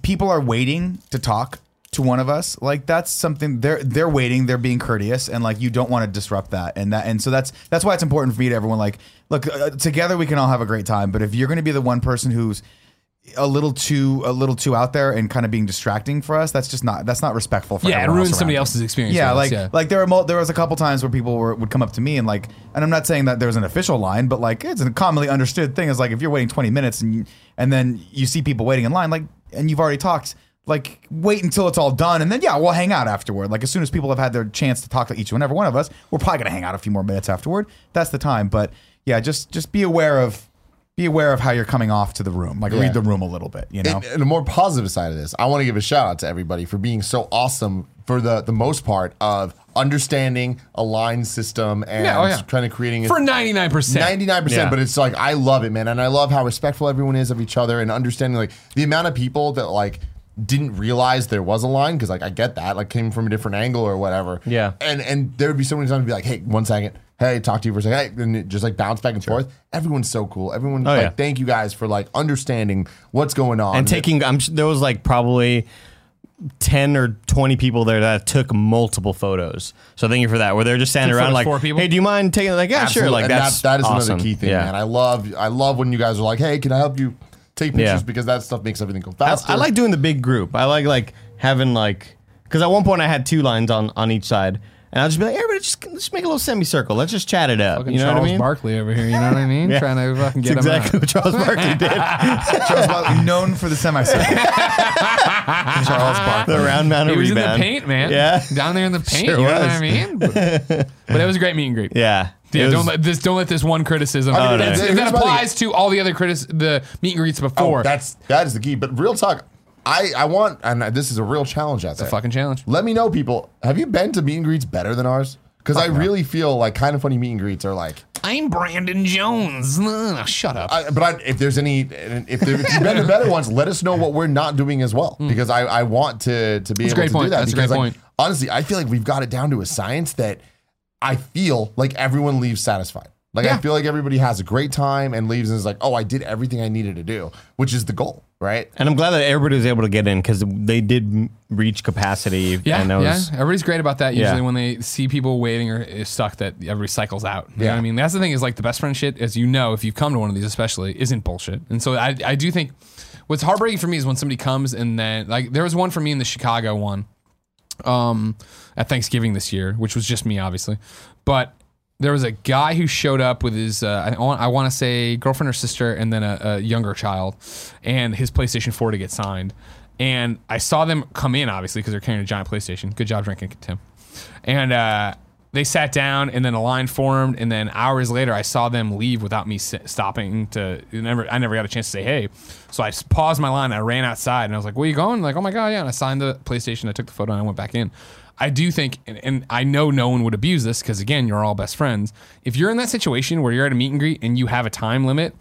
people are waiting to talk to one of us like that's something they're they're waiting they're being courteous and like you don't want to disrupt that and that and so that's that's why it's important for me to everyone like look uh, together we can all have a great time but if you're going to be the one person who's a little too a little too out there and kind of being distracting for us that's just not that's not respectful for
yeah, it
everyone
ruins
else
somebody
around you.
else's experience.
Yeah,
with us,
like like there were mul- there was a couple times where people were, would come up to me and like, and I'm not saying that there's an official line, but like it's a commonly understood thing is like if you're waiting 20 minutes and you, and then you see people waiting in line like and you've already talked. Like wait until it's all done, and then yeah, we'll hang out afterward. Like as soon as people have had their chance to talk to each and every one of us, we're probably gonna hang out a few more minutes afterward. That's the time. But yeah, just just be aware of be aware of how you're coming off to the room. Like read the room a little bit, you know.
And, and a more positive side of this, I want to give a shout out to everybody for being so awesome for the the most part of understanding a line system and
Yeah, oh, yeah.
kind of creating a-
for 99%.
99%,
Yeah.
but it's like I love it, man. And I love how respectful everyone is of each other and understanding like the amount of people that like didn't realize there was a line because like I get that, like came from a different angle or whatever.
Yeah.
And and there would be so many times to be like, hey, one second, hey, talk to you for a second, hey, and it just like bounce back and forth. Everyone's so cool. Everyone
Oh,
like
yeah.
thank you guys for like understanding what's going on.
and taking I'm, s- there was like probably 10 or 20 people there that took multiple photos so thank you for that where they're just standing
Took
around
photos for
like
people?
hey do you mind taking like yeah
Absolutely.
sure like
And
that's
that, that is
awesome.
another key thing,
yeah.
man. I love I love when you guys are like, hey, can I help you take pictures?
Yeah.
Because that stuff makes everything go
I,
faster.
I like doing the big group I like like having like because at one point I had two lines on on each side and I'll just be like everybody just just make a little semicircle let's just chat it up
Fucking
you know
Charles
what I mean
Barkley over here. You know what I mean?
Yeah.
Trying to fucking get
That's
him out.
exactly what Charles Barkley did
Charles Barkley, known for the semicircle. Charles Barkley.
the round mound
He was in
rebound.
the paint, man.
yeah
down there in the paint.
Sure
you know what
was.
I mean? But, but it was a great meet and greet.
yeah
Yeah, Oh,
It was-
don't let this don't let this one criticism.
mean,
That's-
no.
if that
Here's my
applies to all the other critis- the meet and greets before.
Oh, that's that is the key. But real talk, I I want, and this is a real challenge out there.
a fucking challenge.
Let me know, people. Have you been to meet and greets better than ours? Because I really feel like kind of funny meet and greets are like.
I'm Brandon Jones. Ugh, shut up.
I, but I, if there's any, if, there, if you've been to better ones, let us know what we're not doing as well, because I, I want to to
Hmm.
be
That's a
able
great
to
point.
do that.
That's a
because
great
like,
point.
honestly, I feel like we've got it down to a science that I feel like everyone leaves satisfied. Like
Yeah.
I feel like everybody has a great time and leaves and is like, oh, I did everything I needed to do, which is the goal, right?
And I'm glad that everybody was able to get in because they did m- reach capacity.
yeah,
and that
yeah.
was,
Everybody's great about that. Usually,
Yeah.
when they see people waiting or is stuck, that everybody cycles out. You know
Yeah.
what I mean, that's the thing is like the best friend shit, as you know, if you've come to one of these, especially, isn't bullshit. And so I, I do think what's heartbreaking for me is when somebody comes and then like there was one for me in the Chicago one. um, at Thanksgiving this year, which was just me, obviously. But there was a guy who showed up with his, uh, I, want, I want to say girlfriend or sister, and then a, a younger child, and his PlayStation 4 to get signed. And I saw them come in, obviously, because they're carrying a giant PlayStation. Good job drinking, Tim. And uh, they sat down, and then a line formed, and then hours later, I saw them leave without me s- stopping to. Never, I never got a chance to say hey, so I s- paused my line. And I ran outside, and I was like, "Where you going?" Like, "Oh my god, yeah!" And I signed the PlayStation. I took the photo, and I went back in. I do think, and, and I know no one would abuse this because again, you're all best friends. If you're in that situation where you're at a meet and greet and you have a time limit,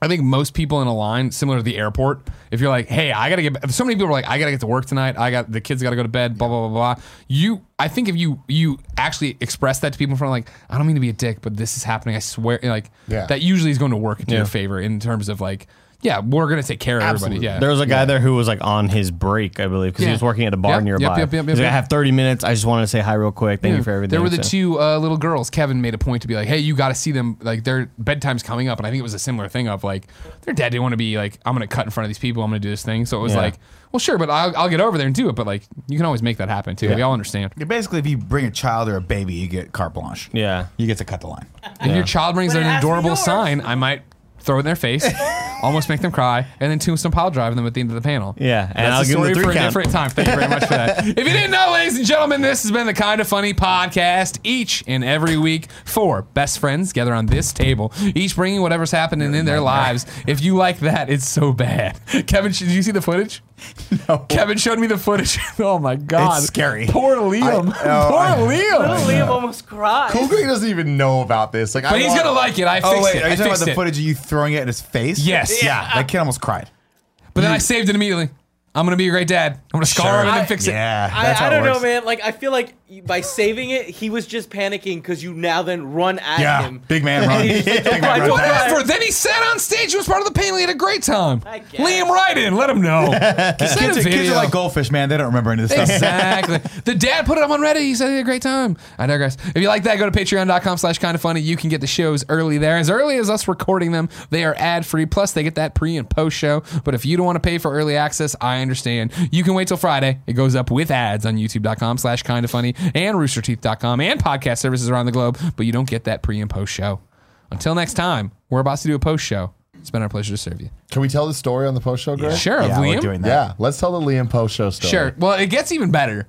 I think most people in a line, similar to the airport, if you're like, "Hey, I gotta get," so many people are like, "I gotta get to work tonight. I got the kids gotta go to bed." Blah blah blah blah. You, I think if you you actually express that to people in front, like, "I don't mean to be a dick, but this is happening. I swear," like,
Yeah.
that usually is going to work in
Yeah.
your favor in terms of like, yeah, we're gonna take care of
Absolutely.
everybody. Yeah,
There was a guy there who was like on his break, I believe, because
Yeah.
he was working at a bar
Yep, yep,
nearby.
yep, yep,
He's like,
yep.
I have 30 minutes. I just wanted to say hi real quick. Thank you for everything.
There were the
So-
two uh, little girls. Kevin made a point to be like, "Hey, you got to see them. Like their bedtime's coming up." And I think it was a similar thing of like their dad didn't want to be like, "I'm going to cut in front of these people. I'm going to do this thing." So it was
Yeah.
like, "Well, sure, but I'll, I'll get over there and do it." But like, you can always make that happen too. We all understand.
Yeah, basically, if you bring a child or a baby, you get carte blanche.
Yeah.
You get to cut the line.
If your child brings
But it
an
has to be
adorable
yours.
sign, I might throw it in their face, almost make them cry, and then tombstone pile drive them at the end of the panel.
Yeah, and
That's
I'll
a
give them
story
the three
for a
count.
different time. Thank you very much for that. if you didn't know, ladies and gentlemen, this has been the Kind of Funny podcast. Each and every week, four best friends gather on this table, each bringing whatever's happening in their lives. If you like that, it's so bad. Kevin, did you see the footage? No. Kevin showed me the footage. oh my god,
It's scary.
Poor Liam.
I- no,
Poor
I-
Little
Liam.
Liam almost cried.
Cool Green doesn't even know about this. Like, I
But he's
want-
gonna like it. I fixed
Oh, wait.
it.
Are
I
you talking about
fixed
the
it.
footage of you throwing it at his face?
Yes.
Yeah.
Yeah.
That kid almost cried.
But then I saved it immediately. I'm gonna be a great dad. I'm gonna scar him and then fix it.
Yeah.
I,
how
I
it
don't know,
works.
man. Like, I feel like y- by saving it, he was just panicking because you now then run at
Yeah.
him.
Big man run.
he's just like,
Big man
"Oh, I
run.
don't know."
Whatever. Then he sat on stage. He was part of the panel. He had a great time.
I guess.
Liam Ryden, let him know. Send
Kids,
a
are, kids
video.
are like goldfish, man. They don't remember any of this stuff.
Exactly. the dad put it up on Reddit. He said he had a great time. I digress. If you like that, go to patreon.com slash kind of funny. You can get the shows early there. As early as us recording them, they are ad free. Plus, they get that pre and post show. But if you don't want to pay for early access, I understand. You can wait till Friday. It goes up with ads on youtube.com slash kind of funny and roosterteeth.com and podcast services around the globe. But you don't get that pre and post show. Until next time, we're about to do a post show. It's been our pleasure to serve you.
Can we tell the story on the post show, Greg?
Sure,
yeah,
Liam.
we're doing that.
Yeah, let's tell the Liam post show story.
Sure. Well, it gets even better.